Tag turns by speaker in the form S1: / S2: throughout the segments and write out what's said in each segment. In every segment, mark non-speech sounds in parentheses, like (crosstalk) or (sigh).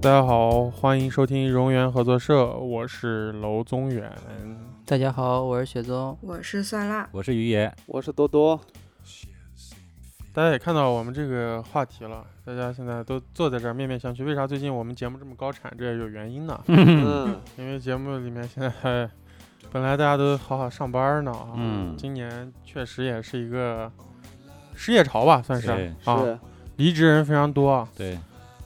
S1: 大家好，欢迎收听荣源合作社，我是娄宗远。
S2: 大家好，我是雪宗。
S3: 我是酸辣，
S4: 我是于爷，
S5: 我是多多，
S1: 大家也看到我们这个话题了，大家现在都坐在这儿面面相觑。为啥最近我们节目这么高产？这也有原因呢，
S5: 嗯，
S1: 因为节目里面现在本来大家都好好上班呢啊，
S4: 嗯
S1: 今年确实也是一个失业潮吧，算是
S4: 对
S1: 啊，
S5: 是，
S1: 离职人非常多，啊
S4: 对，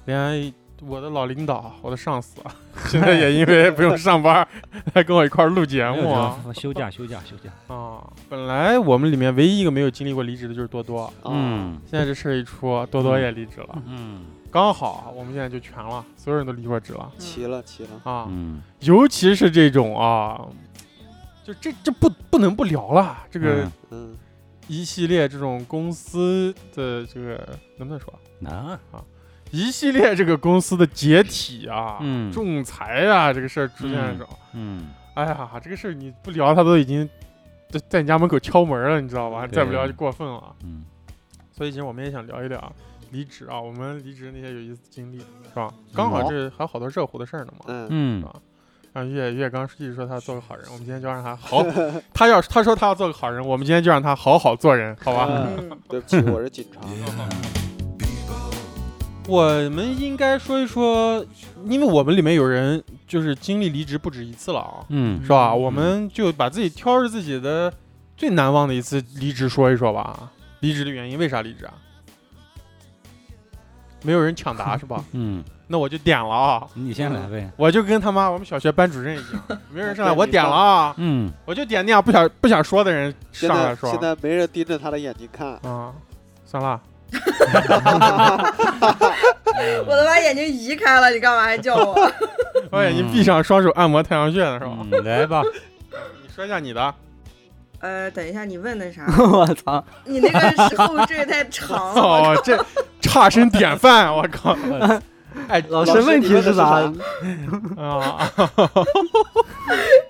S1: 连我的老领导，我的上司，现在也因为不用上班，来跟我一块儿录节目啊。
S4: 休假休假休假，
S1: 啊，本来我们里面唯一一个没有经历过离职的就是多多，
S5: 啊，
S1: 现在这事儿一出，多多也离职了，
S4: 嗯
S1: 刚好啊我们现在就全了，所有人都离过职了
S5: 齐了齐了，
S1: 啊。
S4: 嗯，
S1: 尤其是这种啊，就这这不不能不聊了，这
S4: 这
S1: 个
S5: 嗯，
S1: 一系列这种公司的这个能不能说啊？
S4: 难，
S1: 一系列这个公司的解体啊，
S4: 嗯
S1: 仲裁啊，这个事儿出现的时候，
S4: 嗯，
S1: 哎呀，这个事儿你不聊，他都已经在在你家门口敲门了，你知道吧？
S4: 对
S1: 再不聊就过分了。
S4: 嗯
S1: 所以其实我们也想聊一聊离职啊，我们离职那些有意思的经历，是吧？刚好这还有好多热乎的事儿呢嘛。
S5: 嗯，
S4: 嗯
S1: 让月月刚一直说他要做个好人，我们今天就让他好，他要他说他要做个好人，我们今天就让他好好做人，好吧？
S5: 嗯，对不起，我
S1: (laughs)
S5: 是警察，
S1: 我们应该说一说，因为我们里面有人就是经历离职不止一次了啊，
S4: 嗯
S1: 是吧？我们就把自己挑着自己的最难忘的一次离职说一说吧。离职的原因，为啥离职啊？没有人抢答是吧？
S4: 嗯，
S1: 那我就点了啊！
S4: 你先来呗，
S1: 我就跟他妈我们小学班主任一
S5: (laughs)
S1: 样，没有人上来，我点了啊！
S4: 嗯
S1: 我就点那样不想不想说的人
S5: 现
S1: 上来
S5: 在
S1: 说
S5: 现在没人盯着他的眼睛看，
S1: 啊，算了，
S3: (laughs) 我
S4: 嗯
S3: 都把眼睛移开了，你干嘛还叫 (laughs) 我？
S5: 嗯
S1: 把眼睛闭上，双手按摩太阳穴呢是吧？
S4: 嗯，来吧，
S1: 你说一下你
S5: (laughs)
S1: 的，
S3: 呃，等一下，你问的 (laughs) 啥？
S2: 我操，
S3: 你那个后缀太长
S1: (laughs)
S3: 了，我
S1: 哦，这差生典范，我靠！哎，
S2: 老
S5: 师
S2: 师问
S5: 你
S2: 题
S5: 问的是
S2: 啥？
S5: 啥 (laughs)
S1: 啊，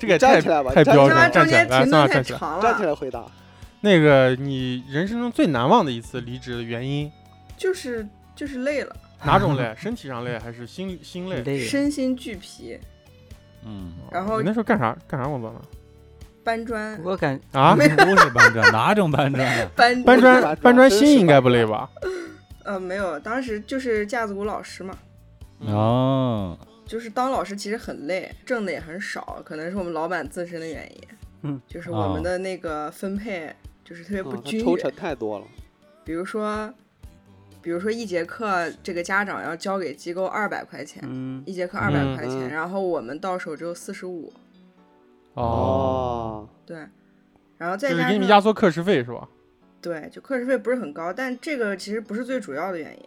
S1: 这个也太
S5: 站起来吧
S1: 太
S5: 站
S1: 标
S5: 起
S1: 准了，
S5: 来
S3: 靠
S1: 站
S3: 中
S1: 起来，来
S3: 间停
S1: 算
S3: 顿
S1: 了，
S3: 太
S1: 站起来。
S3: 长
S5: 站起
S3: 了，
S5: 来回答，
S1: 那个你人生中最难忘的一次离职的原因，
S3: 就是就是累了，
S1: 哪种
S5: (laughs)
S1: 累？身体上累还是心心累？
S2: 累
S3: 身心俱疲，
S4: 嗯，
S3: 然后
S1: 你那时候干啥干啥工作呢？
S3: 搬砖
S2: 我感
S1: 啊，
S4: (laughs) 都是搬砖，哪种搬砖啊？
S3: 搬
S1: 搬
S5: 砖
S1: 砖搬砖新应该不累吧？
S3: 呃没有，当时就是架子鼓老师嘛。
S4: 哦，
S3: 就是当老师其实很累，挣的也很少，可能是我们老板自身的原因。
S2: 嗯，
S3: 就是我
S4: 哦
S3: 们的那个分配就是特别不
S5: 嗯，他
S3: 均
S5: 抽
S3: 匀。
S5: 成太多了，
S3: 比如说，比如说一节课，这个家长要交给机构二百块钱，
S2: 嗯
S3: 一节课二百
S1: 嗯
S3: 块钱，
S5: 嗯
S3: 然后我们到手只有四十五，
S4: 哦，
S3: 对，然后
S1: 就
S3: 再
S1: 是
S3: 加
S1: 给你们
S3: 上
S1: 压缩课时费是吧？
S3: 对，就课时费不是很高，但这个其实不是最主要的原因，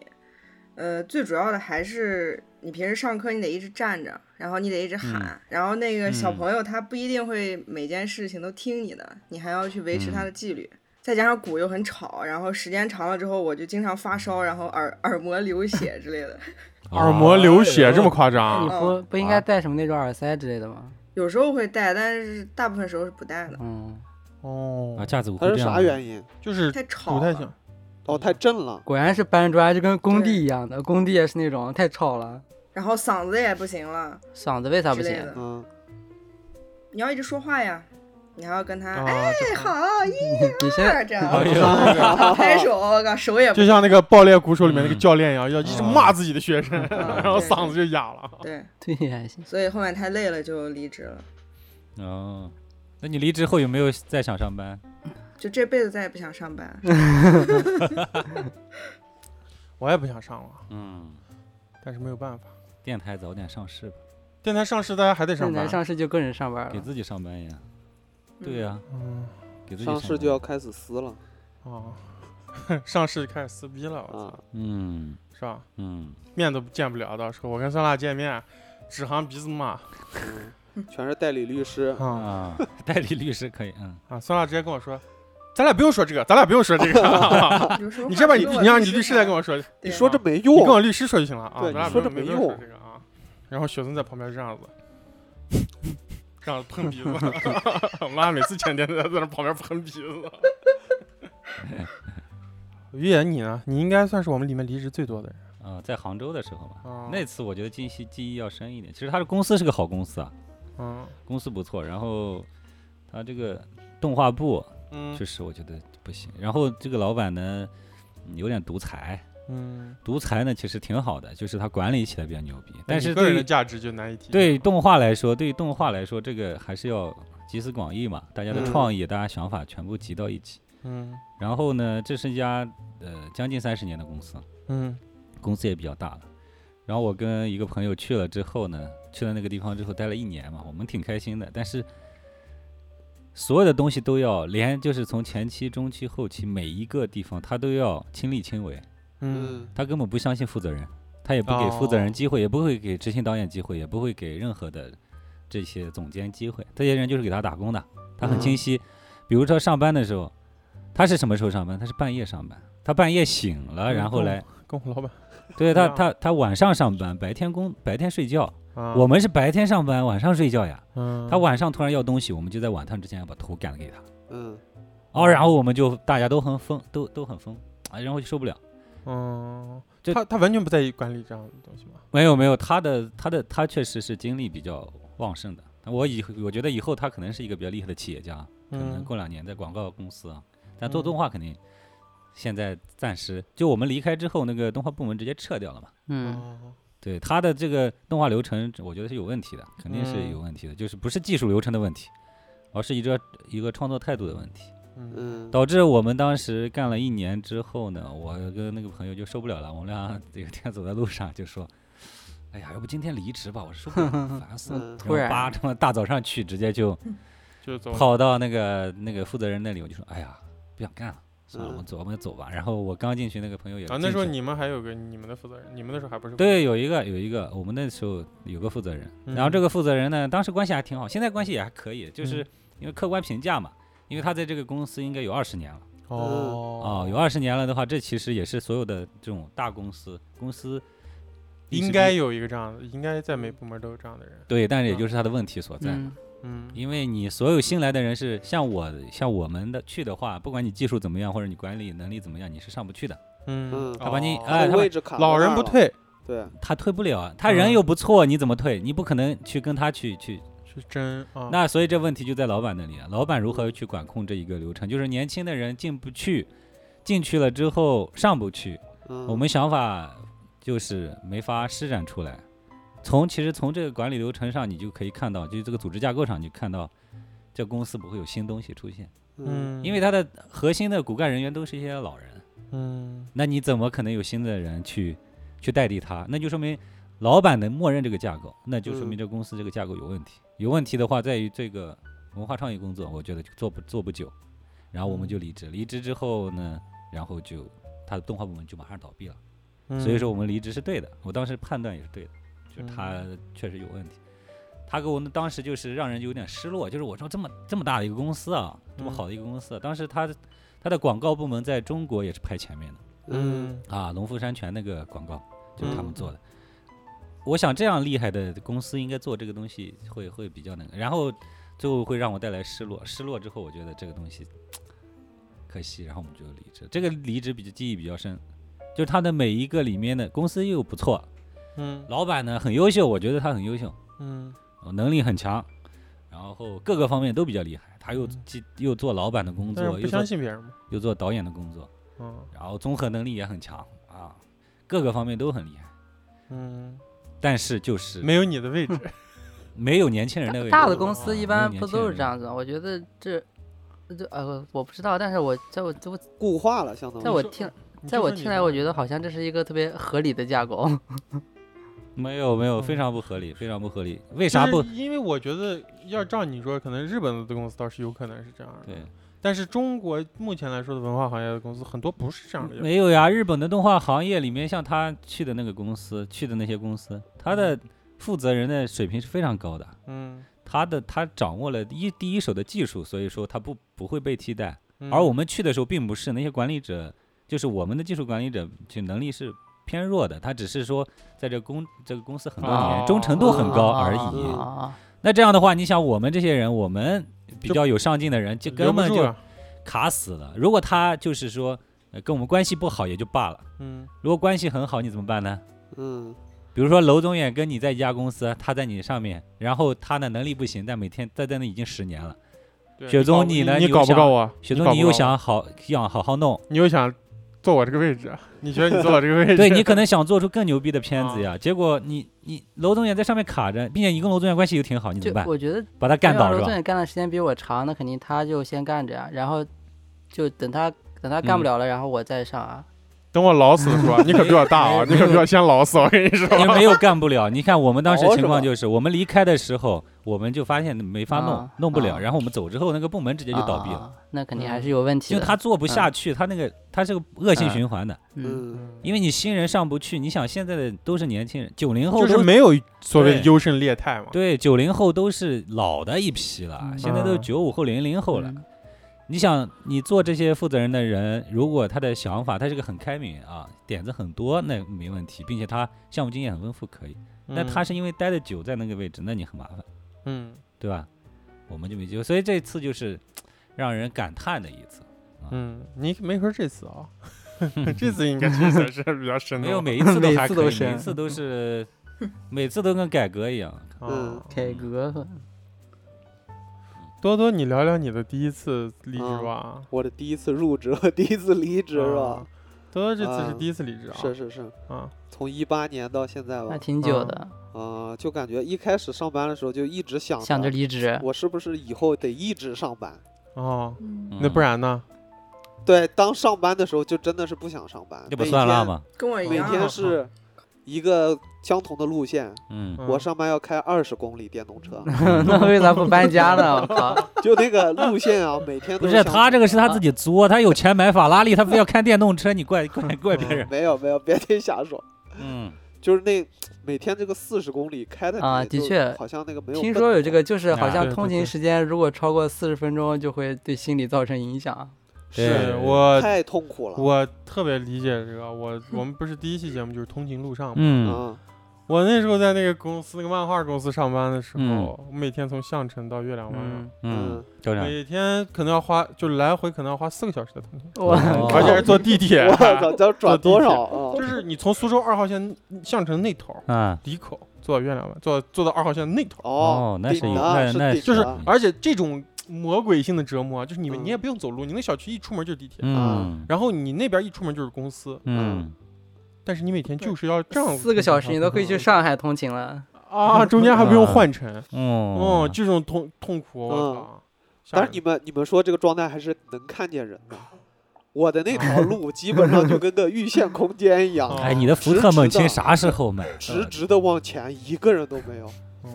S3: 呃，最主要的还是你平时上课你得一直站着，然后你得一直喊，然后那个小
S4: 嗯
S3: 朋友他不一定会每件事情都听你的，你还要去维持他的纪律。再加上鼓又很吵，然后时间长了之后，我就经常发烧，然后耳耳膜流血之类的。
S1: 耳膜
S3: 啊
S1: 流血这么夸
S2: 那
S1: 张
S2: 你
S1: 啊？
S2: 不不应该戴什么那种耳塞之类的吗？
S3: 有时候会戴，但是大部分时候是不戴的，
S2: 嗯，
S4: 啊？
S1: 哦，
S4: 架子鼓
S5: 他是啥原因？
S1: 就是
S3: 太
S1: 不
S3: 吵
S1: 太
S3: 了。
S1: 行。
S5: 哦，太正了，
S2: 果然是搬砖，就跟工
S3: 对
S2: 地一样的，工地也是那种太吵了，
S3: 然后嗓子也不行了
S2: 嗓子为啥
S3: 之
S2: 不
S3: 类
S2: 行？
S3: 的，
S5: 嗯，
S3: 你要一直说话呀，你还要跟他、哎
S1: 啊，这
S3: 好耶
S2: 你先
S3: 这样。
S4: 哎呦，
S3: 打拍手，我靠，手也不
S1: 就像那个爆裂鼓手里面那个
S4: 嗯
S1: 教练一样，要一直
S4: 嗯
S1: 骂自己的学生，
S3: 然
S1: (laughs) 然后嗓子就哑了。
S3: 嗯对，
S2: 对还行。
S3: 所以后面太累了就离职了，
S4: 哦，那你离职后有没有再想上班？
S3: 就这辈子再也不想上班。
S1: 我也不想上了，
S4: 嗯，
S1: 但是没有办法。
S4: 电台早点上市吧，
S1: 电台上市，大家还得上
S2: 现
S1: 班
S2: 在。上市就跟人上班
S5: 嗯
S4: 给
S2: 了，
S4: 自己上班呀。对呀，
S1: 嗯，
S4: 给自己
S5: 上市
S4: 班
S5: 就要开始撕了
S1: 哦， (laughs) 上市就开始撕逼了，我操
S5: 啊，
S4: 嗯
S1: 是吧？
S4: 嗯，
S1: 面都见不了，到时候我跟酸辣见面，只行鼻子骂
S5: 嗯全是代理律
S1: (laughs)
S5: 师，
S1: 啊
S3: 嗯
S4: 啊， (laughs) 代理律师可以，嗯，
S1: 啊！酸辣直接跟我说，咱俩不用说这个，咱俩不用说这
S3: (laughs)
S1: 个，
S3: 有时候
S1: 你这边你
S3: 话题
S1: 你让你
S3: 跟我
S1: 律师来跟我说，
S3: 对
S5: 你说这
S1: 啊
S5: 没
S1: 你跟我
S5: 用，
S1: 律师说就行了啊，咱
S5: 对
S1: 俩
S5: 你说这
S1: 没
S5: 没
S1: 必要说
S5: 用
S1: 这个啊。 (laughs) 然后雪松在旁边这样子。这样喷鼻子， (laughs) 我妈每次前天都在那旁边喷鼻子。 (laughs) 于野，你呢？你应该算是我们里面离职最多的人。
S4: 啊、在杭州的时候嘛，
S1: 哦
S4: 那次我觉得记忆记忆要深一点。其实他的公司是个好公司啊，
S1: 嗯
S4: 公司不错，然后他这个动画部
S1: 嗯
S4: 确实我觉得不行，然后这个老板呢嗯有点独裁。
S1: 嗯，
S4: 独裁呢，其实挺好的，就是他管理起来比较牛逼。
S1: 那
S4: 但
S1: 你
S4: 是
S1: 个
S4: 对
S1: 人
S4: 于
S1: 的价值就难以提。
S4: 对于，动画来说，对于动画来说，这个还是要集思广益嘛，大家的
S5: 嗯
S4: 创意、大家想法全部集到一起。
S1: 嗯
S4: 然后呢，这是一家呃将近三十年的公司，
S1: 嗯
S4: 公司也比较大了。然后我跟一个朋友去了之后呢，去了那个地方之后待了一年嘛，我们挺开心的。但是所有的东西都要连，就是从前期、中期、后期每一个地方，他都要亲力亲为。
S1: 嗯，
S5: 嗯
S4: 他根本不相信负责人，他也不给负责
S1: 哦
S4: 人机会，也不会给执行导演机会，也不会给任何的这些总监机会。这些人就是给他打工的，他很
S1: 嗯
S4: 清晰。比如说上班的时候，他是什么时候上班？他是半夜上班，他半夜醒了，
S1: 嗯
S4: 然后
S1: 跟
S4: 来，
S1: 跟我老板
S4: 对
S1: 一
S4: 他
S1: 样
S4: 他他晚上上班，白天工白天睡觉。
S1: 啊，
S4: 我们是白天上班，晚上睡觉呀。
S1: 嗯
S4: 他晚上突然要东西，我们就在晚上之前要把头赶给他。
S5: 嗯
S1: 啊
S4: 哦，然后我们就大家都很疯，都都很疯，啊，然后就受不了。
S1: 嗯，
S4: 就
S1: 他他完全不在意管理这样的东西嘛。
S4: 没有没有，他的他的他确实是精力比较旺盛的。我以后我觉得以后他可能是一个比较厉害的企业家，可能
S1: 嗯
S4: 过两年在广告公司啊，但做
S1: 嗯
S4: 动画肯定现在暂时就我们离开之后，那个动画部门直接撤掉了嘛。
S2: 嗯
S1: 哦
S4: 对他的这个动画流程，我觉得是有问题的，肯定是
S1: 嗯
S4: 有问题的，就是不是技术流程的问题，而是一个一个创作态度的问题。
S1: 嗯
S5: 嗯，
S4: 导致我们当时干了一年之后呢，我跟那个朋友就受不了了，我们俩有一天走在路上就说：“哎呀，要不今天离职吧？”我说受不了，烦死了。
S5: 嗯
S2: 突然
S4: 叭，他妈大早上去，直接就
S1: 嗯就走
S4: 跑到那个那个负责人那里，我就说：“哎呀，不想干了，算了，
S5: 嗯
S4: 我们走，我们走吧。”然后我刚进去，那个朋友也
S1: 啊，
S4: 进
S1: 那
S4: 去
S1: 时候
S4: 了
S1: 你们还有个你们的负责人，你们那时候还不是
S4: 对，有一个有一个，我们那时候有个负责人，然后这
S1: 嗯
S4: 个负责人呢，当时关系还挺好，现在关系也还可以，就是因为客观评价嘛，因为他在这个公司应该有二十年了。
S1: 哦
S4: 哦，有二十年了的话，这其实也是所有的这种大公司公司历史
S1: 应
S4: 比
S1: 该有一个这样的，应该在
S4: 嗯
S1: 每部门都有这样的人。
S4: 对，但是也
S1: 嗯
S4: 就是它的问题所在，
S2: 嗯
S1: 嗯
S4: 因为你所有新来的人是像我像我们的去的话，不管你技术怎么样或者你管理能力怎么样，你是上不去的。
S1: 嗯，
S5: 嗯
S4: 他把你
S1: 哦
S4: 哎他把
S5: 位置卡在
S1: 老
S5: 那
S1: 人
S5: 儿
S1: 不
S5: 了，
S1: 退，
S5: 对，
S4: 他退不了，啊他人
S1: 嗯
S4: 又不错，你怎么退？你不可能去跟他去去。
S1: 是真啊。
S4: 那所以这问题就在老板那里啊，老板如何去管控这一个流程？就是年轻的人进不去，进去了之后上不去，
S5: 嗯
S4: 我们想法就是没法施展出来。从其实从这个管理流程上，你就可以看到，就是这个组织架构上，你就看到这公司不会有新东西出现，
S5: 嗯
S1: 嗯，
S4: 因为它的核心的骨干人员都是一些老人，
S1: 嗯
S4: 那你怎么可能有新的人去去代替他？那就说明老板能默认这个架构，那就说明
S5: 嗯
S4: 这公司这个架构有问题。有问题的话，在于这个文化创意工作，我觉得就做不做不久，然后我们就离职。
S1: 嗯
S4: 离职之后呢，然后就他的动画部门就马上倒闭了。
S1: 嗯，
S4: 所以说我们离职是对的，我当时判断也是对的，就是他确实有问题。他给我们当时就是让人有点失落，就是我说这么这么大的一个公司啊，这么
S1: 嗯
S4: 好的一个公司啊、当时他他的广告部门在中国也是排前面的
S5: 嗯
S1: 嗯
S4: 啊，农夫山泉那个广告就是他们
S5: 嗯
S4: 做的。我想这样厉害的公司应该做这个东西会会比较那个，然后最后会让我带来失落，失落之后我觉得这个东西可惜，然后我们就离职。这个离职比较记忆比较深，就是他的每一个里面的公司又不错，
S1: 嗯
S4: 老板呢很优秀，我觉得他很优秀，
S1: 嗯
S4: 呃能力很强，然后各个方面都比较厉害。他又
S1: 嗯
S4: 既又做老板的工
S1: 但是
S4: 作，
S1: 不
S4: 又
S1: 相
S4: 做
S1: 信别人嘛。
S4: 又做导演的工作，
S1: 嗯
S4: 然后综合能力也很强啊，各个方面都很厉害。
S1: 嗯，
S4: 但是就是
S1: 没有你的位置。
S4: 没有年轻人的位置。
S2: 大的
S1: 公
S2: 公
S1: 司
S2: 司
S1: 一
S2: 一
S4: 般
S2: 般不
S4: 不都
S2: 都是
S4: 是这
S2: 这
S4: 样
S2: 样子？我觉得这这呃，我不知道，但是我在我在我
S5: 固化了，相当于
S2: 在
S1: 我
S2: 我
S1: 说
S2: 听
S1: 你
S2: 在
S1: 就
S2: 我
S1: 说你
S2: 听来，
S1: 吧
S2: 我觉得好像这是一个特别合理的架构。
S4: 没有没有，
S1: 嗯
S4: 非常不合理，非常不合理。为
S1: 就
S4: 啥
S1: 是
S4: 不？
S1: 因为我觉得要照你说，可能日本的公司倒是有可能是这样的。
S4: 对，
S1: 但是中国目前来说的文化行业的公司很多不是这样的。
S4: 没有呀。日本的动画行业里面，像他去的那个公司，去的那些公司，他的负责人的水平是非常高的。
S1: 嗯，
S4: 他的他掌握了一第一手的技术，所以说他不不会被替代。
S1: 嗯
S4: 而我们去的时候，并不是那些管理者，就是我们的技术管理者，就能力是偏弱的。他只是说在这公这个公司很多
S1: 哦
S4: 年，忠诚度很高而已。
S5: 嗯
S2: 啊，
S4: 那这样的话，你想我们这些人，我们比
S1: 就
S4: 较有上进的人，就
S1: 留
S4: 根
S1: 不
S4: 本
S1: 住
S4: 就
S1: 啊
S4: 卡死了。如果他就是说呃跟我们关系不好也就罢了，
S1: 嗯
S4: 如果关系很好，你怎么办呢？
S5: 嗯，
S4: 比如说娄宗远跟你在一家公司，他在你上面，然后他呢能力不行，但每天在在那已经十年了。
S1: 对
S4: 雪宗你呢
S1: 你
S4: 你
S1: 搞不
S4: 又
S1: 搞我？
S4: 雪
S1: 搞
S4: 宗，
S1: 不
S4: 你又
S1: 搞我，
S4: 想好想好好
S1: (laughs)
S4: 弄，
S1: 你又想坐我这个位置，啊你觉得你坐我这个位置？
S4: 对你可能想做出更牛逼的片子呀，结果你你娄宗远在上面卡着，并且你跟娄宗远关系又挺好，你怎
S2: 就
S4: 么办？
S2: 我觉得
S4: 把他干倒
S2: 要
S4: 是
S2: 罗
S4: 吧？
S2: 振干的时间比我长，那肯定他就先干着呀，然后就等他等他干不
S4: 嗯
S2: 了了，然后我再上啊。
S1: 等我老死的时候，你可比我大啊，你可比我先老死，我跟你说。
S4: (laughs) 也没有干不了。你看我们当时
S5: 熬是
S4: 情况
S5: 吧
S4: 就是，我们离开的时候，我们就发现没法弄
S2: 啊，
S4: 弄不了。
S2: 啊
S4: 然后我们走之后，那个部门直
S2: 也
S4: 接就倒闭了，
S2: 啊
S4: 嗯
S2: 那肯定还是有问题的。
S4: 因为他做不下去，他那个他是个恶性循环的。
S2: 嗯，
S5: 嗯，
S4: 因为你新人上不去，你想现在的都是年轻人，九零后
S1: 就是
S4: 都
S1: 没有所谓的
S4: 对
S1: 优胜劣汰嘛。
S4: 对九零后都是老的一批了，
S2: 嗯
S4: 现在都是
S1: 嗯
S4: 九五后、零零后了。
S2: 嗯
S4: 你想，你做这些负责任的人，如果他的想法他是个很开明啊，点子很多，那没问题，并且他项目经验很丰富，可以。
S1: 嗯，
S4: 但他是因为待的久在那个位置，那你很麻烦。
S1: 嗯
S4: 对吧？我们就没机会，所以这次就是让人感叹的一次。
S1: 嗯，你没说这次啊， (laughs) 这次应该确实
S4: (laughs)
S1: 是比较深的
S4: 没
S1: 吧。
S4: 有每一次都
S6: 每
S4: 还可
S6: 次都
S4: 以，每一
S6: 是
S4: 次都是，每次都跟改革一样。
S1: 啊
S5: 嗯
S4: 嗯
S2: 改革
S1: 多多，你聊聊你的第一次离职吧。
S5: 我的第一次入职和 (laughs) 第一次离
S4: 嗯
S5: 职嗯是
S1: 啊
S5: 吧？
S1: 多多这次是
S5: 啊
S1: 第一次离职啊，
S5: 是是是，
S1: 啊，
S4: 嗯
S5: 从一八年到现在吧
S2: 那，挺久
S1: 嗯
S2: 的，
S5: 啊、就感觉一开始上班的时候就一直想
S2: 想着
S5: 着
S2: 离职。
S5: 我是不是以后得一直上班？
S1: 哦，
S3: 嗯，
S1: 那不然呢？
S5: 对，当上班的时候就真的是不想上班，
S4: 这不算
S5: 了
S4: 辣
S5: 吗？
S4: 吗？
S3: 跟我一
S5: 每
S3: 样。
S5: 天是一个相同的路线，
S4: 嗯，
S1: 嗯
S5: 我上班要开二十公里电动车， (laughs)
S2: 那为啥不搬家呢？我靠！
S5: 就那个路线啊，每天都
S4: 不是
S5: 相
S4: 他
S5: 同
S4: 这个是他自己作，他有钱买法拉利，他非要开电动车，你怪怪怪别人。
S5: (laughs) 没有没有，别听瞎说，
S4: 嗯，
S5: 就是那每天这个四十公里开的
S2: 啊
S5: 你
S2: 的
S5: 就
S2: 确
S5: 好像那个没有
S2: 听
S5: 奔
S2: 说有这
S5: 头
S2: 个，就是好
S4: 啊
S2: 像
S1: 对
S2: 通
S1: 对对
S2: 勤时间如果超过四十分钟，就会对心理造成影响。
S1: 是
S4: 对
S1: 我
S5: 太痛苦了，
S1: 我特别理解这个，我我们不是第一期节目就是通勤路上嘛。
S4: 嗯，
S5: 嗯
S1: 我那时候在那个公司，那个漫画公司上班的时候，
S4: 嗯
S1: 我每天从象城到
S5: 哦
S1: 月亮湾啊
S2: 嗯，，
S4: 嗯，就这样。
S1: 每天可能要花，就来回可能要花四个小时的通勤，
S2: 我
S4: 哦 (laughs)
S1: 而且是坐
S2: (laughs)
S1: 地铁。(laughs)
S5: 我操，这要转
S1: 地
S5: 多
S1: 铁
S5: 少啊？
S1: 就是你从苏州二号线象城那头
S4: 啊，
S1: 里口坐到月亮湾，坐坐到二号线那头，
S5: 哦
S4: 哦，那
S5: 顶
S4: 是一
S5: 的
S4: 那那
S5: 顶
S1: 就是
S5: 的
S1: 而且这种魔鬼性的折磨啊，就是你们
S5: 嗯
S1: 你也不用走路，你那小区一出门就是地铁，
S4: 嗯
S1: 然后你那边一出门就是公司，
S4: 嗯，
S1: 但是你每天就是要这样
S2: 四个小时你都可以
S1: 嗯
S2: 去上海通勤了。
S1: 啊，中间还
S2: 嗯
S1: 不用换乘，哦
S4: 哦，，
S1: 这种痛痛苦，我
S5: 嗯
S1: 操！吓
S5: 但是
S1: 人
S5: 你们你们说这个状态还是能看见人的。我的那条路基本上就跟个遇限空间一样，
S1: 哦
S4: 哎，你的福特猛禽啥时候买？
S5: 直直的往前，一个人都没有。
S1: 哦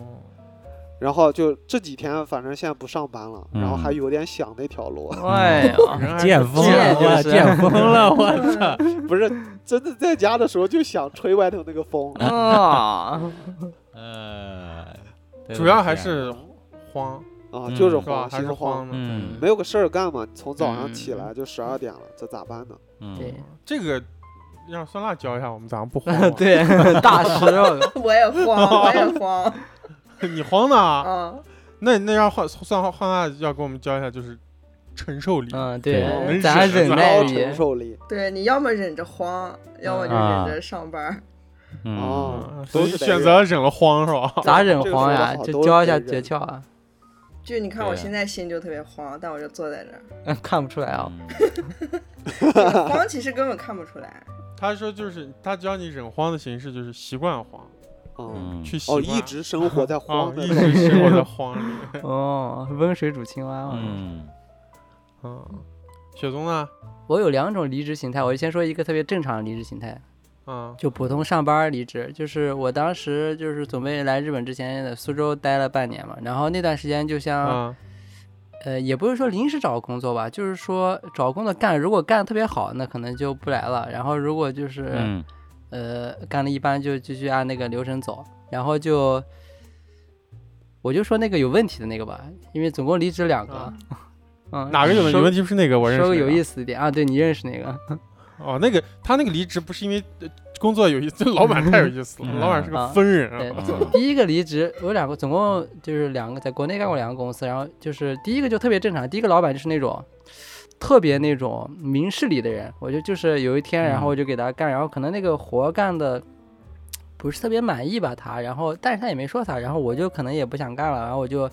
S5: 然后就这几天，反正现在不上班了，然后
S4: 嗯
S5: 还有点想那条路， (laughs)
S2: 哎呀，
S4: (laughs)
S1: 人还是
S4: 见风
S2: 贱
S4: 了，
S2: 就
S4: 我
S2: 是
S4: 见风了，我操！
S5: 不是真的在家的时候就想吹外头那个风。
S2: 啊，
S4: 呃，
S2: 哎
S4: 对
S1: 主要还
S4: 这样
S1: 是慌，
S5: 啊，
S4: 嗯
S5: 就是
S1: 嗯是吧？
S5: 慌，
S1: 还
S5: 心
S1: 是
S5: 慌，
S1: 慌呢。
S4: 嗯
S5: 没有个事儿干嘛？你从早上起
S2: 嗯
S5: 来就十二点了，这咋办呢？
S4: 嗯
S2: 对
S1: 这个让酸辣教一下我们，咋不慌
S5: (laughs)
S1: 啊？
S2: (laughs) 对，大师，我
S3: (laughs)
S2: 靠
S3: (laughs) 我也慌，我也慌。
S1: 你慌呢？
S3: 啊，
S1: 那那让换算换换辣要给我们教一下，就是承受力。
S2: 嗯，
S1: 能
S2: 对，咱
S1: 忍
S2: 忍
S1: 耐
S2: 耐
S5: 高
S2: 力，
S5: 承受力
S3: 对你要么忍着慌，要么就
S4: 啊
S3: 忍着上班。
S4: 嗯
S5: 哦，
S1: 所
S5: 都
S1: 以
S5: 是得
S1: 选
S5: 忍
S1: 择忍了慌是
S5: (laughs)
S1: 吧？
S2: 咋忍
S5: 这个
S2: 慌
S5: 说得
S2: 呀？
S5: 好
S2: 就
S5: 都
S2: 教一
S5: 得
S2: 下
S5: 忍
S2: 诀窍啊， (laughs)
S3: 就你看我
S4: 对
S3: 现在心就特别慌，但我就坐在这儿，
S2: 看不出来啊。
S3: 慌其实根本看不出来。
S1: 他说就是他教你忍慌的形式就是习惯慌，
S5: 嗯，
S4: 嗯，
S1: 去习
S5: 哦，
S1: 惯
S5: 一直生活在
S1: 啊
S5: 慌的
S1: 一
S5: 那种
S1: 直生活在慌里。
S5: 嗯
S2: 哦，温水煮青蛙啊嘛。
S4: 嗯
S1: 嗯，雪宗呢？
S2: 我有两种离职形态，我先说一个特别正常的离职形态，
S1: 啊
S2: 就普通上班儿离职。就是我当时就是准备来日本之前，在苏州待了半年嘛，然后那段时间就
S5: 嗯
S2: 像
S1: 啊
S2: 呃，也不是说临时找工作吧，就是说找工作干，如果干的特别好，那可能就不来了。然后如果就是、
S4: 嗯
S2: 呃干了一般就继续按那个流程走，然后就我就说那个有问题的那个吧，因为总共离职两个，
S1: 啊
S2: (laughs) 嗯，
S1: 哪个有问题？
S2: 说
S1: 问题不是那个我认识
S2: 说
S1: 那
S2: 个
S1: 个。
S2: 有意思一点啊，对你认识那个，
S1: (laughs) 哦，那个他那个离职不是因为呃工作 (laughs) 有意思，老板太有意思了，
S4: 嗯
S1: 老板是个
S2: 啊
S1: 疯人啊。
S2: 对
S4: 嗯，
S2: 第一个离职，我有两个，总共就是两个，在国内干过两个公司，然后就是第一个就特别正常，第一个老板就是那种特别那种明事理的人，我就就是有一天，然后
S4: 嗯
S2: 我就给他干，然后可能那个活干的不是特别满意吧，他，然后但是他也没说啥，然后我就可能也不想干了，然后我就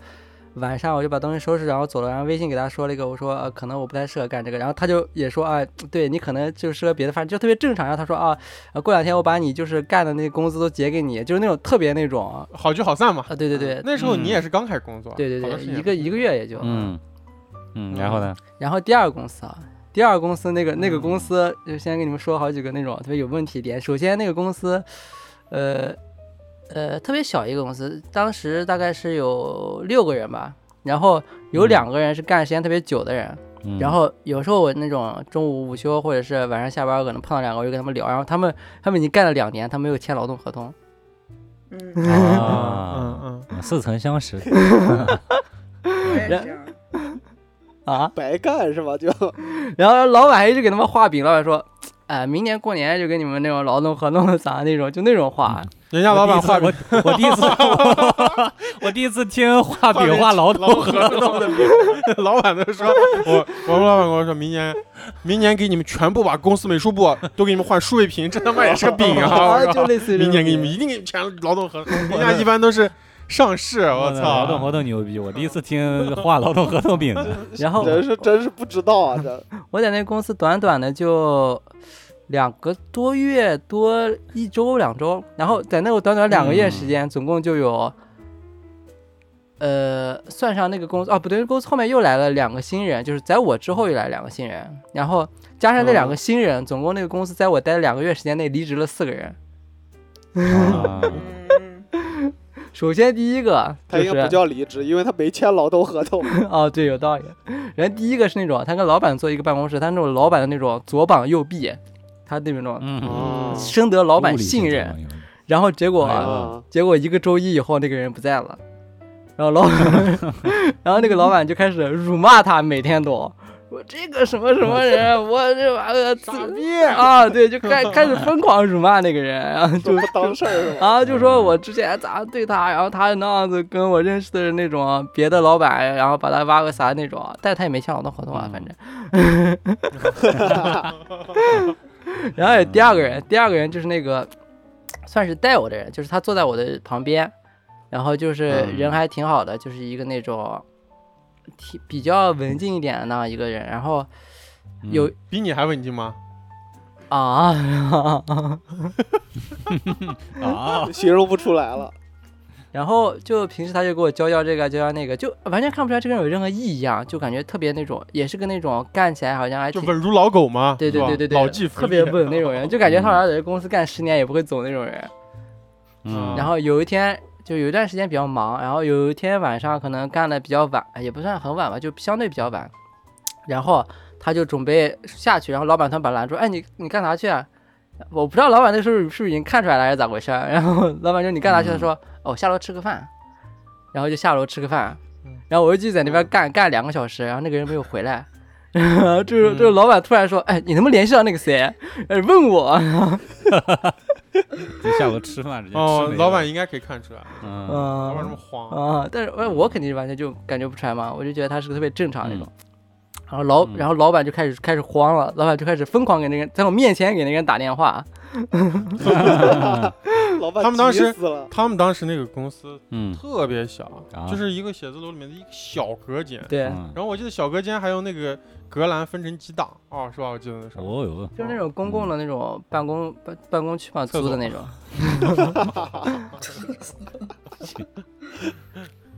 S2: 晚上我就把东西收拾，然后走了，然后微信给他说了一个，我说呃可能我不太适合干这个，然后他就也说啊，对你可能就适合别的，反正就特别正常，然后他说啊，呃过两天我把你就是干的那个工资都结给你，就是那种特别那种啊，
S1: 好聚好散嘛。
S2: 对对对，
S1: 那时候
S4: 嗯
S1: 你也是刚开始工作，
S2: 对对
S1: 好多事
S2: 对，
S1: 情也
S2: 一
S1: 不
S2: 个
S1: 是
S2: 一个月也就，
S4: 嗯嗯，然后呢？
S2: 然后第二个公司啊，第二个公司那个那个公司，就先跟你们说好几个那种特别有问题点。首先那个公司，呃呃，特别小一个公司，当时大概是有六个人吧，然后有
S4: 嗯
S2: 两个人是干时间特别久的人，
S4: 嗯
S2: 然后有时候我那种中午午休或者是晚上下班，可能碰到两个，我就跟他们聊，然后他们他们已经干了两年，他没有签劳动合同，
S4: (laughs)
S3: 嗯，
S1: 嗯
S4: 啊，
S1: 嗯，
S4: 嗯似曾相识，
S3: 我也是这样。
S2: 啊，
S5: 白干是吧？就
S2: 然后老板还一直给他们画饼，老板说，哎、明年过年就给你们那种劳动合同啥那种，就那种话。
S1: 人家老板画
S4: 我
S1: 饼
S4: 我第一次我我第一次听画饼画劳动合同的，
S1: (laughs) 老板都
S4: (laughs)
S1: 说，我我们老板跟我说，明年明年给你们全部把公司美术部都给你们换数位屏，这他妈也是个饼
S2: (laughs)
S4: (laughs)
S1: 啊！我
S2: 就
S1: 靠
S2: 类似于这
S1: 明年
S2: 种
S1: 给你
S2: 感
S1: 们
S2: 觉
S1: 一定给你们全劳动合同，人家一般都是上市，我
S4: 的劳动
S1: 操！
S4: 合同牛逼！我第一次听画劳动合同饼的，
S2: 然后
S5: 人是真是不知道啊，这
S2: 我在那公司短短的就两个多月多一周两周，然后在那个短短两个月时间，总共就有，呃，算上那个公司哦，不对，公司后面又来了两个新人，就是在我之后又来两个新人，然后加上那两个新人，总共那个公司在我待了两个月时间内离职了四个人。
S4: 啊
S3: 嗯，
S2: 首先第一个
S5: 他
S2: 就
S5: 应该不
S2: 是
S5: 叫离职，因为他没签劳动合同。
S2: (laughs) 哦，对，有道理。人家第一个是那种他跟老板坐一个办公室，他那种老板的那种左膀右臂，他那种
S4: 嗯，
S1: 哦
S2: 深得老板信任。然后结果、
S4: 哎呦
S5: 啊，
S2: 结果一个周一以后那个人不在了，然后老板，然后那个老板就开始辱骂他，每天都。我这个什么什么人，我这玩意儿傻逼啊！对，就开开始疯狂辱骂那个人，然后就
S5: 就不当事儿
S2: (laughs)
S5: 是吧？
S2: 然后就说我之前咋对他，然后他那样子跟我认识的那种别的老板，然后把他挖个啥那种，但是他也没签劳动合同啊，反正。 (laughs) 然后有第二个人，第二个人就是那个算是带我的人，就是他坐在我的旁边，然后就是人还挺好的，就是一个那种挺比较文静一点的那样一个人，然后有
S1: 比你还文静吗？
S2: 啊，
S4: 啊，
S5: 形容不出来了。
S2: 然后就平时他就给我教教这个教教那个，就完全看不出来这个人有任何异样，就感觉特别那种，也是跟那种干起来好像还
S1: 就
S2: 挺
S1: 稳如老狗吗？
S2: 对
S1: 是
S2: 对
S1: 吧
S2: 对对对，
S1: 老骥伏
S2: 特别
S1: 枥
S2: 稳那种人，就感觉他好像在这公司干十年也不会走那种人。
S4: 嗯
S2: 然后有一天就有一段时间比较忙，然后有一天晚上可能干的比较晚，也不算很晚吧，就相对比较晚。然后他就准备下去，然后老板他把他拦住，哎，你你干啥去啊？我不知道老板那时候是不是已经看出来了还是咋回事儿，然后老板说你干啥去？他说哦，我下楼吃个饭，然后就下楼吃个饭
S1: 嗯，
S2: 然后我就继续在那边干干两个小时，然后那个人没有回来， (laughs) 然后这时候这时候老板突然说，哎，你能不能联系上那个谁？哎，问我，
S4: 就下楼吃饭直接吃
S1: 哦
S4: 没，了
S1: 老板应该可以看出来，
S4: 嗯
S1: 老板这
S2: 嗯
S1: 么，慌，
S2: 啊，但是我我肯定是完全就感觉不出来嘛，我就觉得他是个特别正常那
S4: 嗯
S2: 种。然后老
S4: 嗯
S2: 然后老板就开始开始慌了，老板就开始疯狂给那个人在我面前给那个人打电话，
S5: 老板
S1: 他们当时
S5: 急
S1: (laughs)
S5: 死了，
S1: 他们当时那个公司
S4: 嗯
S1: 特别小
S4: 啊，
S1: 就是一个写字楼里面的一个小隔间，
S2: 对，
S4: 嗯，
S1: 然后我记得小隔间还有那个隔栏分成几档，哦，是吧？我记得那时候。
S4: 哦哟，
S2: 就是那种公共的那种办公办办公区嘛
S1: 厕
S2: 租
S1: 所
S2: 的那种。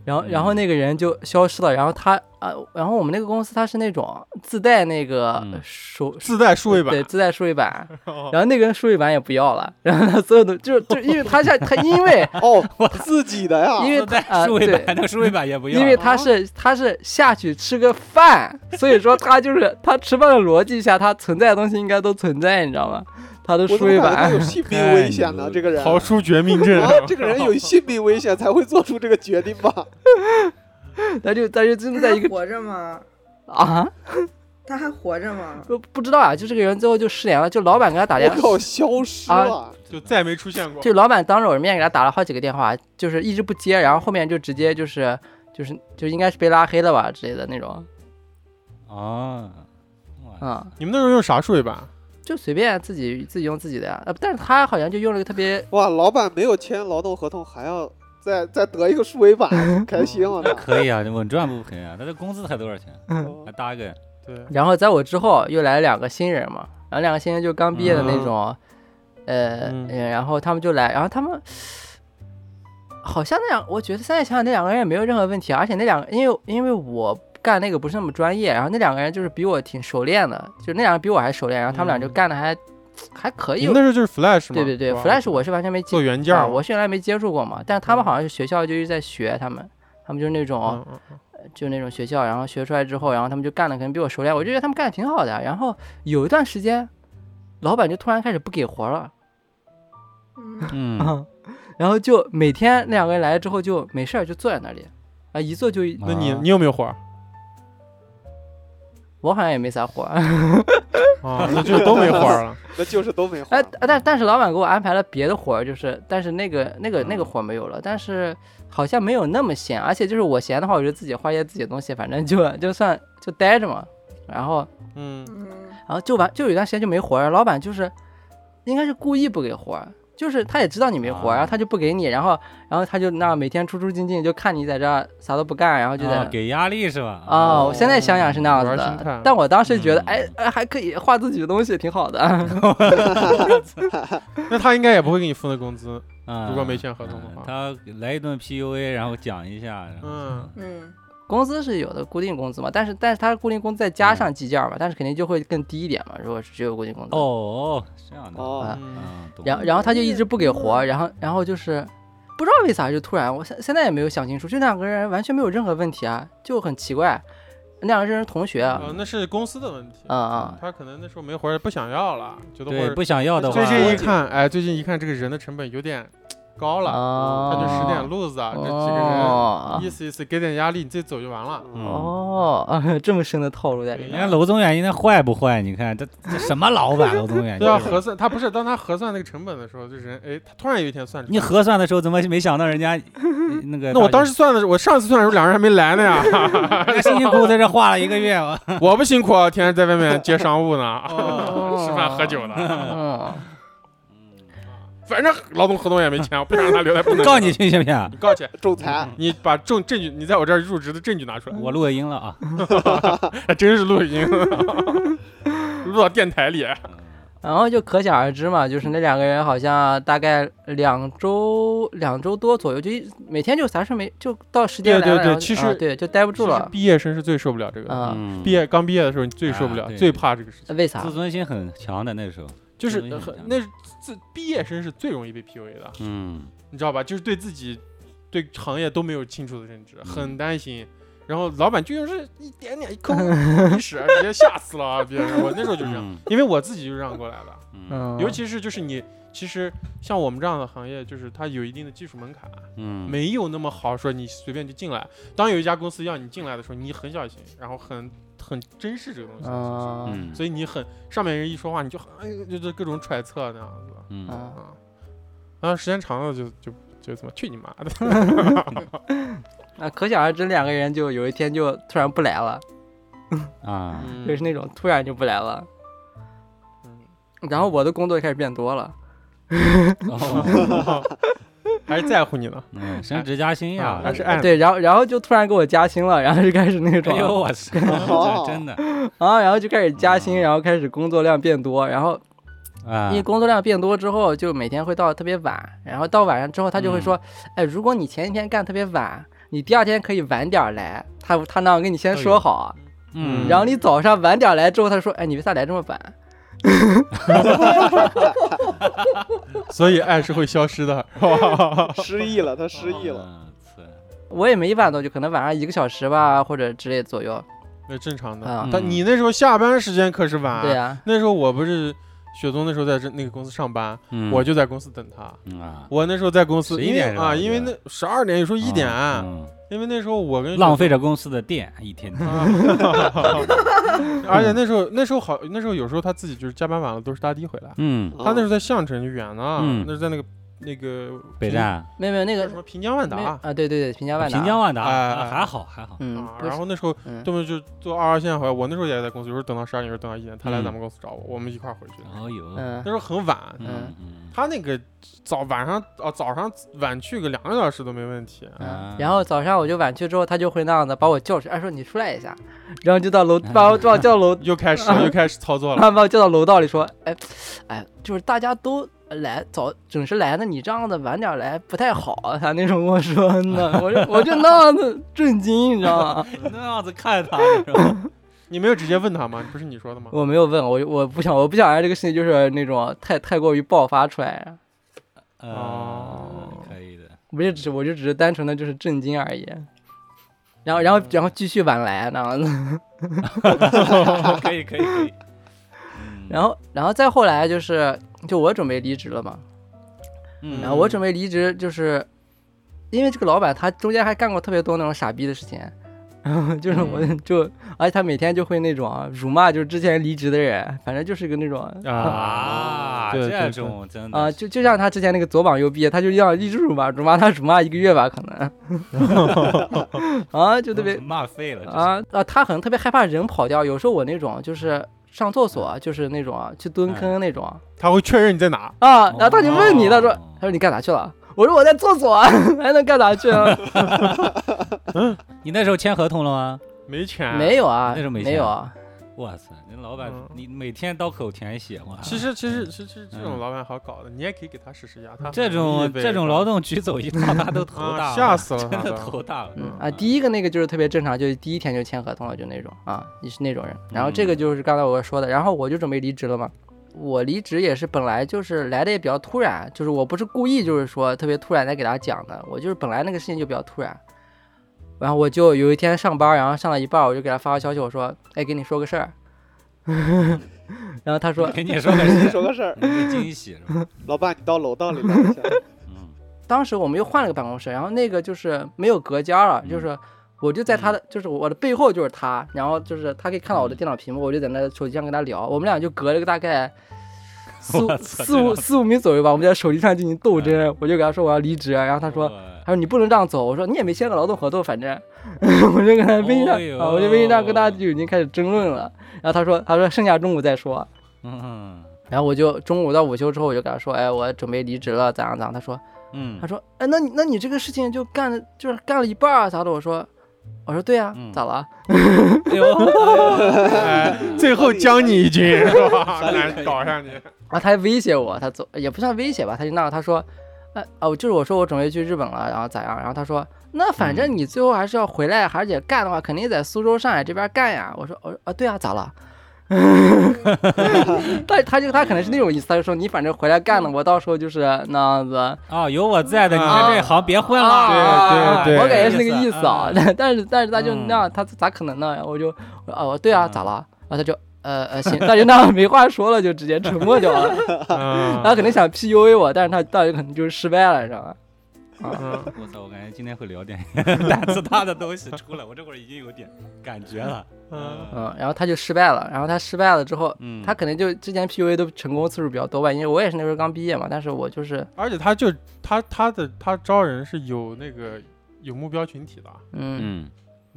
S2: 然后，然后那个人就消失了。然后他啊、然后我们那个公司他是那种自带那个
S4: 嗯
S2: 手、
S1: 自带数位板
S2: 对，，自带数位板。然后那个人数位板也不要了，然后他所有的就是就因为他现在他因为
S5: 哦，自己的呀，
S2: 因为
S4: 自带
S2: 他啊
S4: 数位
S2: 对
S4: 板，那个数位板也不要，
S2: 因为他是他是下去吃个饭，所以说他就是他吃饭的逻辑下，他存在的东西应该都存在，你知道吗？他的
S5: 我
S2: 数
S5: 怎么
S2: 位
S5: 感觉他有
S2: 板，
S5: 性命危险呢？这个人，
S1: 逃出绝命镇。
S2: (laughs)
S5: 啊，这个人有性命危险才会做出这个决定吧？
S2: 他就他就真的
S3: 他
S2: 在
S3: 还
S5: (laughs)
S2: 一个
S3: 活着吗？
S2: 啊，
S3: 他还活着
S2: (laughs)
S3: 吗？
S2: 不不知道啊，就这个人最后就失联了，就老板给他打电
S5: 我
S2: 话，
S5: 靠，消失了！
S1: 就再没出现过。
S2: 就老板当着我的面给他打了好几个电话，就是一直不接，然后后面就直接就是就是就应该是被拉黑了吧之类的那种。
S4: 啊，
S2: 啊、
S1: 你们那时候用啥数位板？
S2: 就随便啊自己自己用自己的呀。呃，但是他好像就用了个特别
S5: 哇，老板没有签劳动合同，还要再再得一个数位板， (laughs)
S3: 嗯
S5: 开心
S1: 嗯
S5: 了
S4: 那
S5: 呢。
S4: 可以啊，稳赚不赔啊。他这工资才多少钱？
S5: 哦
S4: 还搭个
S1: 对，
S2: 然后在我之后又来了两个新人嘛，然后两个新人就刚毕业的那种，呃、
S1: 嗯
S2: 然后他们就来，然后他们好像那两，我觉得现在想想那两个人也没有任何问题啊，而且那两个，因为因为我干那个不是那么专业，然后那两个人就是比我挺熟练的，就那两个比我还熟练，然后他们俩就
S1: 嗯
S2: 干的还、还可以
S1: 你们。那时候就是 Flash 吗？
S2: 对对对
S1: 是吧
S2: ，Flash 我是完全没
S1: (laughs) 做
S2: 接，
S1: 元件
S2: 啊
S1: 儿，
S2: 我是原来没接触过嘛，但是他们
S1: 嗯
S2: 好像是学校就是在学他们，他们就是那种。
S1: 嗯嗯嗯
S2: 就那种学校，然后学出来之后，然后他们就干的可能比我熟练，我就觉得他们干的挺好的。然后有一段时间，老板就突然开始不给活了，
S3: 嗯
S4: 嗯，
S2: 然后就每天那两个人来了之后就没事儿就坐在那里，啊，一坐就
S1: 那你
S4: 啊
S1: 你有没有活儿？
S2: 我好像也没啥活儿， (laughs)
S1: 啊，那就是都没活儿了。 (laughs)
S5: 那就是都 (laughs) 没花
S2: 哎，，但但是老板给我安排了别的活儿，就是但是那个那个那个活儿没有了，但是好像没有那么闲，而且就是我闲的话，我就自己画一些自己的东西，反正就就算就待着嘛，然后
S1: 嗯，
S3: 嗯
S2: 然后就完就有一段时间就没活儿，老板就是应该是故意不给活儿，就是他也知道你没活儿，
S4: 啊
S2: 然后他就不给你，然后然后他就那每天出出进进，就看你在这儿啥都不干，然后就在那
S4: 啊给压力是吧？
S2: 哦，我现在想想是那样子
S1: 玩儿心态
S2: 的，但我当时觉得，
S4: 嗯
S2: 哎，哎还可以画自己的东西，挺好的。 (laughs)
S1: 那他应该也不会给你付那工资。
S4: 啊
S1: 如果没签合同的话
S4: 他来一顿 PUA，然后讲一下，然后
S1: 嗯
S3: 嗯
S2: 工资是有的，固定工资嘛，但是但是他固定工资再加上计件儿嘛，但是肯定就会更低一点嘛。如果是只有固定工资，
S4: 哦，这样的，
S5: 哦，
S2: 啊
S1: 嗯，
S4: 嗯，懂
S2: 然后然后他就一直不给活，然后然后就是不知道为啥就突然，我现现在也没有想清楚，这两个人完全没有任何问题啊，就很奇怪，那两个人是同学啊，
S1: 哦，那是公司的问题。
S2: 嗯嗯，
S1: 他可能那时候没活儿，不想要了，觉得
S4: 啊对
S1: 或者
S4: 不想要的
S1: 最
S4: 话，
S1: 近一
S5: 话
S1: 看，哎，最近一看这个人的成本有点高了，
S4: 啊
S2: 哦
S1: 他就使点路子啊，这几个人
S2: 哦
S1: 意思意思，给点压力，你自己走就完了。
S4: 嗯
S2: 哦、 (laughs) 啊，这么深的套路在里
S1: 对
S4: 人
S2: 面
S4: 家娄宗远，人家坏不坏？你看这这什么老板，娄宗远，
S1: 对啊，
S4: 你这
S1: 核算他不是当他核算那个成本的时候，这人哎，他突然有一天算出来
S4: 你核算的时候怎么没想到人家呃那个？
S1: 那我当时算的时候，我上次算的时候，两人还没来呢
S4: (laughs)
S1: 呀，
S4: 人家辛辛苦苦在这画了一个月，我
S1: 我不辛苦啊，天天在外面接商务呢，
S2: 哦
S1: 吃饭喝酒呢，
S2: 嗯，
S1: 反正劳动合同也没签，我不想让他留在部门。
S4: 告你，去行不行？
S1: 你告去，(laughs)
S5: 仲裁，
S1: 你把证证据，你在我这儿入职的证据拿出来，
S4: 我录个音了啊，
S1: 还真是录音， (laughs) 录到电
S4: (laughs)
S1: 台里。
S2: 然后就可想而知嘛，就是那两个人好像大概两周两周多左右，就一每天就啥事没，就到十点
S1: 对对
S2: 来了
S1: 对
S2: 然后
S1: 其
S2: 啊
S1: 实
S2: 对就待不住
S1: 其实
S2: 了，
S1: 毕业生是最受不了这个的。
S2: 嗯，
S4: 嗯
S1: 毕业刚毕业的时候，你最受不了，
S4: 啊对
S1: 最怕这个事情，
S2: 为啥
S4: 自？尊心很强的那时候，
S1: 就是
S4: 自尊心
S1: 很
S4: 很强
S1: 那是自毕业生是最容易被 PUA 的，
S4: 嗯，
S1: 你知道吧？就是对自己、对行业都没有清楚的认知，
S4: 嗯
S1: 很担心。然后老板就用这一点点一
S4: (laughs)
S1: 抠一使，直接吓死了啊！别人，我那时候就这样，
S4: 嗯
S1: 因为我自己就是这样过来的。
S4: 嗯
S2: 嗯，
S1: 尤其是就是你，其实像我们这样的行业，就是它有一定的技术门槛，
S4: 嗯，
S1: 没有那么好说你随便就进来。当有一家公司要你进来的时候，你很小心，然后很很珍视这个东西的形式，
S2: 嗯
S4: 嗯
S1: 啊所以你很上面人一说话，你就很哎就是各种揣测那样子
S4: 嗯
S2: 嗯。
S1: 啊。然后时间长了就就就怎么去你妈的，
S2: 那可想而知，两个人就有一天就突然不来了，
S4: (laughs) 啊，
S1: 嗯
S2: 就是那种突然就不来了。
S1: 嗯
S2: 然后我的工作也开始变多
S4: 嗯
S2: 了，
S4: 哦
S1: (laughs) 还是在乎你呢。
S4: 嗯，升职加薪呀
S1: 啊，还是爱
S2: 呃对，然后然后就突然给我加薪了，然后就开始那
S4: 哎呦
S2: 种，
S4: 我操，这真的
S2: 啊，然后就开始加薪，
S4: 嗯
S2: 然后开始工作量变多，然后
S4: 啊
S2: 因为，工作量变多之后，就每天会到特别晚，然后到晚上之后，他
S4: 嗯
S2: 就会说，哎，如果你前一天干特别晚，你第二天可以晚点儿来，他他那样跟你先说好，
S4: 哎嗯，
S2: 然后你早上晚点儿来之后，他说，哎，你为啥来这么晚？
S1: 所以爱是会消失的， (laughs) 是吧？
S5: 失忆了，他失忆了，
S4: 了，操
S2: 我也没晚多久，可能晚上一个小时吧，或者之类左右。
S1: 那正常的。
S2: 啊，
S4: 嗯
S1: 但你那时候下班时间可是晚，
S2: 对啊呀、
S1: 那时候我不是雪宗那时候在这那个公司上班，
S4: 嗯
S1: 我就在公司等他。
S4: 嗯啊，
S1: 我那时候在公司，
S4: 11
S1: 因为
S4: 点是吧
S1: 啊，
S4: 我
S1: 因为
S4: 记
S1: 那
S4: 得
S1: 十二点有时候一点，啊
S4: 嗯
S1: 因为那时候我跟
S4: 嗯浪费着公司的电，一天天，
S1: 啊， (laughs) 而且那时候那时候好，
S5: 哦
S1: 那时候有时候他自己就是加班晚了，都是搭的回来。
S4: 嗯
S1: 啊他那时候在相城就远呢，
S4: 嗯
S1: 那是在那个那个
S4: 北站啊
S2: 没有没有那
S1: 叫
S2: 个
S1: 什么平江万
S2: 没有
S1: 达
S2: 啊，对对对，平江万达，
S4: 平江万达
S1: 哎
S4: 啊
S1: 哎
S4: 还好还好，
S2: 嗯
S1: 啊，，
S2: 不
S1: 然
S2: 是
S1: 后那时候
S2: 嗯
S1: 这么就坐二号线回来，我那时候也在公司，有时候等到十二点，有时候等到一点，他来
S4: 嗯
S1: 咱们公司找我，我们一块儿回去。
S4: 哦有，
S1: 那
S2: 嗯
S1: 时候很晚，
S4: 嗯嗯
S1: 他那个早晚上哦早上晚去个两个小时都没问题。
S2: 嗯
S4: 啊，
S2: 然后早上我就晚去之后，他就会那样的把我叫出来，哎说你出来一下，然后就到楼把我把我叫楼 (laughs)
S1: 又开始
S2: 嗯
S1: 又开始操作
S2: 然
S1: 了，
S2: 后把我叫到楼道里说，哎，哎，就是大家都来早，准时来的，你这样的晚点来不太好啊。他那种跟我说呢，我就我就那样子震惊，你知道吗？
S4: 那样子看他的时候，
S1: 你没有直接问他吗？不是你说的吗？
S2: 我没有问，我我不想，我不想让这个事情就是那种太太过于爆发出来，
S1: 哦
S4: 嗯，可以的， (laughs)
S2: 我就只我就只是单纯的就是震惊而已。然后，然后，然后继续晚来，那样子，
S4: 可以可以可以，嗯
S2: (laughs) 然后，然后再后来就是，就我准备离职了嘛，
S4: 嗯
S2: 然后我准备离职，就是因为这个老板他中间还干过特别多那种傻逼的事情，然后就是我就，而且他每天就会那种啊辱骂，就是之前离职的人，反正就是个那种
S4: 啊，
S1: 对
S4: 这种真的
S2: 啊，就就像他之前那个左膀右臂，他就这样一直辱骂，辱骂他辱骂一个月吧，可能 (laughs) 啊，就特别
S4: 骂废了
S2: 啊啊，他可能特别害怕人跑掉，有时候我那种就是上厕所就是那种啊去蹲
S4: 哎
S2: 坑那种啊。
S1: 他会确认你在哪。
S2: 啊，然后他就问你，
S4: 哦
S2: 他说，他说你干啥去了？我说我在厕所，啊 (laughs) 还能干啥去
S4: (laughs)
S2: 啊？
S4: 你那时候签合同了吗？
S1: 没钱，
S2: 没有啊，
S4: 那时候没
S2: 没
S4: 钱
S2: 有啊，
S4: 哇塞，那老板
S1: 嗯
S4: 你每天刀口舔血哇！
S1: 其实其实其实这种
S4: 啊嗯
S1: 老板好搞的，你也可以给他试试压。他
S4: 这种这
S1: (laughs)
S4: 种劳动局走一趟，他都头大
S1: 啊
S4: 了，
S1: 吓死了
S4: (laughs) 真
S1: 他
S4: 的
S1: 都
S4: 头大了。
S2: 嗯啊，第一个那个就是特别正常，就是第一天就签合同了，就那种啊，你是那种人。然后这个
S4: 嗯
S2: 就是刚才我说的，然后我就准备离职了嘛。我离职也是本来就是来的也比较突然，就是我不是故意就是说特别突然来给大家讲的，我就是本来那个事情就比较突然。然后我就有一天上班，然后上到一半，我就给他发个消息，我说：“哎，给你说个事儿。” (laughs) 然后他说：“
S4: 跟你说
S2: (laughs)
S4: 个事，
S5: 说个事儿，
S4: (laughs) 你个惊喜是吧？
S5: 老爸，你到楼道里来一下。
S4: 嗯，
S2: 当时我们又换了个办公室，然后那个就是没有隔间儿了，
S4: 嗯
S2: 就是我就在他的，就是我的背后就是他，然后就是他可以看到我的
S4: 嗯
S2: 电脑屏幕，我就在那手机上跟他聊，我们俩就隔了个大概四五
S4: (laughs) 我操
S2: 四
S4: 这嗯
S2: 五
S4: 老
S2: 四五米左右吧，我们在手机上进行斗争，我就给他说我要离职，啊然后他说。哎
S4: 哇
S2: 他说你不能这样走，我说你也没签个劳动合同，反正 (laughs) 我就跟他微信上、
S4: 哦哟
S2: 啊，我就微信上跟他就已经开始争论了。然后他说他说剩下中午再说，
S4: 嗯
S2: 然后我就中午到午休之后我就跟他说，哎，我准备离职了，咋样咋样。他说
S4: 嗯
S2: 他，说：“哎，那你那你这个事情就干了，就是干了一半啊啥的。”我说：“我说对啊，
S4: 嗯
S2: 咋了
S4: 哎呦
S2: (laughs)
S4: 哎
S1: 哎， (laughs) (laughs) 最后将你一军，是吧？来搞上
S4: (laughs)
S1: 你。？”
S2: 然后他还威胁我，他走也不算威胁吧，他就那样他说：“呃哦，就是我说我准备去日本了，然后咋样？”然后他说：“那反正
S4: 嗯
S2: 你最后还是要回来，而且干的话，肯定在苏州、上海这边干呀。”我说：“我说啊，对啊，咋了？” (laughs) 但他就他可能是那种意思，他就说你反正回来干了，我到时候就是那样子。
S4: 呦啊，有我在的，你在这行别混
S2: 啊
S1: 对对
S4: 了。
S1: 对
S2: 我感觉是那个意思啊。
S4: 嗯
S2: 但是但是他就那样，
S4: 嗯
S2: 他咋可能呢？然后我就我哦，对
S1: 嗯
S2: 啊，咋了？然后他就呃呃行，他就那样没话说了，就直接沉默
S1: (laughs)
S2: 掉了。
S1: 嗯
S2: 他可能想 PUA 我，但是他到底可能就是失败了，你知道吗？啊，
S1: 嗯
S4: (laughs) 我操！我感觉今天会聊点 (laughs) 胆子大的东西出来，我这会儿已经有点感觉了。
S1: 嗯
S2: 嗯，然后他就失败了，然后他失败了之后，
S4: 嗯，
S2: 他可能就之前 PUA 都成功次数比较多吧，因为我也是那时候刚毕业嘛，但是我就是
S1: 而且他就他他的他招人是有那个有目标群体的，
S2: 嗯
S4: 嗯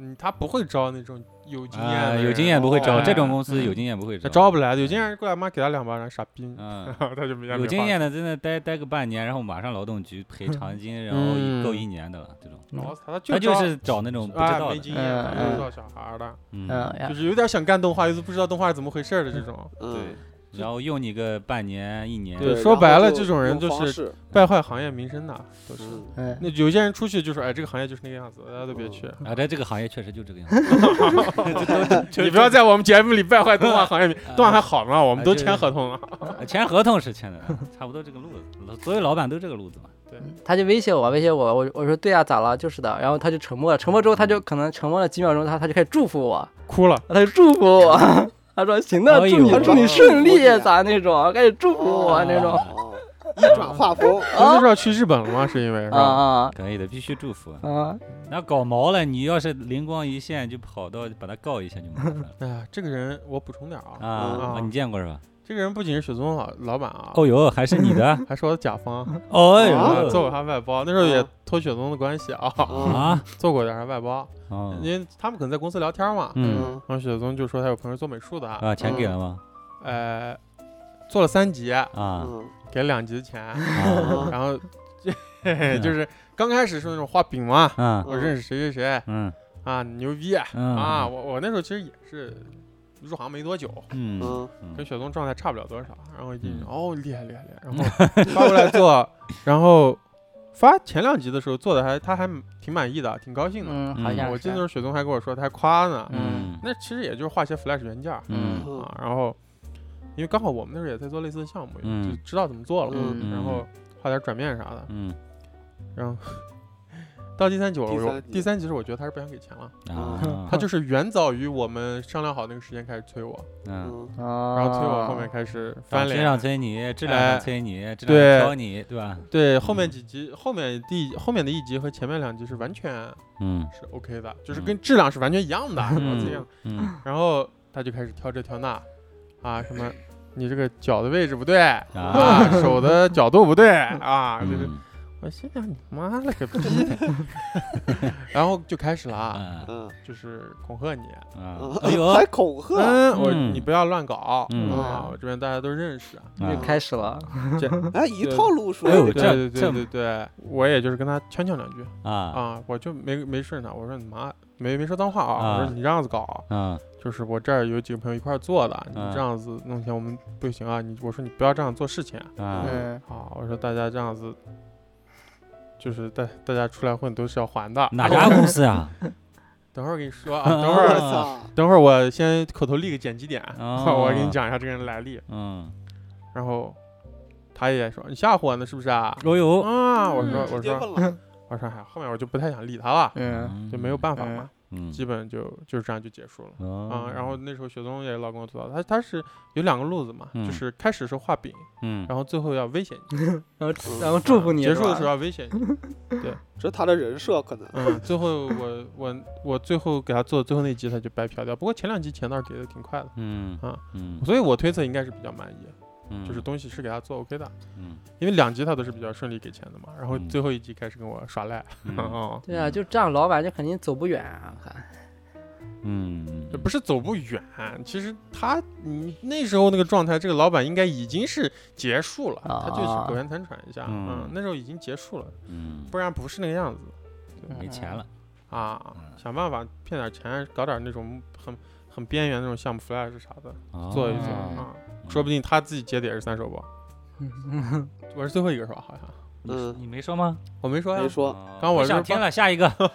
S1: 嗯，他不会招那种有经验的
S4: 啊，
S1: 人、
S4: 有经验不会招，
S1: 哦
S4: 这种公司有经验不会招
S1: 他。招不来的，有经验人过来妈给他两巴掌，傻逼，，
S4: 嗯
S1: (laughs) 他就没
S4: 有经验的真的待待个半年，然后马上劳动局赔
S1: 嗯
S4: 偿
S1: (laughs)
S4: 金，然后一够一年的了，这种。
S1: 老死他，他
S4: 他就
S1: 招
S4: 是找那种不知
S1: 哎
S4: 道
S1: 没
S4: 的，
S1: 经验，
S2: 嗯
S1: 不知
S2: 嗯
S1: 道小孩儿的，
S4: 嗯
S2: 嗯，然
S1: 就是有点想干动画，又是不知道动画是怎么回事儿的这种。
S5: 嗯，
S4: 然后用你个半年一年，
S1: 对
S5: 对
S1: 说
S5: 然后
S1: 白了
S5: 就
S1: 这种人
S5: 用
S1: 就是
S5: 方式
S4: 嗯
S1: 败坏行业名声的都是。
S5: 嗯
S2: 嗯
S1: 那有些人出去就说，哎，这个行业就是那个样子，大家都别
S4: (laughs)
S1: 去。
S4: 啊，在这个行业确实就这个样子。
S1: (laughs) 你不要在我们节目里败坏动画行业
S4: (laughs)
S1: 名，动画还好呢，我们都
S4: 啊就是
S1: 签合同了。
S4: 签合同是签的，差不多这个路子，所有老板都这个路子嘛。
S2: 他就威胁我，威胁我，我我说对啊，咋了？就是的。然后他就沉默了，沉默之后他就可能沉默了几秒钟，他他就开始祝福我，
S1: 哭了，
S2: 他就祝福我， (laughs) 他说行的，
S4: 哎
S2: 祝
S4: 呦
S2: 你祝你顺利
S5: 我的天
S2: 咋那种，开始祝福我
S4: 啊
S2: 那
S1: 嗯
S2: 种
S5: 哦，一转画风，
S1: 不是要去日本了吗？是因为是
S2: 啊
S1: 吧？
S2: 啊
S4: 可以的，必须祝福。
S2: 啊！
S4: 那搞毛了，你要是灵光一现就跑到把他告一下就麻烦了
S1: (laughs) 哎呀，这个人我补充点儿啊，
S4: 啊！你见过是吧？
S1: 这这个人不仅是雪松老老板啊，
S4: 哦呦，还是
S1: (laughs)
S4: 你的？
S1: 还是我的甲方，
S4: 哦
S1: 啊
S4: 呦，
S1: 做过他外包，那时候也
S5: 啊
S1: 托雪松的关系啊，
S5: 嗯
S4: 啊？
S1: 做过点啥外包，
S4: 哦，
S1: (laughs) 因为他们可能在公司聊天嘛。
S4: 嗯
S1: 然后雪松就说他有朋友做美术的，
S4: 啊，钱给了吗？
S1: 呃，做了三集，
S4: 啊
S5: 嗯
S1: 给了两集的
S4: (laughs)
S1: 钱，
S4: 啊
S1: 然
S4: (laughs)
S1: 后就是刚开始是那种画饼嘛， (laughs)
S4: 啊
S1: 我认识谁谁谁
S4: 嗯
S1: 啊，你牛逼啊！
S4: 嗯
S1: 我我那时候其实也是入行没多久，
S4: 嗯
S5: 嗯
S1: 跟
S4: 嗯
S1: 雪松状态差不了多少，然后一
S4: 嗯
S1: 哦厉害厉害厉害，然后发过来
S4: (laughs)
S1: 做，然后发前两集的时候做的还他还挺满意的，挺高兴的。
S2: 嗯，好
S4: 嗯
S2: 像
S1: 我记
S2: 是
S1: 得那时候雪松还跟我说，他还夸呢。
S4: 嗯
S1: 那其实也就是画些 Flash 元件儿
S4: 嗯
S5: 嗯
S1: 啊，然后因为刚好我们那时候也在做类似的项目，
S4: 嗯
S1: 就知道怎么做了嘛，
S5: 嗯
S1: 然后画点转变啥的，
S4: 嗯
S1: 然后到第三集我
S5: 第三
S1: 我
S5: 集
S1: 第三集是我觉得他是不想给钱了，
S4: 啊，
S1: 嗯他就是远早于我们商量好那个时间开始催我，
S4: 嗯，
S5: 嗯
S2: 啊，
S1: 然后催我后面开始翻
S4: 质上
S1: 脸。啊
S4: 催你，质量上
S1: 哎
S4: 催你，质
S1: 对
S4: 量上挑你，对吧？
S1: 对，后
S4: 嗯
S1: 面几集，后面第后面的一集和前面两集是完全
S4: 嗯
S1: 是 OK 的，就是跟质量是完全一样的，然哦后这样，
S4: 嗯
S1: 然后他就开始挑这挑那，啊什么，你这个脚的位置不对，
S4: 啊
S1: 啊，手
S4: (laughs)
S1: 的角度不对 (laughs) 啊，就是
S4: 嗯
S1: 我心想你妈了个逼
S4: (laughs)
S1: 的， (laughs) 然后就开始了啊，
S4: 啊
S5: 嗯
S1: 就是恐吓你，
S4: 啊
S5: 嗯，
S4: 哎呦，
S5: 还恐吓，
S1: 嗯，我
S4: 嗯
S1: 你不要乱搞，
S4: 嗯
S1: 啊，我这边大家都认识，
S4: 啊
S2: 就开始了，
S1: 这
S5: 哎，一套路数
S4: 哎，呦
S1: 对
S4: 这
S1: 对
S4: 这
S1: 对对对，我也就是跟他呛呛两句 (laughs)
S4: 啊
S1: 啊，我就没没顺他，我说你妈没没说脏话啊，我
S4: 啊
S1: 说你这样子搞，
S4: 啊
S1: 就是我这儿有几个朋友一块儿做的，你
S4: 啊
S1: 这样子弄钱我们不行啊，你我说你不要这样做事情
S4: 啊
S2: 嗯
S1: 啊，我说大家这样子。就是大大家出来混都是要还的，
S4: 哪家公司啊？
S1: 等会儿跟你说啊，等
S5: 我
S1: 会儿
S5: 操，
S1: 等会儿我先口头立个剪辑点，
S4: 哦
S1: 我给你讲一下这个人来历。
S4: 嗯，
S1: 然后他也说你吓唬我呢是不是啊？
S4: 哦呦，
S1: 啊，我
S3: 嗯
S1: 说我
S5: 直接
S1: 说 (laughs)
S5: 问了，
S1: 我说哎，后面我就不太想理他了，
S2: 嗯
S1: 就没有办法嘛，
S4: 嗯
S1: 基本就就是这样就结束了。
S4: 啊
S1: 啊，然后那时候雪松也老跟我吐槽，他他是有两个路子嘛，
S4: 嗯
S1: 就是开始是画饼，
S4: 嗯
S1: 然后最后要威胁你，
S2: 然后然后祝福你
S1: 结
S2: 是
S1: 束的
S2: 吧
S1: 时候要威胁你。
S5: 这是他的人设
S1: (laughs)
S5: 可能，
S1: 嗯，最后我我我最后给他做最后那集他就白嫖掉，不过前两集钱倒是给的挺快的，
S4: 嗯
S1: 啊
S4: 嗯
S1: 所以我推测应该是比较满意，
S4: 嗯，
S1: 就是东西是给他做 OK 的。
S4: 嗯
S1: 因为两集他都是比较顺利给钱的嘛，然后
S4: 嗯
S1: 最后一集开始跟我耍赖， (laughs)
S4: 嗯
S1: 哦，
S2: 对啊，就这样，老板就肯定走不远啊，
S4: 嗯，
S1: 这不是走不远，其实他你那时候那个状态，这个老板应该已经是结束了，
S2: 啊
S1: 他就是苟延残喘一下，
S4: 嗯
S1: 嗯，那时候已经结束了，
S4: 嗯
S1: 不然不是那个样子
S4: 没钱了，
S1: 啊，
S4: 嗯
S1: 想办法骗点钱，搞点那种很很边缘的那种项目 flash 啥的做一做
S4: 哦
S1: 啊，说不定他自己接的也是三手包，我是最后一个手好像，
S4: 你说
S5: 嗯
S4: 你没说吗？
S1: 我没说呀
S5: 没，说
S4: 哦
S1: 刚我
S4: 不想
S1: 是
S4: 听
S1: 帮
S4: 了，下一个。 (laughs)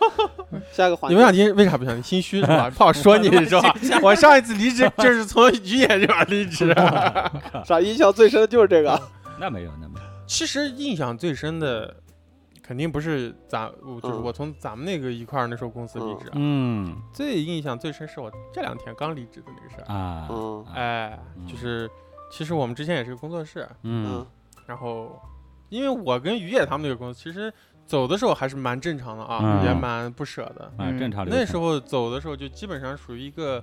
S5: 下一个环
S1: 你
S5: 节
S1: 们，想听为啥不想听？心虚是吧？怕我说你是吧？我上一次离职就是从鱼眼这边离职。
S5: 啥印象最深的就是这个，
S4: 那没有，那没有。
S1: 其实印象最深的，肯定不是咱，我就是
S5: 嗯
S1: 我从咱们那个一块儿那时候公司离职啊，
S4: 嗯
S1: 最印象最深是我这两天刚离职的那个事儿。
S4: 啊，
S5: 嗯
S4: 啊，
S1: 哎，就是其实我们之前也是个工作室，
S4: 嗯
S5: 嗯
S1: 然后因为我跟于野他们那个公司，其实走的时候还是蛮正常的啊，
S4: 嗯
S1: 也蛮不舍的。
S4: 啊，正常流程。
S1: 嗯那时候走的时候就基本上属于一个。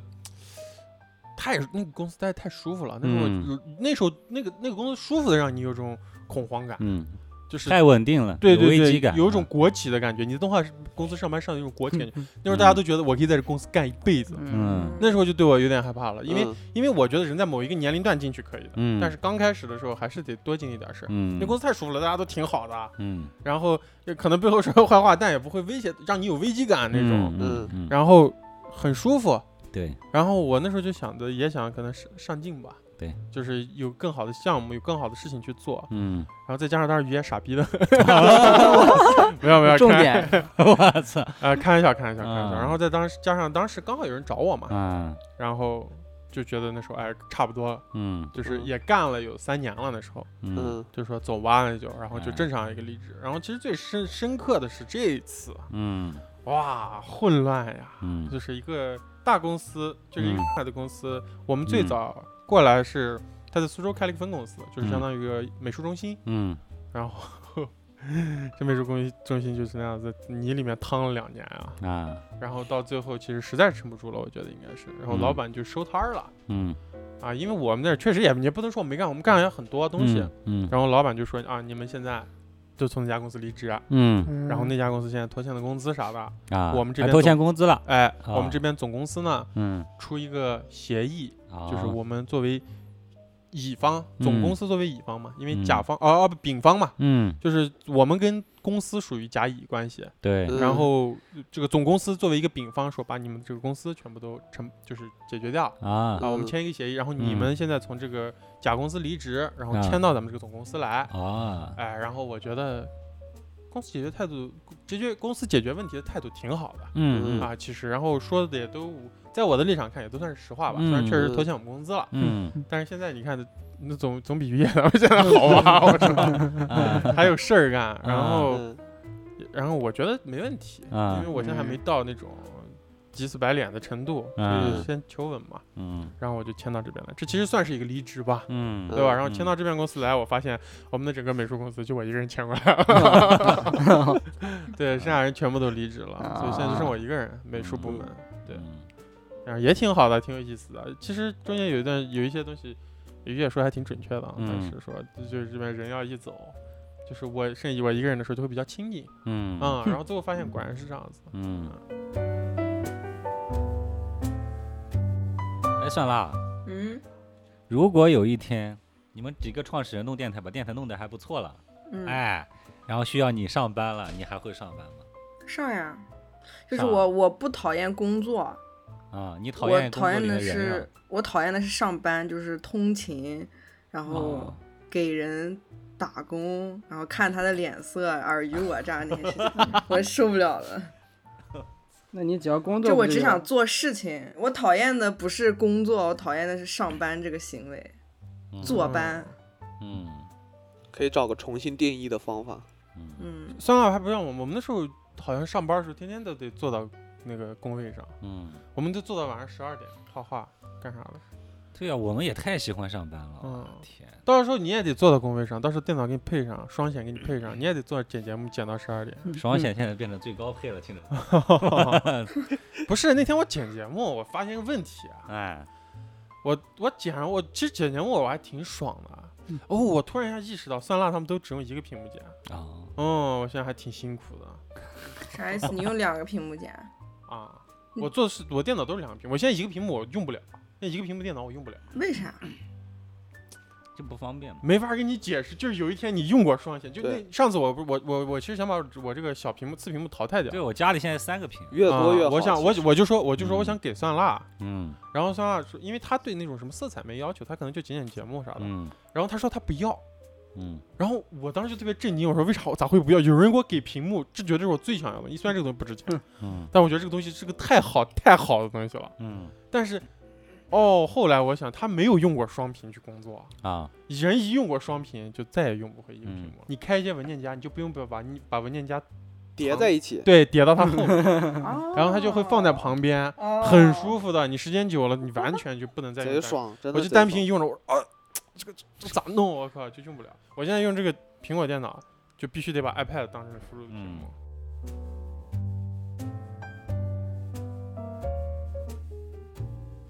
S1: 太那个公司待得太舒服了，那时候、
S4: 嗯
S1: 那时候那个那个公司舒服的让你有种恐慌感，
S4: 嗯，
S1: 就是
S4: 太稳定了，
S1: 对
S4: 有
S1: 对
S4: 危机
S1: 对
S4: 感，，啊
S1: 有一种国企的感觉。你动画公司上班上的有一种国企感觉，那时候大家都觉得我可以在这公司干一辈子。 (laughs)
S4: 嗯
S1: 那时候就对我有点害怕了，因为、
S5: 嗯
S1: 因为我觉得人在某一个年龄段进去可以的，
S4: 嗯，
S1: 但是刚开始的时候还是得多经历点事儿。
S4: 嗯，
S1: 那公司太舒服了，大家都挺好的，
S4: 嗯
S1: 然后也可能背后说坏话，但也不会威胁让你有危机感那种，
S4: 嗯嗯，
S1: 然后很舒服。
S4: 对，
S1: 然后我那时候就想着，也想可能上上进吧，
S4: 对，
S1: 就是有更好的项目，有更好的事情去做。
S4: 嗯，
S1: 然后再加上当时于也傻
S4: (laughs)
S1: 逼的，没有没有，
S2: 重
S1: 开
S2: 点
S4: 我操
S1: 啊，开玩笑，开玩笑，开玩笑。
S4: 啊
S1: 然后再当时加上当时刚好有人找我嘛，
S4: 啊，
S1: 然后就觉得那时候哎差不多了，
S4: 嗯
S1: 就是
S5: 嗯
S1: 也干了有三年了，那时候
S4: 嗯
S5: 嗯
S1: 就说走吧那就，然后就
S4: 哎
S1: 正常一个离职。然后其实最深深刻的是这一次，
S4: 嗯
S1: 哇，混乱呀，
S4: 嗯
S1: 就是一个大公司，就是一个
S4: 嗯
S1: 大的公司。我们最
S4: 嗯
S1: 早过来是他在苏州开了一个分公司，就是相
S4: 嗯
S1: 当于一个美术中心，
S4: 嗯，
S1: 然后这美术中心中心就是那样子泥里面趟了两年啊，
S4: 啊，
S1: 然后到最后其实实在撑不住了，我觉得应该是，然后老
S4: 嗯
S1: 板就收摊儿了。
S4: 嗯
S1: 啊，因为我们那儿确实也你也不能说我没干，我们干了很多东西。
S4: 嗯
S1: 然后老板就说啊，你们现在就从那家公司离职，啊
S4: 嗯
S2: 嗯
S1: 然后那家公司现在拖欠了工资啥的，
S4: 嗯啊，
S1: 我们这
S4: 还
S1: 边总
S4: 拖欠工资了，
S1: 哎，
S4: 哦
S1: 我们这边总公司呢
S4: 嗯，
S1: 出一个协议，就是
S4: 哦
S1: 我们作为乙方，总公
S4: 嗯
S1: 司作为乙方嘛，因为
S4: 嗯
S1: 甲方哦哦不丙方嘛，
S4: 嗯
S1: 就是我们跟公司属于甲乙关系，
S4: 对
S5: 嗯
S1: 然后这个总公司作为一个丙方说把你们这个公司全部都成就是解决掉。
S4: 啊
S1: 啊，我们
S5: 嗯
S1: 签一个协议，然后你
S4: 嗯
S1: 们现在从这个甲公司离职，然后
S4: 啊
S1: 签到咱们这个总公司来，
S4: 啊
S1: 哎，然后我觉得公司解决态度，解决公司解决问题的态度挺好的、
S4: 嗯嗯
S1: 啊。其实，然后说的也都，在我的立场看也都算是实话吧。虽然确实拖欠我们工资了，
S4: 嗯
S1: 但是现在你看，那总总比于业咱们
S4: (laughs)
S1: 现在好吧？我操，
S4: 啊
S1: 还有事儿干。然后，
S5: 嗯
S1: 然后我觉得没问题，
S4: 啊
S1: 因为我现在还没到那种急死白脸的程度，所以
S4: 嗯
S1: 就先求稳嘛。
S4: 嗯
S1: 然后我就签到这边来，这其实算是一个离职吧。
S4: 嗯，
S1: 对吧？
S5: 嗯
S1: 然后签到这边公司来，我发现我们的整个美术公司就我一个人签过来了，
S4: (laughs)
S1: 对，剩下人全部都离职
S4: 啊
S1: 了，所以现在就剩我一个人，美术部门，对
S4: 嗯
S1: 然后也挺好的，挺有意思的。其实中间有一段有一些东西，于也说还挺准确的啊，
S4: 嗯
S1: 但是说就是这边人要一走，就是我剩我一个人的时候就会比较清静，
S4: 嗯
S1: 嗯，然后最后发现果然是这样子，
S4: 嗯，哎，算了，
S3: 嗯
S4: 如果有一天你们几个创始人弄电台，把电台弄得还不错了，
S3: 嗯，
S4: 哎，然后需要你上班了，你还会上班吗？
S3: 上呀，就是
S4: 上
S1: 啊
S3: 我我不讨厌工作，
S4: 啊，你讨
S3: 我
S4: 厌工
S3: 讨
S4: 作里
S3: 厌的
S4: 人
S3: 是
S1: 啊
S4: 了
S3: 我讨厌的是上班，就是通勤，然后
S4: 哦
S3: 给人打工，然后看他的脸色，尔虞我诈那些事
S1: (laughs)
S3: 情，我受不了了。
S2: 那你只要工作
S3: 就
S2: 不
S3: 我
S2: 就
S3: 只
S2: 有
S3: 想做事情，我讨厌的不是工作，我讨厌的是上班这个行为，
S1: 哦
S4: 嗯
S3: 坐班。
S4: 嗯
S5: 可以找个重新定义的方法。
S4: 嗯
S3: 嗯，
S1: 酸辣还不让我们，我们那时候好像上班的时候天天都得坐到那个工位上。
S4: 嗯，
S1: 我们就坐到晚上十二点画画干啥的。
S4: 对呀、我们也太喜欢上班了，
S1: 嗯
S4: 天，
S1: 到时候你也得坐到工位上，到时候电脑给你配上，双显给你配上，你也得坐着剪节目剪到十二点。
S2: 嗯
S4: 双险现在变成最高配
S2: (laughs)
S4: 了，听着，
S1: 不是那天我剪节目，我发现个问题啊，
S4: 哎，
S1: 我我剪我其实剪节目我还挺爽的。哦，我突然一下意识到，酸辣他们都只用一个屏幕剪，
S4: 哦，
S1: 哦，我现在还挺辛苦的
S3: 啥意思？你用两个屏幕剪？
S1: 啊。我做事我电脑都是两个屏幕，我现在一个屏幕我用不了，那一个屏幕电脑我用不了，
S3: 为啥？
S4: 这不方便嘛，
S1: 没法跟你解释。就是有一天你用过双显，就
S5: 对
S1: 那上次我不我我我其实想把我这个小屏幕次屏幕淘汰掉
S2: 啊
S4: 对，我家里现在三个屏，
S5: 越多越
S1: 啊、
S5: 好。
S1: 我想我我就说我就说我
S4: 嗯
S1: 想给酸辣，
S4: 嗯
S1: 然后酸辣说，因为他对那种什么色彩没要求，他可能就剪剪节目啥的。
S4: 嗯
S1: 然后他说他不要，
S4: 嗯
S1: 然后我当时就特别震惊，我说为啥我咋会不要？有人给我给屏幕，这绝对是我最想要的。你虽然这个东西不值钱，
S4: 嗯
S1: 但我觉得这个东西是个太好太好的东西了。
S4: 嗯
S1: 但是，哦，后来我想他没有用过双屏去工作，
S4: 啊，
S1: 人一用过双屏就再也用不回一个屏
S4: 嗯
S1: 幕了。你开一些文件夹，你就不用把把你把文件夹
S5: 叠在一起，
S1: (laughs) 对叠到它后面，
S3: 然
S1: (laughs) 然后它就会放在，旁边，
S3: 哦、
S1: 很舒服的。你时间久了，你完全就不能再用
S5: 贼
S1: 单
S5: 爽，真的
S1: 我
S5: 贼
S1: 就
S5: 爽。
S1: 单屏用着，我说啊，这个这咋弄？我靠，就用不了。我现在用这个苹果电脑，就必须得把 iPad 当成输入屏幕。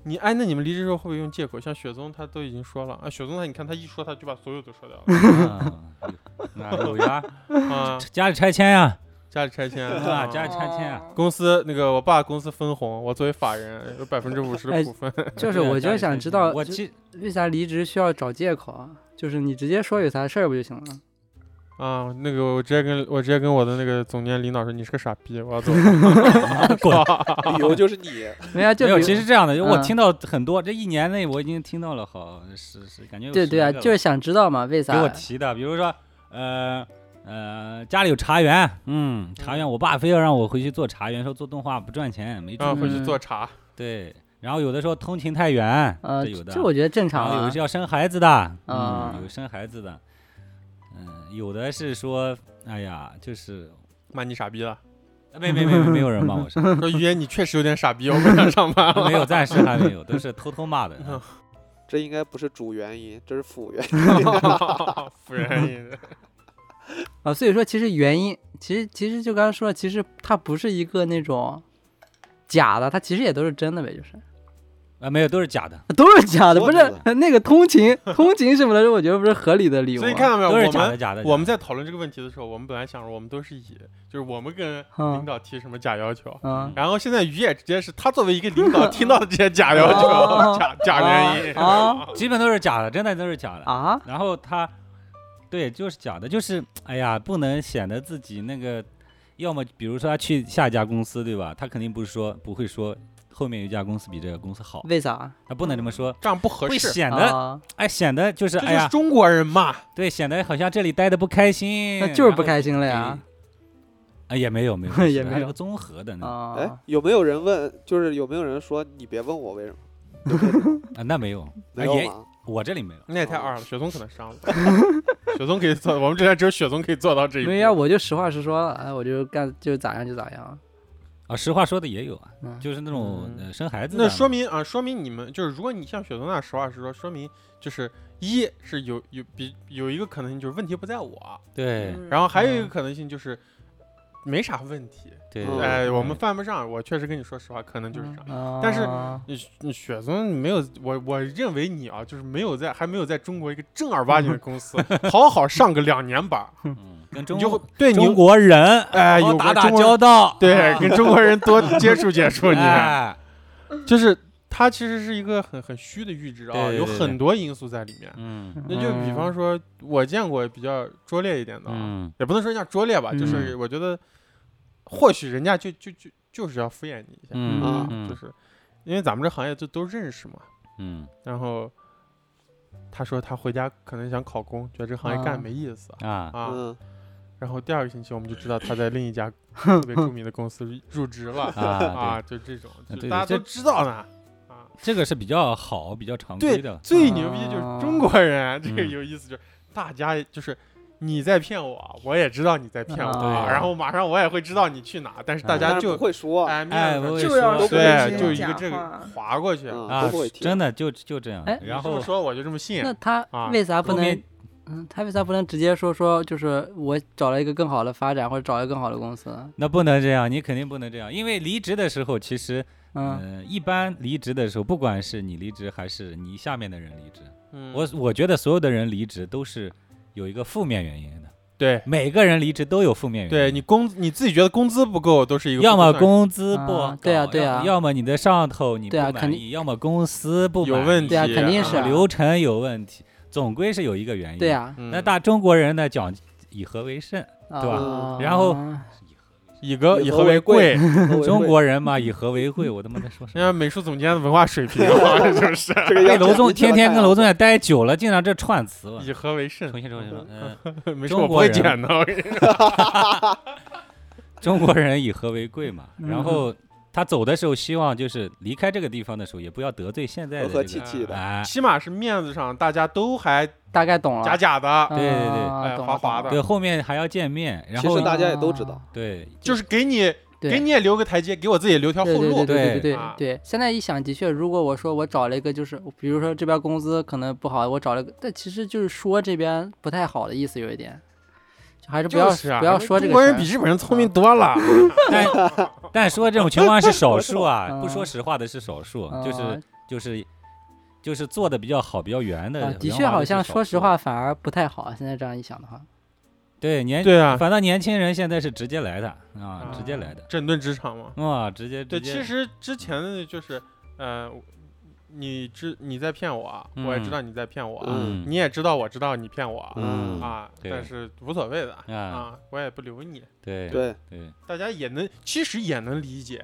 S1: 你哎，那你们离职之后会不会用借口？像雪宗他都已经说了啊，雪宗他你看他一说他就把所有都说掉了
S4: 啊那有呀， (laughs)
S1: 啊，
S4: 家里拆迁呀，
S1: (laughs) 家里拆迁
S4: 啊，
S1: 啊，
S4: 家里拆迁呀，
S3: 哦
S1: 公司那个我爸公司分红，我作为法人有百分之五十的
S2: 哎
S1: 股份。
S2: (laughs) 就是
S4: 对啊
S2: 我
S4: 家
S2: 就
S4: 里
S2: 想
S4: 拆
S2: 知
S4: 迁
S2: 道
S4: 我
S2: 就
S4: 记
S2: 为啥离职需要找借口啊？就是你直接说有啥事儿不就行了？
S1: (laughs) 啊，那个我直接跟我直接跟我的那个总监领导说，你是个傻逼，
S4: (laughs)
S1: 我要走了。 (laughs)
S5: 理由就是你，
S2: 没啊，就
S4: 没有，
S2: 比如
S4: 其实这样的，我
S2: 嗯
S4: 听到很多，这一年内我已经听到了好是是，感觉有
S2: 对
S4: 十
S2: 对啊，
S4: 个了
S2: 就是想知道嘛，为啥
S4: 给？我提的，比如说呃呃，家里有茶园，嗯，茶园，我爸非要让我回去做茶园，说做动画不赚钱，没
S1: 然后
S4: 赚
S1: 啊回去
S2: 嗯
S1: 做茶。
S4: 对，然后有的时候通勤太远，
S2: 呃，
S4: 这有的，
S2: 这我觉得正常
S4: 然后有
S2: 啊
S4: 是。要生孩子的，
S2: 啊
S4: 嗯，有生孩子的，嗯，有的是说，哎呀，就是
S1: 骂你傻逼了，
S4: 没没没没有人骂我是。
S1: 说于言你确实有点傻逼，我不想上
S4: (laughs)
S1: 班 (laughs) 了。
S4: 没有，暂时还没有，都是偷偷骂的。
S1: (laughs)
S4: 嗯
S5: 这应该不是主原因，这是辅原因。 (laughs)
S1: 夫人，
S2: 啊，所以说其实原因，其实其实就刚刚说了，其实它不是一个那种假的，它其实也都是真的呗，就是
S4: 啊，没有，都是假的，
S2: 都是假的，不
S5: 我觉
S2: 是那个通勤通勤什么的，我觉得不是合理的理由啊
S1: 所以
S2: 吗。
S1: 看到没有，
S4: 都是
S1: 我
S4: 假的，
S1: 们
S4: 假的。
S1: 我们
S4: 假
S1: 在讨论这个问题的时候，我们本来想着我们都是以，就是我们跟
S2: 嗯
S1: 领导提什么假要求，
S2: 嗯，
S1: 然后现在于也直接是他作为一个领导听到的这些假要
S2: 哦
S1: 求、假假原因，
S2: 啊
S4: 的基本都是假的，真的都是假的。
S2: 啊，
S4: 然后他，对，就是假的，就是哎呀，不能显得自己那个，要么比如说他去下一家公司，对吧？他肯定不是说不会说后面有一家公司比这个公司好，
S2: 为啥？
S4: 他不能这么说，
S1: 这样不合
S4: 会
S1: 适。
S4: 显得
S2: 啊
S4: 哎显得就
S1: 这
S4: 是哎
S1: 就是
S4: 呀，
S1: 中国人嘛，
S4: 对，显得好像这里待的不开心，
S2: 那就是
S4: 然
S2: 不
S4: 后
S2: 开心了
S4: 对
S2: 呀。
S4: 啊，也没有没有
S2: (laughs) 也
S4: 是
S2: 没
S4: 还是
S2: 有
S4: 个综合的呢，
S5: 哎
S1: 嗯
S2: 啊，，
S5: 有没有人问？就是有没有人说你别问我为什么？
S4: 啊那没有，啊
S5: 没有
S4: 也
S5: 吗？
S4: 我这里没有，
S1: 那也太二了，雪松可能伤了。 (laughs) 雪松可以做，我们之前只有雪松可以做到这一步。
S2: 没有呀，我就实话实说了，哎，我就干就咋样就咋样。
S4: 啊，实话说的也有啊，
S2: 嗯
S4: 就是那种、
S1: 嗯
S4: 呃生孩子的
S1: 那
S4: 嘛，
S1: 说明啊，说明你们就是，如果你像雪松那实话实说，说明就是一是有有比有一个可能性就是问题不在我，
S4: 对
S1: 然后还有一
S2: 嗯
S1: 个可能性就是没啥问题，
S4: 对，
S5: 嗯
S1: 哎，我们
S4: 对
S1: 犯不上。我确实跟你说实话，可能就是这样。
S2: 啊
S1: 但是你你雪松没有我，我认为你啊，就是没有在还没有在中国一个正儿八经的公
S4: (laughs)
S1: 司好好上个两年班儿，
S4: 嗯跟
S1: 你
S4: 中
S1: 就会对你
S4: 中国人
S1: 哎
S4: 多
S1: 有
S4: 打
S1: 个
S4: 打
S1: 中国人
S4: 交道，
S1: 对
S4: 啊
S1: 跟中国人
S4: (laughs)
S1: 多接触接触你。
S4: 哎
S1: 就是它其实是一个很很虚的阈值啊，
S4: 对对
S1: 有
S4: 对
S1: 很多因素在里面。
S4: 嗯
S1: 那就比方
S2: 嗯
S1: 说，我见过比较拙劣一点的，啊，
S4: 嗯
S1: 也不能说人家拙劣吧，就是我觉得或许人家就就就就是要敷衍你一下，
S4: 嗯
S5: 啊
S4: 嗯
S1: 就是因为咱们这行业就都认识嘛。
S4: 嗯
S1: 然后他说他回家可能想考公，觉得这行业
S2: 啊
S1: 干没意思
S4: 啊
S1: 啊。
S5: 嗯，
S1: 然后第二个星期我们就知道他在另一家特别著名的公司入职了
S4: 啊
S1: 啊，就这种，
S4: 对
S1: 就
S4: 对
S1: 大家
S4: 这
S1: 都知道呢。啊。
S4: 对，这个是比较好、比较常规
S1: 对
S4: 的，，
S1: 最牛逼就是中国人，啊这个
S4: 嗯
S1: 有意思就是大家就是你在骗我，我也知道你在骗我，
S2: 啊
S1: 啊然后马上我也会知道你去哪，但是大
S4: 啊
S5: 嗯但
S1: 家
S5: 是
S1: 就
S5: 不会说，
S1: 哎
S4: 哎
S1: 面
S4: 我
S1: 子
S4: 也
S1: 就
S3: 就要
S4: 说
S5: 都
S3: 说
S5: 不会
S1: 对，
S5: 听
S1: 就
S3: 这
S1: 一
S3: 些
S1: 个
S3: 假
S1: 这个
S3: 话。
S1: 划过去，
S5: 嗯
S4: 啊
S5: 都不会，听
S4: 真的就就这样
S2: 哎。
S4: 然
S1: 你这
S4: 后
S1: 么说我就这么信
S2: 嗯那，他
S1: 啊
S2: 为啥不
S4: 后面
S2: 能？嗯，他为啥不能直接说说，就是我找了一个更好的发展，或者找了一个更好的公司？
S4: 那不能这样，你肯定不能这样，因为离职的时候，其实
S2: 嗯，
S4: 呃，一般离职的时候，不管是你离职还是你下面的人离职，
S1: 嗯
S4: 我我觉得所有的人离职都是有一个负面原因的，
S1: 对
S4: 每个人离职都有负面原因。
S1: 对你工你自己觉得工资不够都是一个
S4: 要
S1: 不
S4: 么
S1: 算
S4: 工资不
S2: 啊
S4: 高，
S2: 对啊
S4: 要
S2: 对啊
S4: 要么你的上头你不
S2: 对啊肯
S4: 满
S2: 定
S4: 意，要么公司不
S1: 有
S4: 满
S1: 问
S4: 意
S1: 题，
S2: 对啊肯定是
S4: 然
S2: 啊
S4: 后流程有问题，总归是有一个原因。
S2: 对，啊呀，
S1: 嗯
S4: 那大中国人呢讲以和为甚，
S2: 对
S4: 对吧
S1: 哦
S2: 吧
S4: 然后
S1: 以和
S5: 以
S1: 以
S5: 和
S1: 和
S5: 为
S1: 为贵， (laughs)
S5: 都不会
S4: 中国人嘛以和为贵，我他妈在说什
S1: 人家
S4: 么？
S1: 美术总监的文化水平啊是不是？ (laughs)
S5: 这个
S4: 被
S5: (laughs) 要
S4: 哎楼
S5: 剪
S4: 总
S5: 进去
S4: 天
S5: 了
S4: 天
S5: 太
S4: 跟
S5: 好
S4: 楼总也待久了，经常这串词
S5: (laughs)
S4: 嘛。
S1: 以和为甚
S4: 重，新重新重新，嗯，
S1: 没事
S4: 中
S1: 我不
S4: 国
S1: 会
S4: 人
S1: 剪的，我跟你说
S4: 中国人以和为贵嘛。然
S2: 嗯
S4: 后他走的时候，希望就是离开这个地方的时候，也不要得罪现在
S5: 和和
S4: 的
S5: 气
S4: 这个。
S5: 气的，
S1: (laughs)
S4: 哎，
S1: 起码是面子上大家都还
S2: 大概懂了。
S1: 假假的，
S4: 对对对
S2: 啊
S1: 哎
S2: 懂
S1: 滑
S2: 了
S1: 滑的
S2: 懂了
S4: 对，后面还要见面，然
S5: 其实
S4: 后
S5: 大家也都知道
S2: 啊，
S4: 对，
S1: 就是给你
S2: 对
S1: 给你也留个台阶，给我自己留条后
S2: 对对
S1: 路。
S2: 对对对对
S1: 啊
S2: 对，现在一想，的确，如果我说我找了一个，就是比如说这边工资可能不好，我找了个，但其实就是说这边不太好的意思，有一点，就还是不要、
S1: 就是啊，
S2: 不要说这
S1: 中
S2: 个
S1: 国
S2: 事
S1: 人
S2: 儿
S1: 比日本人聪明多
S4: 啊
S1: 了。
S5: (laughs)
S4: 但但说这种情况是少数啊，
S2: 嗯
S4: 不说实话的是少数，
S5: 嗯
S4: 就是
S2: 啊
S4: 就是就是做的比较好、比较圆的
S2: 啊，
S5: 嗯
S4: 圆
S2: 的
S4: 滑
S2: 确好
S4: 是
S2: 像
S4: 少
S2: 说实
S4: 数，
S2: 话反而不太好。现在这样一想的话，
S4: 对
S1: (laughs)
S4: 年
S1: 对啊，
S4: 反倒年轻人现在是直接来的啊，直
S5: 嗯
S4: 接来的
S1: 整顿职场嘛。
S4: 哇，直接
S1: 对，
S4: 直接
S1: 其实之前的就是，呃，你知你在骗我，
S4: 嗯
S1: 我也知道你在骗我，
S4: 嗯
S1: 你也知道我知道你骗我
S5: 嗯
S1: 啊，
S4: 对
S1: 但是无所谓的
S4: 啊
S1: 啊，我也不留你，
S4: 对
S5: 对，
S4: 对
S1: 大家也能其实也能理解，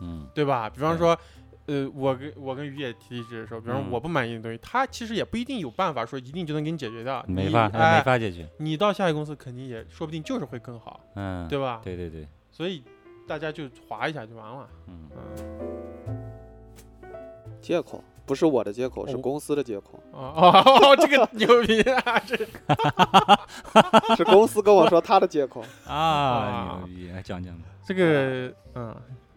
S4: 嗯
S1: 对吧？比
S4: 对
S1: 方说。呃，我跟我跟于野提离职的时候，比方说
S4: 嗯
S1: 我不满意的东西，他其实也不一定有办法说一定就能给你解决掉。
S4: 没
S1: 你
S4: 法
S1: 哎
S4: 没法解决，
S1: 你到下一个公司肯定也说不定就是会更好，
S4: 嗯，
S1: 对吧？
S4: 对对对，
S1: 所以大家就划一下就完了。
S4: 嗯
S1: 嗯，
S5: 借口不是我的借口，是
S1: 哦
S5: 公司的借
S1: (laughs)
S5: 口，
S1: 哦哦，哦这个牛逼啊！这
S5: 是公司跟我说他的借口。 (laughs)
S4: 啊，
S1: 哇
S4: 牛逼，来讲讲吧，
S1: 这个嗯，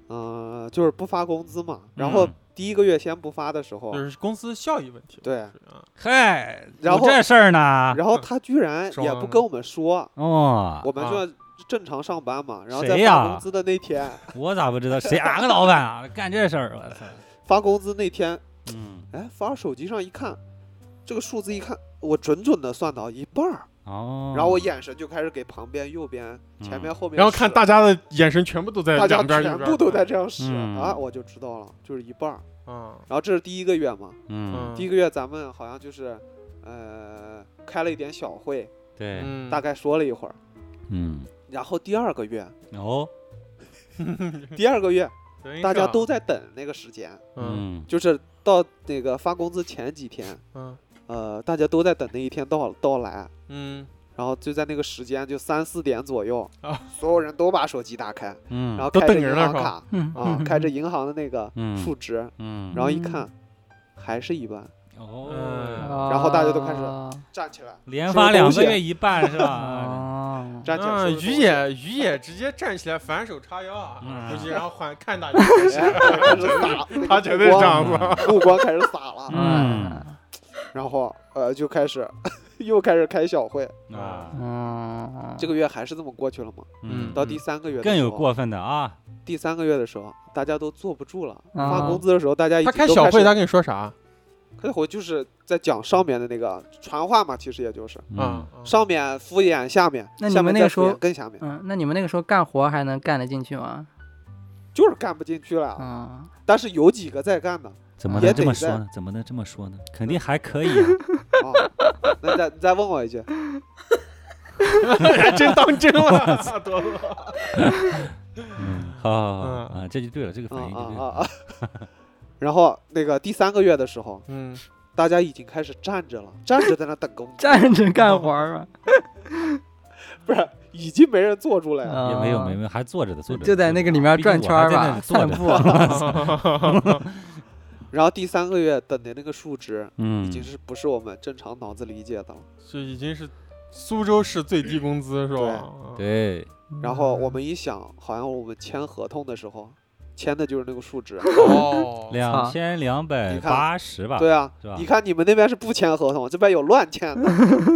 S5: 嗯，就是不发工资嘛，然后
S4: 嗯
S5: 第一个月先不发的时候
S1: 就，是公司效益问题。
S5: 对，
S1: 是啊，
S4: 嗨，
S5: 然
S4: 有
S5: 后
S4: 这事儿呢，
S5: 然
S1: 嗯
S5: 后他居然也不跟我们
S1: 啊
S5: 说，
S4: 哦，
S5: 我们就要正常上班嘛，然后在
S4: 谁呀
S5: 发工资的那天，
S4: 我咋不知道谁哪个老板啊干这事儿？我操！
S5: 发工资那天，
S4: 嗯，
S5: 哎，发手机上一看，这个数字一看，我准准的算到一半儿，
S4: 哦，
S5: 然后我眼神就开始给旁边、右边、
S4: 嗯
S5: 前面、后面使，
S1: 嗯然后看大家的眼神全部都在
S5: 大家
S1: 两边儿一
S5: 全
S1: 边儿
S5: 部都在这样使
S4: 嗯
S5: 啊，我就知道了，就是一半儿。
S1: 啊，
S5: 然后这是第一个月嘛，
S4: 嗯，
S1: 嗯
S5: 第一个月咱们好像就是，呃，开了一点小会，
S4: 对，
S1: 嗯
S5: 大概说了一会儿。
S4: 嗯，
S5: 然后第二个月，
S4: 哦，
S5: 第二
S1: (laughs)
S5: 个月
S1: 等于
S5: 大
S1: 是
S5: 家
S1: 啊
S5: 都在等那个时间，
S1: 嗯
S4: 嗯，
S5: 就是到那个发工资前几天，
S1: 嗯
S5: 呃，大家都在等那一天到到来，
S1: 嗯
S5: 然后就在那个时间就三四点左右
S1: 啊，
S5: 所有人都把手机打开，
S4: 嗯，
S5: 然后
S1: 都
S5: 开着
S1: 等着
S5: 银
S1: 呢
S5: 行
S1: 是吧
S5: 卡
S2: 嗯
S1: (laughs) 哦
S5: 啊，开着银行的那个
S4: 嗯
S5: 数值，
S4: 嗯，
S5: 然后一看还是一
S1: (laughs)
S5: 万，
S4: 哦，
S2: 嗯
S5: 然后大家都开始
S2: 啊
S5: 站起来，
S4: 连
S5: 收
S4: 发
S5: 东
S4: 两
S5: 西
S4: 个月一半是 (laughs) 吧？
S2: 哦，
S5: 站起来
S1: 啊，
S5: 收拾东
S1: 于
S5: 西，
S1: 姐，于姐直接站起来，反手叉腰啊，
S4: 嗯
S1: 估计然后还看大家， (laughs)
S5: 哎开始撒，那个
S1: 他绝对
S5: 目
S1: 这
S4: 哦
S5: 光
S1: 样子。
S5: 目光开始撒了，
S2: 啊
S4: 嗯
S5: 然后呃就开始 (laughs) 又开始开小会，
S4: 啊，
S2: 嗯，
S5: 这
S2: 个
S5: 个月还是这么过去了嘛？
S1: 嗯
S5: 到第三个月的
S4: 更
S5: 时
S4: 有
S5: 候
S4: 过分的啊，
S5: 第三个月的时候，大家都坐不住了，
S2: 啊
S5: 发工资的时候，大家已
S1: 他
S5: 经
S1: 开
S5: 都
S1: 小会，
S5: 始
S1: 他跟你说啥？
S5: 开会就是在讲上面的那个传话嘛，其实也就是
S4: 嗯
S1: 啊，啊
S5: 上面敷衍下面，
S2: 哦那你
S5: 下
S2: 们
S5: 面
S2: 那个
S5: 再敷
S2: 时候
S5: 衍更下面，
S2: 嗯，那你们那个时候干活还能干得进去吗？
S5: 就是干不进去了。
S2: 嗯，
S5: 但是有几个在干的
S4: 怎么
S5: 也
S4: 能这
S5: 得
S4: 么
S5: 在
S4: 说呢？怎么能这么说呢？肯定还可以啊
S5: 啊， (laughs) 那你再你再问我一句，
S2: 哎
S1: 还真当真 (laughs) 了，多多。
S4: 嗯， (laughs) 好好好
S1: 嗯
S4: 啊，这就对了，这个
S5: 啊
S4: 反应
S5: 啊
S4: 就对
S5: 啊
S4: 了。
S5: 啊！ (laughs) 然后那个第三个月的时候，
S1: 嗯，
S5: 大家已经开始站着了，站着在那
S2: (laughs)
S5: 等工资，
S2: 站着干活儿吧，
S5: 不是已经没人坐出来
S2: 嗯
S5: 了。
S4: 啊也没有没
S2: 有，
S4: 有，还坐着的，坐着的
S2: 就在那个里面
S4: 毕竟
S2: 转圈儿
S4: 我还在那
S2: 吧
S4: 里，坐
S2: 散
S4: 着
S2: 步。啊
S4: (laughs)
S5: 然后第三个月等的那个数值，已
S4: 嗯，
S5: 经是不是我们正常脑子理解的了。
S1: 这已经是苏州市最低工资是吧？嗯
S4: 对，
S2: 嗯
S5: 然后我们一想，好像我们签合同的时候签的就是那个数值。啊
S1: 哦，
S4: 两千两百
S5: 你
S4: 八
S5: 看
S4: 十吧？
S5: 对啊
S4: 是吧，
S5: 你看你们那边是不签合同，这边有乱签的。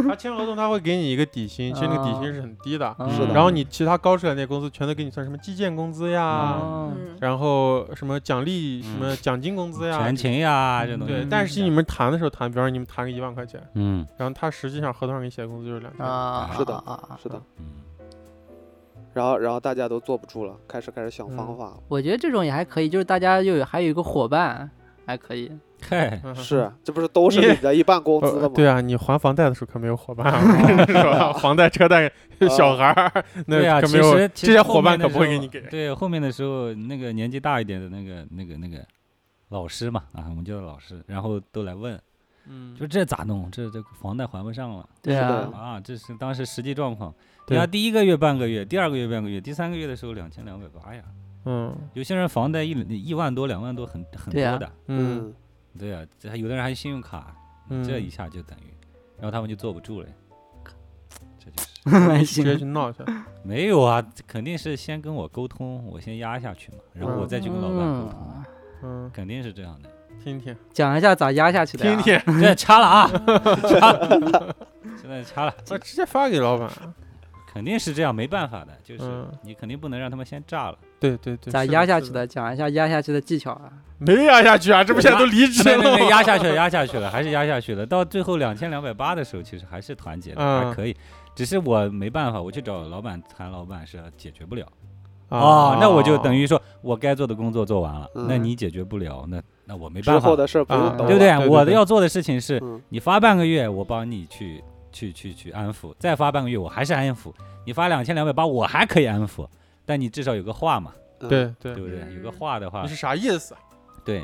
S1: 他签合同他会给你一个底薪，其实那个底薪是很低的。
S2: 嗯
S4: 是的
S1: 然后你其他高出来那些工资全都给你算什么基建工资呀，
S2: 哦
S3: 嗯，
S1: 然后什么奖励、什么奖金工资呀，
S4: 嗯全勤呀，这东西。
S1: 对。但是你们谈的时候谈，比方说你们谈个一万块钱，
S4: 嗯
S1: 然后他实际上合同上给你写的工资就是两千。
S2: 啊，
S5: 嗯是的
S2: 啊啊啊
S5: 是的，
S4: 嗯
S5: 然后然后大家都坐不住了，开始开始想方法了。
S2: 我觉得这种也还可以，就是大家又有还有一个伙伴，还可以。
S4: 嗨，
S1: 嗯
S5: 是，啊这不是都是
S1: 你
S5: 领着一半工资的
S1: 呃
S5: 吗？嗯
S1: 对啊，你还房贷的时候可没有伙
S5: (laughs)
S1: 伴啊，是吧？房贷、车贷、
S5: 呃
S1: 小孩儿，
S4: 对
S1: 那
S4: 啊
S1: 可
S4: 其
S1: 没有
S4: 实其
S1: 这
S4: 实
S1: 些
S4: 后
S1: 伙伴
S4: 面的
S1: 可不会
S4: 时
S1: 给
S4: 候
S1: 你给。
S4: 对，后面的时候那个年纪大一点的那个那个那个老师嘛，啊，我们叫他老师，然后都来问，
S1: 嗯
S4: 就这咋弄？这这房贷还不上了
S2: 对
S5: 是
S2: 啊
S5: 的，
S4: 啊！这是当时实际状况。你
S1: 对
S4: 看第一个月半个月，第二个月半个月，第三个月的时候两千两百八呀，
S1: 嗯
S4: 有些人房贷一一万多、两万多很很
S2: 对啊
S4: 多的，
S1: 嗯
S5: 嗯，
S4: 对呀、这还有的人还信用卡，
S1: 嗯，
S4: 这一下就等于，然后他们就坐不住了，这就是。
S2: (laughs) 蛮
S1: 直
S2: 行
S4: (laughs)
S1: 接去闹一下。
S4: 没有啊，肯定是先跟我沟通，我先压下去嘛，然后我再去跟老板沟通嘛，
S2: 嗯
S1: 嗯，
S4: 肯定是这样的。
S1: 听
S4: (laughs)
S1: 听
S2: 讲一下咋压下去的呀。
S1: 听听，
S4: 这掐了啊，掐了， (laughs) 现在掐了，
S1: 我直接发给老板。
S4: 肯定是这样，没办法的，就是
S1: 嗯
S4: 你肯定不能让他们先炸了。
S1: 对对对，
S2: 咋
S1: 是
S2: 压下
S1: 是
S2: 去的？讲一下压下去的技巧啊。
S1: 没压下去啊，这不现在都离 (laughs) 职
S4: 没
S1: 了
S4: 没没，
S1: 吗？
S4: 压下去了，压下去了，还是压下去了。到最后两千两百八的时候，其实还是团结的，
S1: 嗯
S4: 还可以。只是我没办法，我去找老板谈，老板是解决不了。
S1: 啊
S4: 那我就等于说我该做的工作做完了，那
S5: 嗯
S4: 你解决不了，那那我没
S5: 之
S4: 办法
S5: 后。的事儿不用
S1: 啊
S4: 对
S5: 等
S4: 不对？
S5: 我。
S1: 对对
S4: 我的
S1: 对
S4: 要做的事情是，
S5: 嗯，
S4: 你发半个月，我帮你去去去去安抚，再发半个月，我还是安抚。你发两千两百八，我还可以安抚，但你至少有个话嘛，
S5: 嗯，
S1: 对对
S4: 对，不对？
S3: 嗯
S4: 有个话的话
S1: 你是，啥意思？啊
S4: 对。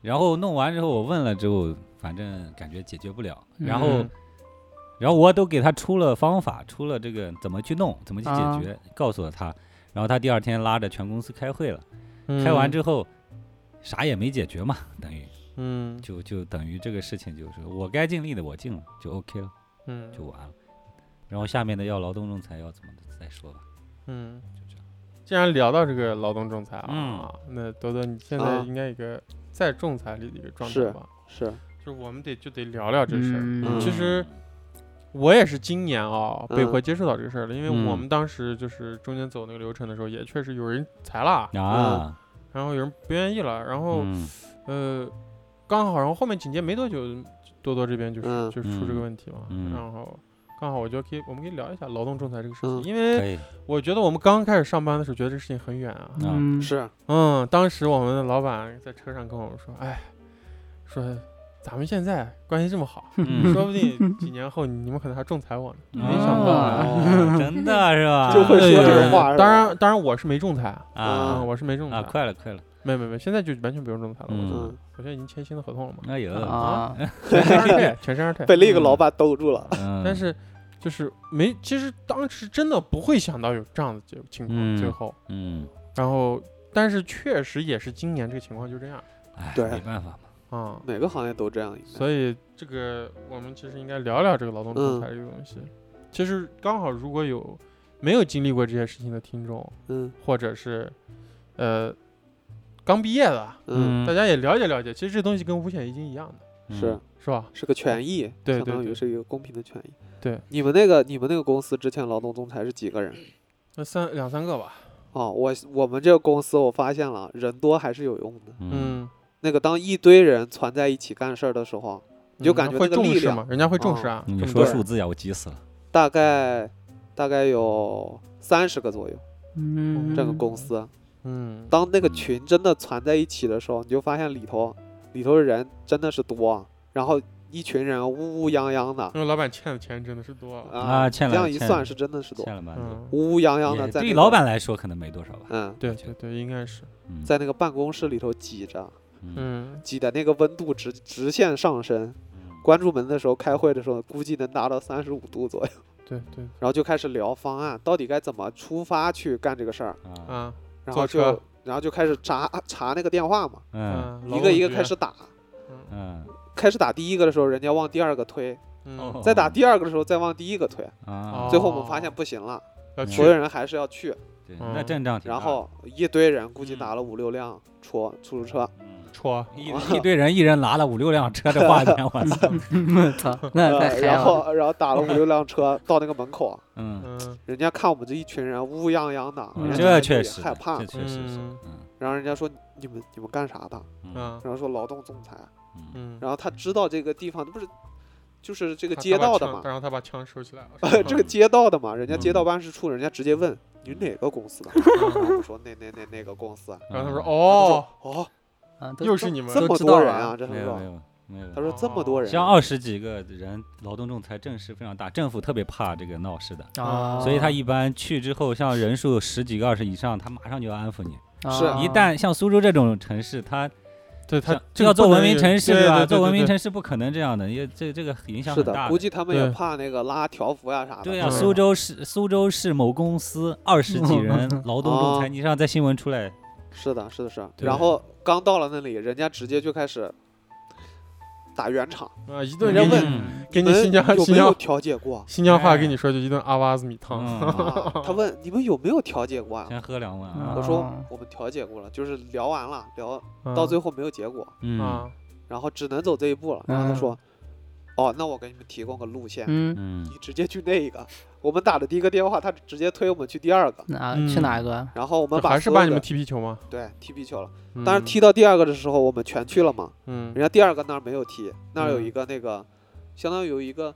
S4: 然后弄完之后，我问了之后，反正感觉解决不了。然后，
S1: 嗯
S4: 然后我都给他出了方法，出了这个怎么去弄，怎么去
S2: 啊
S4: 解决，告诉了他。然后他第二天拉着全公司开会了，
S1: 嗯
S4: 开完之后，啥也没解决嘛，等于
S1: 嗯
S4: 就就等于这个事情就是我该尽力的我尽了，就 OK 了。
S1: 嗯
S4: 就完了。然后下面的要劳动仲裁要怎么的再说吧，
S1: 嗯
S4: 就这样。
S1: 既然聊到这个劳动仲裁啊
S4: 嗯，
S1: 那多多你现在
S5: 啊
S1: 应该有个在仲裁里的一个状态
S5: 是
S1: 吧？
S5: 是，
S1: 就是我们得就得聊聊这事儿。
S2: 嗯
S1: 其实我也是今年啊、被
S5: 嗯
S1: 迫接触到这个事儿了，因为我
S4: 嗯
S1: 们当时就是中间走那个流程的时候，也确实有人裁了，
S4: 啊，
S5: 哦
S1: 然后有人不愿意了，然后
S4: 嗯
S1: 呃，刚好，然后后面紧接没多久，多多这边就是、
S5: 嗯
S1: 就出这个问题嘛，
S4: 嗯嗯
S1: 然后刚好我就可以我们可以聊一下劳动仲裁这个事情，
S5: 嗯
S1: 因
S4: 可
S1: 为
S4: 以，
S1: 我觉得我们刚开始上班的时候觉得这事情很远啊，
S2: 嗯，
S5: 是，
S1: 嗯，当时我们的老板在车上跟我们说，哎，说咱们现在关系这么好，
S4: 嗯
S1: 说不定几年后你们可能还仲裁我呢，没
S4: 啊
S1: 想到啊。
S4: 哦真的是吧？
S5: 就嗯会说这种
S1: 对
S5: 话嗯是吧
S1: 当然，当然我是没仲裁啊，
S4: 啊
S1: 我是没仲裁
S4: 啊，，快了快了，
S1: 没有没有没有，现在就完全不用仲裁了，我觉得
S4: 嗯
S5: 嗯，
S1: 我现在已经签新的合同了嘛，
S4: 哎呦，
S2: 啊，
S1: 全身而退，全身而退。
S5: 被另一个老板兜住了。
S4: 嗯
S1: 但是就是没，其实当时真的不会想到有这样的结情况，
S4: 嗯
S1: 最后，
S4: 嗯，
S1: 然后但是确实也是今年这个情况就这样
S4: 哎，
S5: 对
S4: 没办法嘛，
S1: 啊、
S5: 每个行业都这样，应该
S1: 所以这个我们其实应该聊聊这个劳
S5: 嗯
S1: 动仲裁这个东西。其实刚好如果有没有经历过这些事情的听众，
S5: 嗯
S1: 或者是呃刚毕业的，
S5: 嗯，
S1: 大家也了解了解，其实这东西跟五险一金一样的，
S4: 嗯
S5: 是
S1: 是吧？
S5: 是个权益，
S1: 对
S5: 相
S1: 对
S5: 当于
S1: 对
S5: 是一个公平的权益。
S1: 对，
S5: 你们那个你们那个公司之前劳动仲裁是几个人？
S1: 那三两三个吧，
S5: 哦，我我们这个公司我发现了，人多还是有用的。
S4: 嗯
S1: 嗯，
S5: 那个当一堆人攒在一起干事儿的时候，啊你就
S1: 嗯
S5: 感觉
S1: 会
S5: 那个
S1: 重
S5: 力
S1: 视
S5: 量
S1: 嘛，人家会重视啊。
S4: 哦你
S1: 这么
S4: 说
S1: 多人
S4: 数字呀，我急死了。
S5: 大概大概有三十个左右。
S2: 嗯，
S5: 这个公司，
S1: 嗯，
S5: 当那个
S4: 嗯
S5: 群真的攒在一起的时候，你就发现里头里头的人真的是多，啊然后一群人乌乌泱泱的
S1: 因为老板欠的钱真的是多了。
S5: 啊，
S4: 嗯欠
S5: 这
S4: 了
S5: 样一
S4: 欠
S5: 算
S4: 了
S5: 是真的是多
S4: 欠，了吧？
S1: 嗯，
S5: 乌乌泱泱
S4: 也
S5: 的在
S4: 对
S5: 那
S4: 老
S5: 个
S4: 板来说可能没多少吧。
S5: 嗯，
S1: 对对对，应该是，
S4: 嗯
S5: 在那个办公室里头挤着，
S4: 嗯
S1: 嗯，
S5: 挤的那个温度直直线上升。
S4: 嗯
S5: 关住门的时候，开会的时候，估计能达到三十五度左右，
S1: 对对
S5: 然后就开始聊方案，到底该怎么出发去干这个事儿，
S4: 啊
S1: 啊，
S5: 然
S1: 坐
S5: 后
S1: 车
S5: 就然后就开始查查那个电话嘛，
S4: 嗯
S1: 嗯，
S5: 一个一个开始打，
S4: 嗯
S5: 开始打第一个的时候，人家往第二个推，
S1: 嗯，
S5: 再打第二个的时候再往第一个推，
S4: 哦
S1: 哦
S4: 啊，
S5: 最后我们发现不行了，
S1: 要
S4: 嗯
S1: 去
S5: 所有人还是要去，
S4: 对，
S1: 嗯
S4: 那阵仗挺大
S5: 然
S4: 的。
S5: 后一堆人估计
S1: 嗯
S5: 打了五六辆出出租车，
S4: 嗯
S1: 戳，
S4: 一一堆人，一人拿了五六辆车
S5: (laughs)
S4: 的画面，我操！
S2: (laughs) 我操，那太
S5: 呃
S2: 嗨
S5: 然
S2: 了，
S5: 后然 (laughs) 后打了五六辆车到那个门口，
S4: 嗯，
S1: 嗯
S5: 人家看我们这一群人啊乌乌泱泱的，
S2: 嗯
S5: 人家
S4: 这
S5: 就
S4: 确实
S5: 害怕
S4: 这，确实是，
S1: 嗯
S4: 嗯
S5: 然后人家说你们你们干啥的？
S1: 啊
S5: 然后说劳动仲裁，
S4: 嗯
S1: 嗯，
S5: 然后他知道这个地方不是就是这
S1: 这
S5: 个街道的嘛，，
S1: 然后他把枪收起来了
S5: (laughs) 这个街道的嘛，人家街道
S4: 嗯
S5: 办事处，人家直接问你哪个公司的，然后我说那那那那个公司啊，
S1: 嗯然后他说
S4: 嗯
S1: 哦，
S5: 他说哦，
S2: 啊，都
S1: 又是你们
S5: 这
S2: 都
S5: 么
S2: 知道
S5: 多人
S2: 了
S5: 啊，这他
S4: 没有没
S5: 说，
S4: 有没有
S5: 他，说这么多人，
S4: 像二十几个人，劳动仲裁阵势非常大，政府特别怕这个闹事的，
S2: 啊，
S4: 所以他一般去之后，像人数十几个、二十以上，他马上就要安抚你。
S5: 是
S2: 啊
S4: 一旦像苏州这种城市，他
S1: 对他
S4: 像
S1: 这
S4: 要
S1: 个
S4: 做
S1: 不
S4: 文
S1: 能
S4: 明城市
S1: 对
S4: 是
S1: 对
S4: 吧？
S1: 对
S4: 做
S1: 对
S4: 文明
S1: 对
S4: 城市不可能这样的，因为这这个影响
S5: 是
S4: 很大
S5: 的，估计啊他们
S1: 对
S5: 也怕那个拉条幅呀啥的，
S4: 对呀、啊
S1: 嗯
S4: 苏州市苏州市某公司二十几人劳动仲裁，
S5: 哦
S4: 你让在新闻出来，
S5: 是的，是的，是的。
S4: 对
S5: 然后刚到了那里，人家直接就开始打圆场，
S1: 啊，一顿给
S5: 人家
S1: 你
S5: 问
S4: 嗯
S1: 给你
S5: 们
S1: 新疆
S5: 哎有
S1: 新
S5: 没有哎
S1: 疆
S5: 调解
S1: (laughs) ？
S5: 过
S1: 新疆话跟你说就一顿阿瓦兹米汤，
S4: 嗯，
S5: 啊，他问你们有没有调解过啊？
S4: 先喝两碗
S2: 嗯
S4: 啊，
S5: 我说
S1: 哦
S2: 啊
S5: 我们调解过了，就是聊完了，聊
S1: 嗯
S5: 到最后没有结果，
S1: 后
S4: 嗯
S1: 啊，
S5: 然后只能走这一步了。然
S1: 嗯
S5: 后他说：“哦，那我给你们提供个路线，
S2: 嗯，
S4: 嗯
S5: 你直接去那个。”我们打的第一个电话，他直接推我们去第二个，
S2: 哪
S1: 嗯
S2: 啊去哪个？
S5: 然后我们
S1: 这
S5: 把
S1: 还是
S5: 所有
S1: 把你们
S5: 的
S1: 踢皮球吗？
S5: 对踢皮球了。
S1: 嗯
S5: 当然踢，到第二个的时候，我们全去了嘛。
S1: 嗯
S5: 人家第二个那儿没有踢，那儿有
S1: 嗯
S5: 一个那个，相当于有一个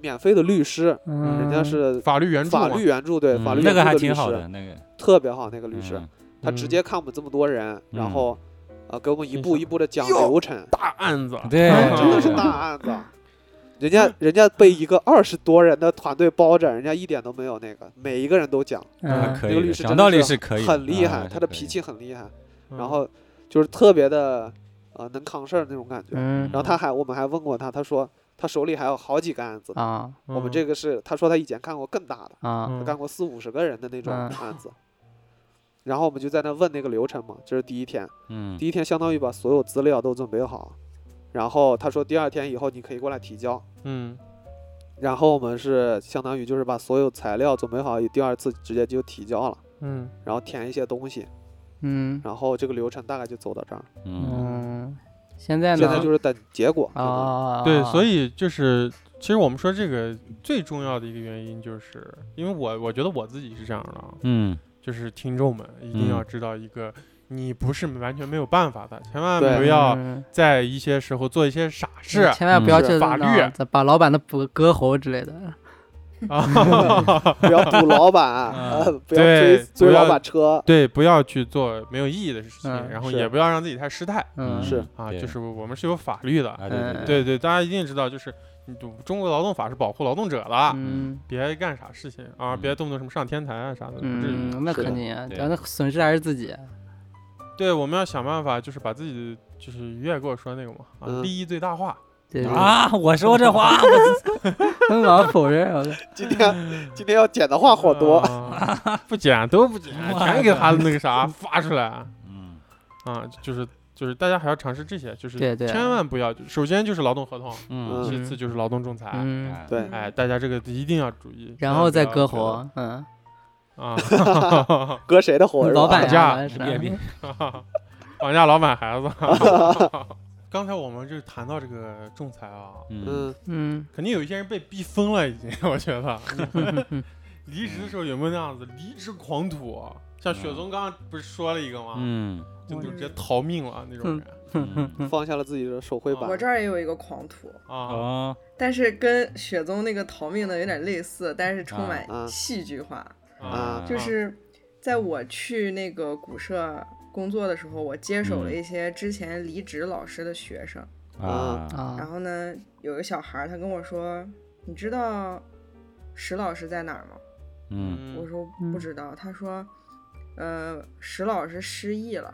S5: 免费的律师，
S2: 嗯，
S5: 人家是
S1: 法律援助啊
S5: 法
S1: 嘛
S5: 律援助，对
S4: 嗯
S5: 法律
S4: 那
S5: 援助
S4: 个还
S5: 的律
S4: 挺好的
S5: 师，
S4: 那个
S5: 特别好那个律师，
S4: 嗯
S5: 他直接看我们这么多人，然后呃给我们一步一步的讲流程，
S4: 嗯
S1: 大案子，
S4: 对
S1: 嗯
S5: 啊真的是大案
S4: 嗯
S5: 子。人家人家被一个二十多人的团队包着，人家一点都没有那个，每一个人都讲，
S4: 那
S2: 嗯
S4: 可
S5: 那
S4: 以的，
S5: 个律师
S4: 讲
S5: 真
S4: 道
S5: 的
S4: 理
S5: 是
S4: 可以的，
S5: 很厉
S4: 啊
S5: 害，他的脾，
S4: 是
S5: 气很厉害，
S1: 嗯
S5: 然后就是特别的呃能扛事儿那种感觉。
S2: 嗯
S5: 然后他还我们还问过他，他说他手里还有好几个案
S4: 嗯
S5: 子呢，
S2: 啊
S5: 我们这个是他说他以前干过更大的，
S2: 啊
S5: 他
S1: 嗯
S5: 干过四五十个人的那种
S2: 嗯
S5: 案子。然后我们就在那问那个流程嘛，这是第一天，
S4: 可以嗯
S5: 第一天相当于把所有资料都准备好，然后他说第二天以后你可以过来提交。
S1: 嗯
S5: 然后我们是相当于就是把所有材料准备好，第二次直接就提交了，
S1: 嗯
S5: 然后填一些东西，
S2: 嗯
S5: 然后这个流程大概就走到这儿。
S4: 嗯
S2: 嗯，现在
S5: 现
S2: 呢
S5: 在就是等结果相当于
S2: 啊，
S1: 对，所
S2: 以
S1: 以就是，其实我们说这个最重要的一个原因，就是因为我我觉得我自己是这样的，啊，
S4: 嗯
S5: 嗯
S1: 就是听众们一定要知道一个你不是完全没有办法的，千万不
S5: 对嗯
S1: 要
S2: 嗯
S1: 在一些时候做一些傻事
S2: 千万不要去
S1: 是法律
S2: 那把老板的脖割喉之类的。
S1: 啊！
S5: (laughs) 不要堵老板，
S2: 啊
S4: 嗯
S5: 呃不要
S1: 对
S5: 追追
S1: 不要
S5: 老板车，
S1: 对，不要去做没有意义的事情，
S2: 嗯
S1: 然后
S5: 是
S1: 也不要让自己太失态
S2: 嗯，
S5: 是
S1: 啊。
S4: 对
S1: 就是哎我们是有法律的，
S4: 啊，对对
S1: 对对，大家一定知道，就是你中国劳动法是保护劳动者的，
S2: 嗯
S1: 别干傻事情啊，
S4: 嗯
S1: 别动不动什么上天台啊啥的，不至于。
S2: 嗯，那
S5: 是的
S2: 肯定啊，
S4: 对
S2: 咱的损失还是自己。啊
S1: 对，我们要想办法，就是把自己的就是于越跟我说那个嘛，啊，
S5: 嗯
S1: 利益最大化。
S2: 对，
S4: 对
S2: 对
S4: 啊，我说这话，我
S2: 对 (laughs) 老否认，我的
S5: 今
S1: (laughs)
S5: 天今天要剪的话好多，
S1: 啊 (laughs) 不减都不减，全给他那个
S2: (laughs)
S1: 啥发出来啊，
S4: 嗯
S1: 就是就是大家还要尝试这些，就是
S2: 对对
S1: 千万不要，首先就是劳动合同，
S4: 嗯，
S1: 其次就是劳动仲裁，
S2: 嗯，
S4: 哎
S5: 对
S1: 哎，大家这个一定要注意，
S2: 然后再
S1: 千万不要
S2: 割喉，嗯，
S1: 觉得啊，
S5: 割谁的火是吧？
S2: 老板
S1: 打架
S2: 呀，完事
S4: 别别
S2: 儿，
S1: 绑架老板孩子。 (laughs) 刚才我们就谈到这个仲裁啊，
S4: 嗯
S5: 嗯，
S2: 嗯，
S1: 肯定有一些人被逼疯了，已经， (laughs) 我觉得。离职的时候有没有那样子离职狂徒啊？像雪松刚刚不是说了一个吗？
S4: 嗯
S1: 就就直接逃命了那种人
S4: 嗯
S5: 放下了自己的手绘板
S1: 嗯
S3: 我，这儿也有一个狂徒，
S1: 啊，
S4: 哦，
S3: 但是跟雪宗那个逃命的有点类似，但是充满
S5: 啊啊
S3: 戏剧化。
S5: 啊
S3: 就
S1: 啊
S3: 是在我去那个古社工作的时候，我接手了
S4: 嗯
S3: 一些之前离职老师的学生。
S4: 啊，
S3: 然
S2: 啊，
S3: 后呢，有个小孩儿，他跟我说：“你知道石老师在哪儿吗？”
S4: 嗯
S3: 我
S1: 嗯，
S3: 说
S2: 嗯
S3: 不知道。他说：“呃，石老师失忆了。”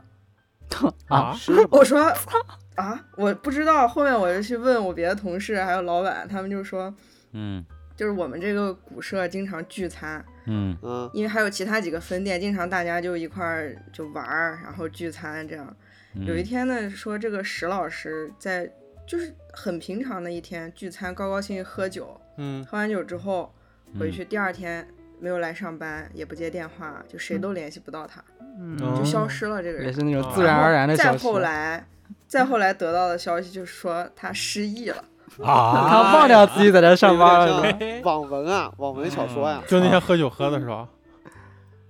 S1: 啊，
S5: 是吗？
S3: (laughs) 我
S4: (laughs)
S3: 说啊，我不知道。后面我就去问我别的同事还有老板，他们就说，
S4: 嗯
S3: 就是我们这个古社经常聚餐，
S4: 嗯
S5: 嗯
S3: 因为还有其他几个分店，经常大家就一块儿就玩儿，然后聚餐这样。
S4: 嗯，
S3: 有一天呢，说这个石老师在就是很平常的一天聚餐，高高兴兴喝酒， (laughs)
S1: 嗯
S3: 喝完酒之后回
S4: 嗯
S3: 去，第二天没有来上班，也不接电话，就谁都联系不到他，
S2: 嗯
S1: 哦
S3: 就消失了这个人
S2: 也。是那种
S1: 哦
S2: 自然而然的消
S3: 再
S2: 息。
S3: 后来，再后来得到的消息就是说他失忆了。
S4: 啊，
S2: 他忘掉自己在这上班了，
S5: 有
S2: 是吧
S5: 点像网文啊，网文小说呀，
S1: 嗯
S5: 啊
S1: 就那天喝酒喝的时候，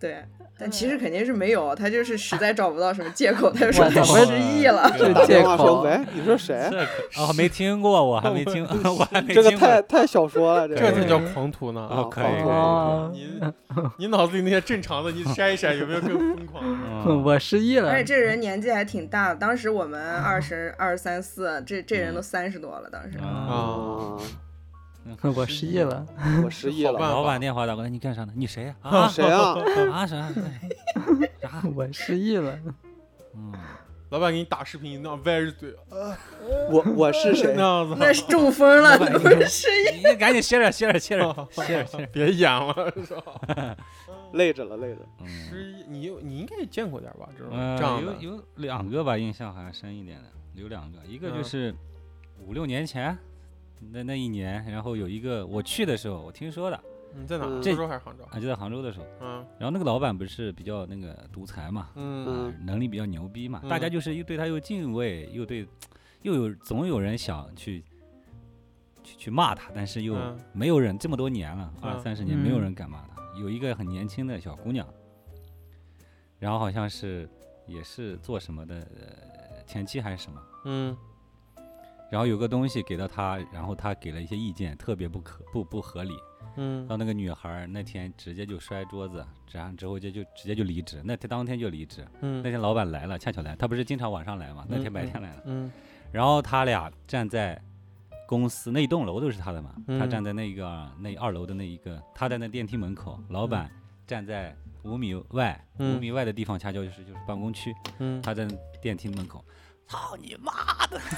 S3: 对，但其实肯定是没有，他就是实在找不到什么借口，他就说
S2: 我
S3: 他
S4: 操
S3: 失忆
S4: (laughs)
S3: 了。
S2: 这
S5: 打
S2: 借
S5: 电话说
S2: 口
S5: 喂，你说谁？
S4: 这可啊哦没听过，我还没 (laughs) 听，我还没
S5: 这个
S4: 听过，
S5: 太太小说了，这
S1: 这
S5: 个啊
S1: 才叫狂徒呢。
S4: 哦，可以，
S2: 哦，
S1: 你你脑子里那些正常的，你筛一筛，有没有更疯
S3: (laughs)
S1: 狂？
S4: 嗯
S2: 我失忆了
S3: 而且，这人年纪还挺大的，当时我们二十二三四，这这人都三十多了，当时。
S4: 啊，
S1: 啊，
S5: 啊，
S2: 我失忆，了，
S5: 我失忆
S1: 好吧
S5: 了，
S4: 老板电话打过来，你干啥呢？你谁呀？啊
S5: 谁啊？
S4: 啊啥啥？
S2: 我失忆了，
S4: 嗯，
S1: 老板给你打视频，那样歪着嘴
S5: 我我是谁
S1: 那？样子，
S3: 那是中风了，那不是失忆。
S4: 你赶紧歇着歇着歇着歇着歇
S3: (laughs)
S4: 着，
S1: (laughs) 别演了，是吧？
S5: 累着了，累着了。
S1: 失忆，你有你应该也见过点吧？这种
S4: 嗯，
S1: 这样的，
S4: 有有两个吧，印象好像深一点的，有两个，一个就
S1: 嗯
S4: 是五六年前那那一年，然后有一个我去的时候我听说的
S1: 你在哪？
S5: 嗯
S1: 苏州还是杭州？
S4: 啊，就在杭州的时候，
S1: 嗯
S4: 然后那个老板不是比较那个独裁嘛，
S1: 嗯
S5: 嗯
S4: 啊能力比较牛逼嘛，大家
S1: 嗯
S4: 就是又对他又敬畏，又对又有总有人想去。去去骂他，但是又
S1: 嗯
S4: 没有人，这么多年了，二
S1: 嗯
S4: 三十年没有
S2: 嗯
S4: 人敢骂他。有一个很年轻的小姑娘，然后好像是也是做什么的呃前妻还是什么，
S1: 嗯
S4: 然后有个东西给到他，然后他给了一些意见，特别不可不不合理。
S1: 嗯
S4: 到那个女孩儿那天直接就摔桌子，然后之后就就直接就离职，那天当天就离职。那
S1: 嗯
S4: 天老板来了，恰巧来，他不是经常晚上来嘛，那天
S1: 嗯
S4: 白天来了。
S1: 嗯
S4: 然后他俩站在公司那一栋楼都是他的嘛，他
S1: 嗯
S4: 站在那个那二楼的那一个，他站在电梯门口，老板站在五米外，五
S1: 嗯
S4: 米外的地方恰巧就是就是办公区，
S1: 嗯，
S4: 他在电梯门口，操你妈！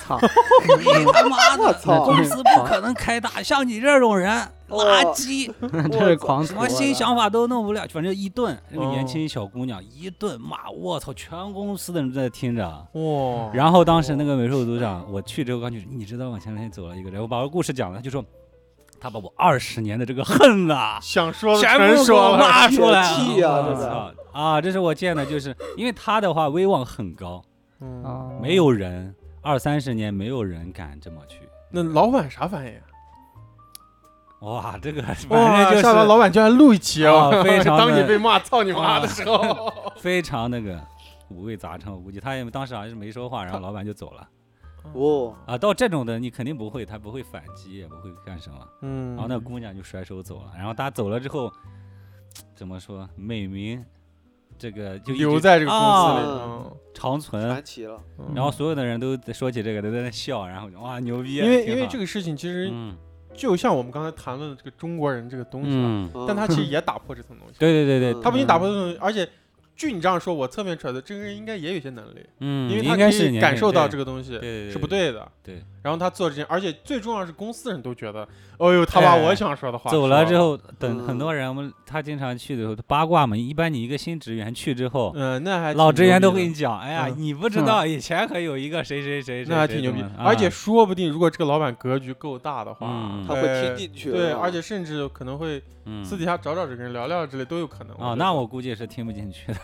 S2: 操，
S1: 嗯
S4: 你他妈
S5: 我
S4: 的，
S5: 操
S4: 公司不可能开大，像你这种人，
S1: 哦
S4: 垃圾，
S2: 这是狂徒
S4: 什
S2: 啊，
S4: 么新想法都弄不了，反正一顿，那个
S1: 哦
S4: 年轻小姑娘一顿骂，我操，全公司的人都在听着。啊
S1: 哇，
S4: 然后当时那个美术组长，我去之后刚去，你知道吗？前两天走了一个人，我把我故事讲了，他就说，他把我二十年的这个恨呐、
S1: 想说的
S4: 全部给
S1: 说
S4: 我
S1: 了，
S4: 骂出来
S5: 气呀
S4: 了，
S2: 真
S4: 我
S2: 的
S4: 操啊！这是我见的，就是因为他的话威望很高，
S1: 嗯，
S2: 哦
S4: 没，有人二三十年没有人敢这么去。
S1: 那老板啥反应？啊
S4: 哇，这个反
S1: 哇
S4: 正，就是
S1: 下
S4: (laughs)
S1: 完老板居然录一期 (laughs)
S4: 啊非常的 (laughs)
S1: 当你被骂“操你妈”的时候，
S4: 非常那个，五味杂陈，我估计他也当时好像是没说话，然后
S5: 他
S4: 老板就走了
S5: 哦，
S4: 啊。到这种的你肯定不会，他不会反击，也不会干什么。
S1: 嗯，
S4: 然哦后那姑娘就甩手走了，然后他走了之后，怎么说？美名这个就一直
S1: 留在这个公司里，
S4: 啊
S1: 嗯
S4: 长存
S5: 传，奇了，
S1: 嗯
S4: 然后所有的人都在说起这个，都在那笑，然后就哇牛逼啊，
S1: 因为
S4: 挺
S1: 因为
S4: 好
S1: 这个事情其实
S4: 嗯
S1: 就像我们刚才谈论的这个中国人这个东西啊，
S4: 嗯，
S1: 但
S4: (laughs)
S5: 嗯
S1: 他其实也打破这层东西，
S4: 对对对
S5: 嗯
S4: 对，
S1: 他不仅打破这层东西，而且据你这样说，我侧面揣测这个人应该也有一些能力，
S4: 嗯，
S1: 因为他
S4: 应
S1: 可
S4: 该是
S1: 以感受到这
S4: 个
S1: 个东西
S4: 对
S1: 是不，对的。
S4: 对，
S1: 然后他做这件，而且最重要是公司人都觉得，哦呦，他把
S4: 哎
S1: 我想说的话
S4: 走了之，后，等
S5: 嗯
S4: 很多人，我们他经常去的时候，八卦嘛，一般你一个新职员去之后，
S1: 嗯，那还
S4: 老
S1: 挺
S4: 职员
S1: 牛
S4: 都
S1: 逼的
S4: 会讲，哎呀，
S1: 嗯
S4: 你不知道以前可有一个谁谁谁，谁
S1: 那还
S4: 谁
S1: 挺牛
S4: 怎
S1: 逼
S4: 么，啊
S1: 而且说不定如果这个老板格局够大的话，
S4: 嗯嗯
S5: 他会
S1: 呃
S5: 听进去啊的。
S1: 对，而且甚至可能会
S4: 嗯
S1: 私底下找找这个人聊聊之类都有可能。
S4: 啊，
S1: 觉
S4: 那
S1: 得
S4: 我估计是听不进
S5: (laughs)
S4: 去的，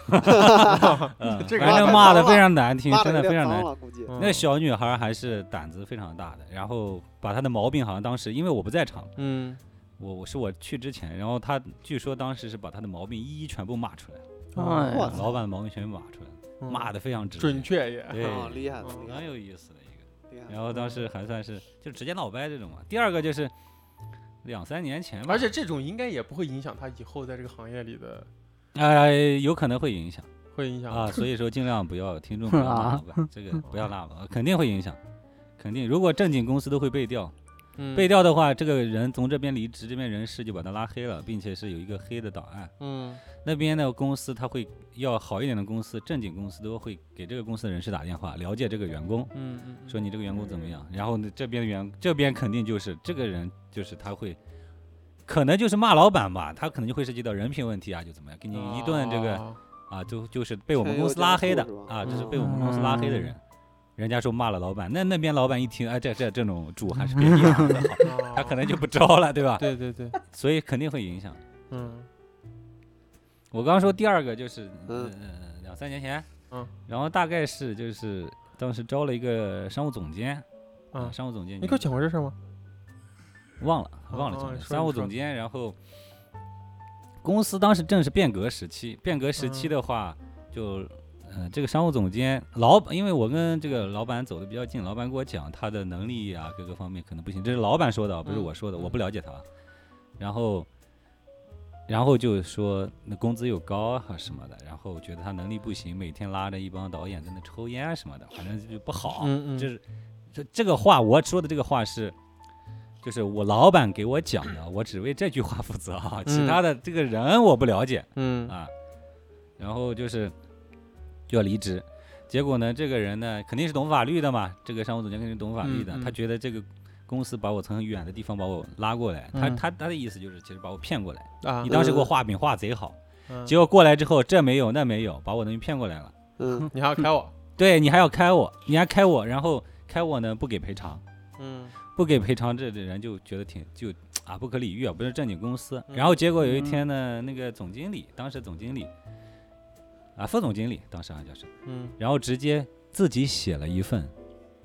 S4: 嗯
S1: 这个
S4: 反
S5: 老
S4: 正
S5: 板
S4: 骂
S5: 脏
S4: 的非
S5: 了
S4: 常难听，
S5: 骂
S4: 真
S5: 的
S4: 的非常难。
S5: 了，估计。
S1: 嗯
S4: 那小女孩还是胆子非常大的，然后把她的毛病好像当时因为我不在场，
S1: 嗯
S4: 我我是我去之前，然后她据说当时是把她的毛病一一全部骂出来了，
S2: 哎
S5: 哇
S2: 呀，
S5: 塞
S4: 老板的毛病全部骂出来了，
S1: 嗯
S4: 骂的非常直接，
S1: 准确也，
S4: 对
S5: 啊，厉嗯害了，
S1: 嗯
S5: 厉害
S4: 蛮
S5: 了
S4: 有意思的一个。
S5: 厉害了。
S4: 然后当时还算是就直接闹掰这种嘛。第二个就是两三年前吧，
S1: 而且这种应该也不会影响他以后在这个行业里的，
S4: 呃有可能会影响
S1: 会影响
S4: 啊，
S1: (laughs)
S4: 所以说尽量不要听众不要骂老板，这个不要骂吧，肯定会影响，肯定。如果正经公司都会被调，
S1: 嗯
S4: 被调的话，这个人从这边离职，这边人事就把他拉黑了，并且是有一个黑的档案。
S1: 嗯
S4: 那边的公司他会要好一点的公司，正经公司都会给这个公司的人事打电话，了解这个员工，
S1: 嗯嗯，
S4: 说你这个员工怎么样。然后呢，这边的员这边肯定就是这个人就是他会，可能就是骂老板吧，他可能就会涉及到人品问题啊，就怎么样，给你一顿这个
S1: 哦
S4: 啊，就就是被我们
S5: 添
S4: 公
S5: 油
S4: 司
S5: 加
S4: 拉
S5: 醋
S4: 黑的
S5: 是吧
S4: 啊，这是
S1: 嗯
S4: 被我们公司拉黑的人。人家说骂了老板，那那边老板一听，哎，这这这种主还是别立了，
S1: 哦
S4: (laughs) 他可能就不招了，对吧？
S1: (laughs) 对对对，
S4: 所以肯定会影响。 (laughs)
S1: 嗯
S4: 我刚刚说第二个就是，
S5: 嗯
S4: 呃，两三年前，
S1: 嗯，
S4: 然后大概是就是当时招了一个商务总监，
S1: 啊，
S4: 商务总监，
S1: 你给我讲过这事儿吗？
S4: 忘了忘了
S1: 哦
S4: 讲了，
S1: 你说
S4: 商
S1: 你
S4: 务
S1: 说
S4: 总监，然后公司当时正是变革时期，变革时期
S1: 嗯
S4: 的话，就呃这个商务总监老板，因为我跟这个老板走的比较近，老板给我讲他的能力啊各个方面可能不行，这是老板说的啊，不是
S1: 嗯
S4: 我说的，我
S1: 嗯
S4: 不了解他。然后然后就说那工资又高啊什么的，然后觉得他能力不行，每天拉着一帮导演在那抽烟啊什么的，反正就不好。啊
S1: 嗯嗯，
S4: 就是哦这这个话，我说的这个话是，就是我老板给我讲的，我只为这句话负
S1: (laughs)
S4: 责啊，其
S1: 嗯
S4: 他的这个人我不了解
S1: 嗯
S4: 啊。然后就是就要离职，结果呢，这个人呢肯定是懂法律的嘛，这个商务总监肯定是懂法律的，
S1: 嗯嗯
S4: 他觉得这个公司把我从很远的地方把我拉过来，他
S1: 嗯
S4: 他他的意思就是其实把我骗过来，
S1: 啊
S4: 你，当时给我
S5: 嗯
S4: 画饼画贼好，
S1: 嗯
S4: 结果过来之后这没有那没有，把我东西骗过来了。
S5: 嗯，
S1: 你还要开我，
S4: 对你还要开我，你还开我，然后开我呢不给赔偿，
S1: 嗯
S4: 不给赔偿，这这人就觉得挺就啊不可理喻啊，不是正经公司。
S1: 嗯
S4: 然后结果有一天呢，那个总经理，当时总经理啊副总经理，当时好像叫是，
S1: 嗯
S4: 然后直接自己写了一份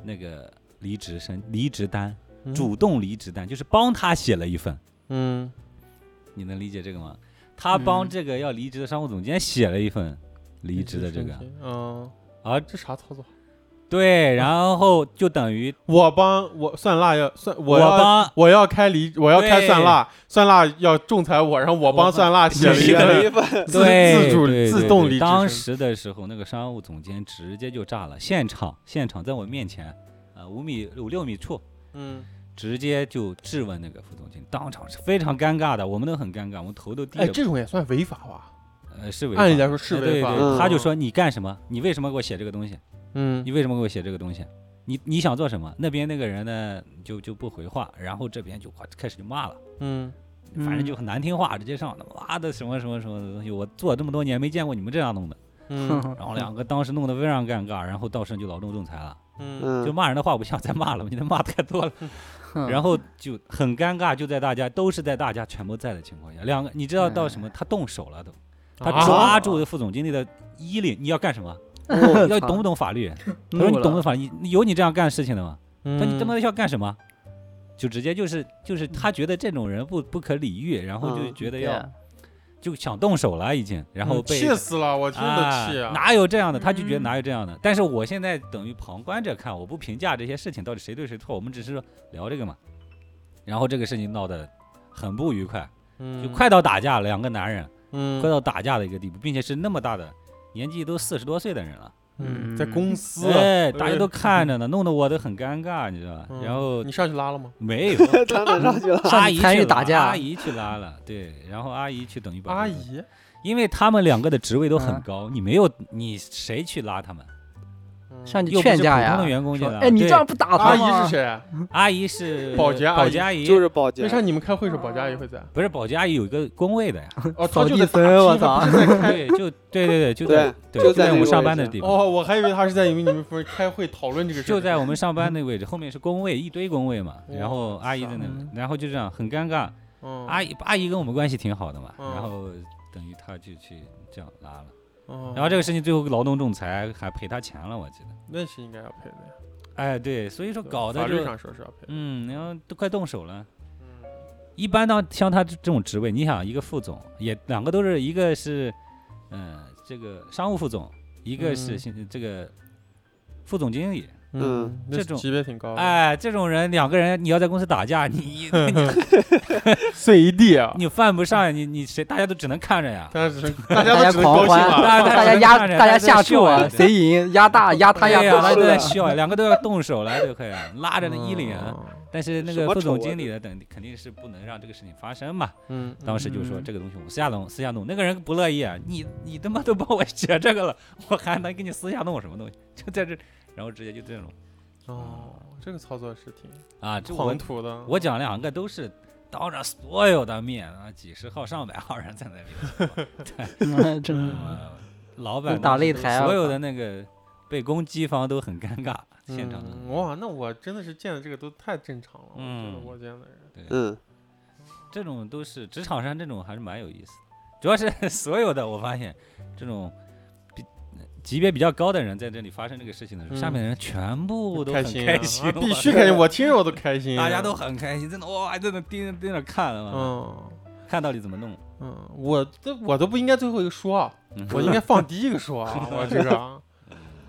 S4: 那个离职申离职单，
S1: 嗯
S4: 主动离职单，就是帮他写了一份，
S1: 嗯
S4: 你能理解这个吗？他帮
S1: 嗯
S4: 这个要离职的商务总监写了一份离职的这个，
S1: 嗯，
S4: 而
S1: 这啥操作？
S4: 对，然后就等于
S1: 我帮我算辣要算我要
S4: 帮
S1: 我要开离我要开
S4: 对
S1: 蒜辣，蒜辣要仲裁我，然后我帮
S4: 帮
S1: 蒜辣写了一
S5: 写了
S1: 个
S5: (laughs) 一份，
S1: 自
S4: 对
S1: 自主
S4: 对
S1: 自
S4: 对
S1: 动
S4: 对
S1: 离职
S4: 当
S1: 申
S4: 时的时候，那个商务总监直接就炸了，现场现场在我面前，呃五米五六米处，
S1: 嗯
S4: 直接就质问那个副总经理，当场是非常尴尬的，我们都很尴尬，我们头都低
S1: 哎，
S4: 着。
S1: 这种也算违法吧？
S4: 呃，是违法。
S1: 按理来说是
S4: 呃
S1: 违法
S4: 对对
S1: 的，
S4: 对，他就说你干什么？你为什么给我写这个东西？
S1: 嗯
S4: 你为什么给我写这个东西？你你想做什么？那边那个人呢，就就不回话，然后这边就开始就骂了。
S1: 嗯
S4: 反正就很难听话，直接上他妈的什么什么什么的东西，我做这么多年没见过你们这样弄的。
S1: 嗯
S4: 然后两个当时弄得非常尴尬，然后到时候就劳动仲裁了， (laughs)
S1: 嗯
S4: 就
S5: 嗯，
S4: 骂人的话我不想再骂了，我觉得骂太多了，然
S2: 后
S4: 后就很尴尬，就在大家都是在大家全部在的情况下，两个你知道到什么？他动手了都，他
S1: 啊
S4: 抓住副总经理的衣领，你要干什么？ (laughs)
S5: 哦
S4: 要懂不懂法律？他说
S2: 怒
S4: 你
S2: 了
S4: 懂不懂法律？你有你这样干事情的吗？
S1: 嗯
S4: 他说你他妈要干什么？就直接就是就是他觉得这种人不不可理喻，然后就
S5: 嗯
S4: 觉得
S2: 对啊
S4: 要
S2: 呀
S4: 就想动手了已经，然后
S1: 嗯
S4: 被
S1: 气死了，我听
S4: 啊
S1: 着气啊！
S4: 哪有这样的？他就觉得
S3: 嗯
S4: 哪有这样的。但是我现在等于旁观者看，我不评价这些事情到底谁对谁错，我们只是聊这个嘛。然后这个事情闹得很不愉快，就
S1: 嗯，
S4: 快到打架了，两个男人
S1: 嗯
S4: 快到打架的一个地步，并且是那么大的年纪都四十多岁的人了，
S1: 嗯，在公司，
S4: 哎，
S1: 对
S4: 大家都看着呢，弄得我都很尴尬，你知道吧？
S1: 嗯
S4: 然后
S1: 你上去拉了吗？
S4: 没有
S5: 当然
S4: (laughs)
S5: 上去了，
S2: 上
S4: 阿
S2: 去
S4: 姨
S2: 参
S4: 去
S2: 与打
S4: 拉
S2: 架
S4: 阿姨去拉了，对，然后阿姨去等于把
S1: 阿
S4: 这个
S1: 姨，
S4: 因为他们两个的职位都很
S2: 嗯
S4: 高，你没有你谁去拉他们？
S1: 嗯
S2: 上去
S4: 又不是
S2: 劝架
S4: 普
S2: 呀
S4: 通的员工去
S2: 说
S4: 拉
S2: 哎，你
S4: 对
S2: 这样不打
S1: 阿
S2: 他
S1: 姨
S2: 吗
S1: 是？谁？
S4: 阿姨是
S1: 保洁阿
S4: 保
S1: 姨
S4: 洁阿姨
S5: 就是保洁
S1: 为。啥你们开会时候保洁阿姨会在？
S4: 不是保洁阿姨有一个工位的呀？
S1: (laughs) 哦，她
S2: 扫
S1: 就
S2: 地
S1: 在
S2: 僧，
S1: 大
S2: 我
S1: 厅
S2: 操！
S4: (laughs) 对，就对对对，就在对
S5: 就
S4: 在
S5: 在那
S4: 我
S5: 个
S4: 们上
S5: 位
S4: 班
S5: 置
S4: 的地方，
S1: 哦，我还以为他是在你们你们不是开会讨论这个事儿，
S4: 就在我们上班那个位置，后面是工位，一堆工位嘛。然后
S1: 哇
S4: 阿姨在那
S1: 嗯，
S4: 然后就这样很尴尬。
S1: 嗯
S4: 阿姨阿姨跟我们关系挺好的嘛，
S1: 嗯
S4: 然后等于她就去这样拉了，
S1: 嗯
S4: 然后这个事情最后劳动仲裁还赔她钱了，我记得。
S1: 那是应该要赔的呀，
S4: 哎，对，所以说
S1: 对
S4: 搞
S1: 法
S4: 得
S1: 律
S4: 就
S1: 上说是要赔的。
S4: 嗯，然后都快动手了。
S1: 嗯
S4: 一般当像他这这种职位，你想一个副总，也两个都是一个是，嗯、这个商务副总，一个是
S1: 嗯
S4: 现、这个副总经理。
S5: 嗯
S1: 那
S4: 这种
S1: 级别挺高的，
S4: 哎，这种人两个人，你要在公司打架，你你
S1: 碎一地啊！
S4: 你犯不上呀，你你谁，大家都只能看
S1: (laughs)
S4: 着呀。
S1: 大家只能大
S2: 大
S1: 家
S2: 家
S1: 都只能高
S2: 狂
S1: 兴
S2: 欢，
S1: 了，
S4: 大
S2: 大
S4: 家
S2: 家压
S4: 看着
S2: 大
S4: 大家
S2: 家下
S4: 笑
S2: 注
S4: 啊
S2: 啊，谁赢压大压他压
S4: 呀，大
S2: 他
S4: 家都在
S5: 是
S4: 笑，两个都要动手了，都快要拉着那衣领。啊
S1: 嗯
S4: 但是那
S5: 什
S4: 个
S5: 么
S4: 副总
S5: 丑啊
S4: 经
S5: 这
S4: 理呢，等肯定是不能让这个事情发生嘛。
S1: 嗯，
S4: 当时就说
S2: 嗯
S4: 这个东西我们私下弄，私下弄。那个人不乐意啊，你你他妈都帮我写这个了，我还能给你私下弄什么东西？ (laughs) 就在这，然后直接就这种
S1: 哦，这个操作是挺
S4: 啊，就我
S1: 狂徒的。
S4: 我讲两个都是当着所有的面啊，几十号上百号人在那边
S2: 嗯 (laughs) 真
S4: 说，
S2: 的
S4: 啊老板
S2: 打
S4: 当时
S2: 擂台啊
S4: 所有的那个被攻击方都很尴尬，现场的
S1: 嗯哇，那我真的是见的这个都太正常了，我觉得
S4: 嗯
S1: 我见的人，
S5: 嗯，
S4: 这种都是职场上这种还是蛮有意思的，主要是 (laughs) 所有的我发现这种比级别比较高的人在这里发生这个事情的时候，
S1: 嗯
S4: 下面的人全部都
S1: 开
S4: 很
S1: 心啊
S4: 开心，
S1: 啊 (laughs) 必须
S4: (laughs)
S1: 开心，我听着我都开心，啊
S4: 大家都很开心，真的哇，真的盯着盯着看了嘛，
S1: 嗯
S4: 看到底怎么弄，
S1: 嗯，我这我都不应该最后一个说啊，
S4: (laughs) 嗯
S1: 我应该放第一个说啊，我这个
S4: (laughs)
S1: 啊 (laughs)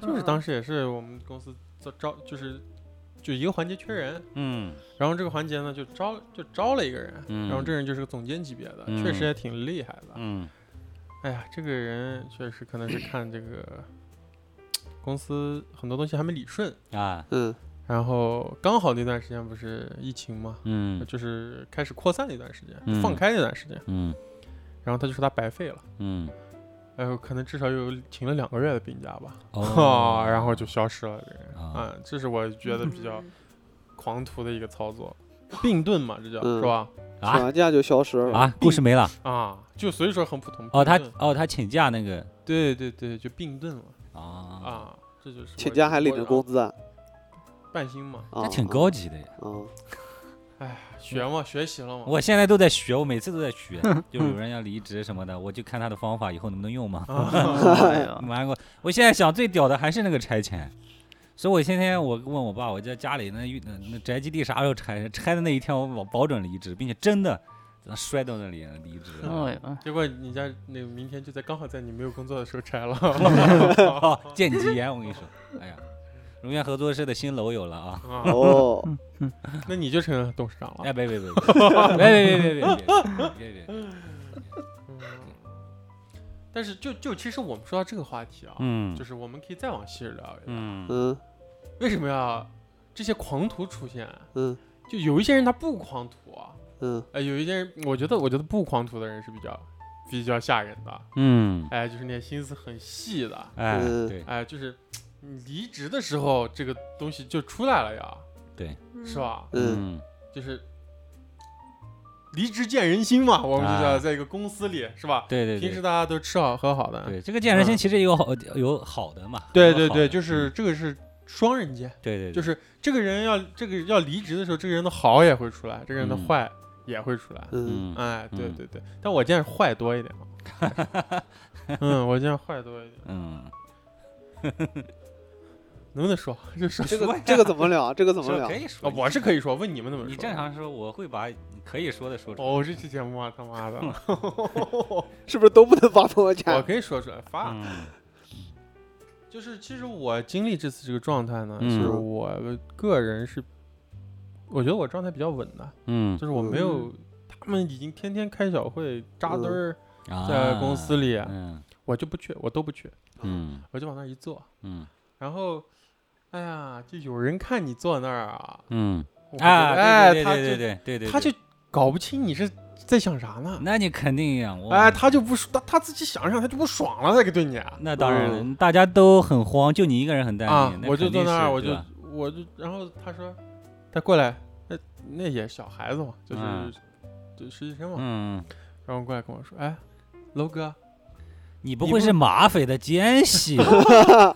S1: 就是当时也是我们公司招招就是就一个环节缺人，
S4: 嗯
S1: 然后这个环节呢就招就招了一个人，
S4: 嗯
S1: 然后这人就是个总监级别的，
S4: 嗯
S1: 确实也挺厉害的。
S4: 嗯
S1: 哎呀，这个人确实可能是看这个公司很多东西还没理顺，
S4: 啊
S5: 嗯，
S1: 然后刚好那段时间不是疫情嘛，
S4: 嗯
S1: 就是开始扩散那段时间，
S4: 嗯
S1: 放开那段时间，
S4: 嗯
S1: 然后他就说他白费了。 (laughs)
S4: 嗯
S1: 呃，可能至少有请了两个月的病假吧，啊
S4: 哦
S1: 然后就消失了这个人，
S4: 啊
S1: 啊、这是我觉得比
S3: (laughs)
S1: 较
S3: 嗯
S1: 狂徒的一个操作，并盾嘛，这叫、
S5: 嗯
S1: 是吧？
S5: 请
S4: 啊
S5: 完假就消失了。
S4: 啊，故事没了
S1: 啊，就所以说很普通。并
S4: 哦，他
S1: 盾
S4: 哦他请假那个
S1: 对对对，就并盾了
S4: 啊，
S1: 啊，这就是
S5: 请
S1: 我
S5: 假还领着
S1: 我
S5: 工资啊？
S1: 半薪嘛，哎
S5: 啊
S4: 那挺高级的呀，
S5: 啊！
S1: 学嘛，学习了嘛。
S4: 我现在都在学，我每次都在学，就有人要离职什么的，我就看他的方法以后能不能用嘛。
S2: 哎呀
S4: 玩过。我现在想最屌的还是那个拆迁，所以我天天我问我爸，我在家里那那那宅基地啥时候拆？拆的那一天我保保准离职，并且真的摔到那里离职了。
S2: 哎呀
S1: 结果你家那个明天就在刚好在你没有工作的时候
S4: (laughs)
S1: 拆了，
S4: 哦，见你吉言，我跟你说，哎呀，荣源合作社的新楼有了啊！
S1: 啊，
S5: 哦，
S1: 那你就成董事长了。
S4: 哎，别别别别别别别别别别别！
S1: 嗯但是就就其实我们说到这个话题啊，
S4: 嗯
S1: 就是我们可以再往细聊一聊，
S4: 嗯
S5: 嗯
S1: 为什么要这些狂徒出现？啊
S5: 嗯
S1: 就有一些人他不狂徒啊，
S5: 嗯
S1: 哎，有一些人我觉得我觉得不狂徒的人是比较比较吓人的，
S4: 嗯，
S1: 哎，就是那些心思很细的，
S4: 哎
S5: 嗯
S4: 对，
S1: 哎，就是你离职的时候这个东西就出来了呀，是？吧？
S5: 嗯，
S1: 就是离职见人心嘛，我们就
S4: 啊
S1: 叫在一个公司里、是吧？
S4: 对对
S1: 平时
S4: 对。
S1: 大家都吃好喝好的，
S4: 对这个健身心
S1: 嗯
S4: 其实有好呃有好的嘛，
S1: 对
S4: 有
S1: 对
S4: 好
S1: 对
S4: 的
S1: 就是
S4: 嗯
S1: 这个是双刃剑，
S4: 对对，
S1: 就是是这个人要这个要离职的时候，这个人的好也会出来，这个人的
S4: 嗯
S1: 坏也会出来。
S4: 嗯
S5: 嗯
S1: 哎，对
S4: 嗯
S1: 对对，但我见坏多一点
S4: (laughs)
S1: 嘛。嗯嗯，我见坏多一点。
S4: 嗯
S1: 能不能说？这是啊、
S5: 这
S4: 说
S5: 个
S4: 呀
S5: 这个怎么聊？ (laughs) 这个怎么
S4: 说
S5: 聊
S4: 可？以 (laughs) 说，
S1: 哦我是可以说，问你们怎么说？
S4: 你正常说，我会把可以说的说出来。
S1: 哦，这期节目啊，他妈
S4: 嗯
S1: 的，
S5: 是不是都不能发朋友
S1: 我
S5: 圈？
S1: 可以说出来发。
S4: 嗯
S1: 就是其实我经历这次这个状态呢，
S4: 嗯
S1: 其实我个人是，我觉得我状态比较稳的，
S4: 嗯
S1: 就是我没有他们已经天天开小会扎堆儿在
S4: 啊
S1: 公司里，
S4: 嗯
S1: 我就不去，我都不去，
S4: 嗯
S1: 我就往那儿一坐，
S4: 嗯
S1: 然后，哎呀，就有人看你坐那儿啊，
S4: 嗯
S1: 我
S4: 啊，
S1: 就哎，
S4: 对
S1: 他
S4: 对对对
S1: 就
S4: 对对对，
S1: 他
S4: 对
S1: 就搞不清你是在想啥呢。
S4: 那你肯定呀，我
S1: 哎，他就不他他自己想想，他就不爽了，他给对你啊，
S4: 那当然了，大家都很慌，就你一个人很淡定。那
S1: 我就
S4: 肯
S1: 坐
S4: 定
S1: 那儿，
S4: 是
S1: 我
S4: 对
S1: 就
S4: 吧
S1: 我就，然后他说，他过来，那那也是小孩子嘛，就是、
S4: 嗯
S1: 就实习生嘛，
S4: 嗯，
S1: 然后过来跟我说，哎，楼哥，
S4: 你不
S1: 你
S4: 会
S1: 不
S4: 是马匪的奸细吧
S1: (laughs)
S4: (laughs)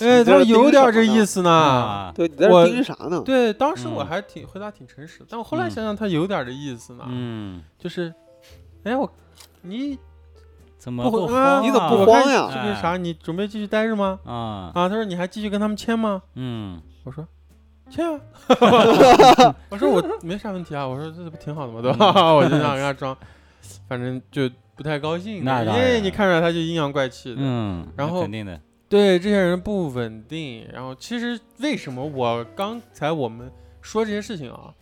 S1: 哎，他说
S5: 在盯
S1: 有点这
S5: 什么呢
S1: 意思呢。
S4: 啊？
S5: 对你在这
S1: 我
S5: 盯啥呢？
S1: 对，当时我
S4: 嗯
S1: 还挺、回答挺诚实，但我后来
S4: 嗯
S1: 想想，他有点这意思呢，
S4: 嗯，
S1: 就是，哎，我你
S4: 怎么
S1: 不
S4: 不
S1: 会啊
S4: 慌？
S5: 你怎么不
S1: 我
S5: 慌
S1: 看
S5: 呀
S1: 是不是
S4: 哎
S1: 啥？你准备继续待着吗？
S4: 啊？
S1: 啊，他说你还继续跟他们签吗？
S4: 嗯
S1: 我说。签
S4: (laughs)
S1: 啊！我说我没啥问题啊，我说这不挺好的吗？对
S4: 嗯
S1: 吧？ (laughs) 我就想跟他装，反正就不太高兴。
S4: 那
S1: 因
S4: 当
S1: 为
S4: 然
S1: 你看出来他就阴阳怪气的。
S4: 嗯，
S1: 然
S4: 那
S1: 后
S4: 肯定的，
S1: 对，这些人不稳定。然后其实为什么我刚才我们说这些事情啊，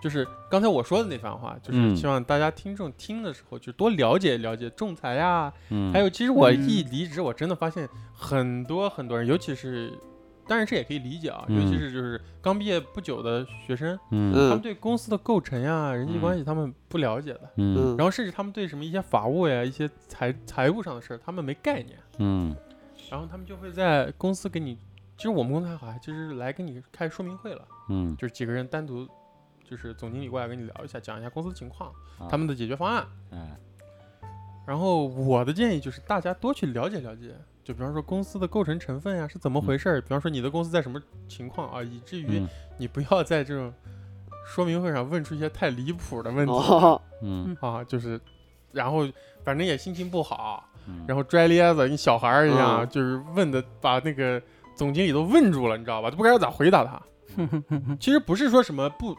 S1: 就是刚才我说的那番话，就是
S4: 嗯
S1: 希望大家听众听的时候就多了解了解仲裁呀、
S4: 嗯，
S1: 还有，其实我一
S2: 嗯
S1: 离职，我真的发现很多很多人，尤其是，当然这也可以理解啊，尤其
S4: 嗯
S1: 是就是刚毕业不久的学生，
S4: 嗯
S1: 他
S5: 嗯
S1: 们对公司的构成呀、人际关系他们不了解的，
S4: 嗯
S5: 嗯
S1: 然后甚至他们对什么一些法务呀、一些财财务上的事儿，他们没概念，
S4: 嗯
S1: 然后他们就会在公司给你，其实我们公司还好，就是来跟你开说明会了，
S4: 嗯，
S1: 就是几个人单独，就是总经理过来跟你聊一下，讲一下公司情况，
S4: 啊
S1: 他们的解决方案。
S4: 嗯
S1: 然后我的建议就是大家多去了解了解，就比方说公司的构成成分呀、是怎么回事儿，比方说你的公司在什么情况啊，以至于
S4: 嗯
S1: 你不要在这种说明会上问出一些太离谱的问题、
S5: 哦，
S4: 嗯
S1: 啊，就是，然后反正也心情不好，
S4: 嗯，
S1: 然后拽咧子，跟小孩儿一样，
S5: 嗯
S1: 就是问的把那个总经理都问住了，你知道吧？都不知道咋回答他。其实不是说什么不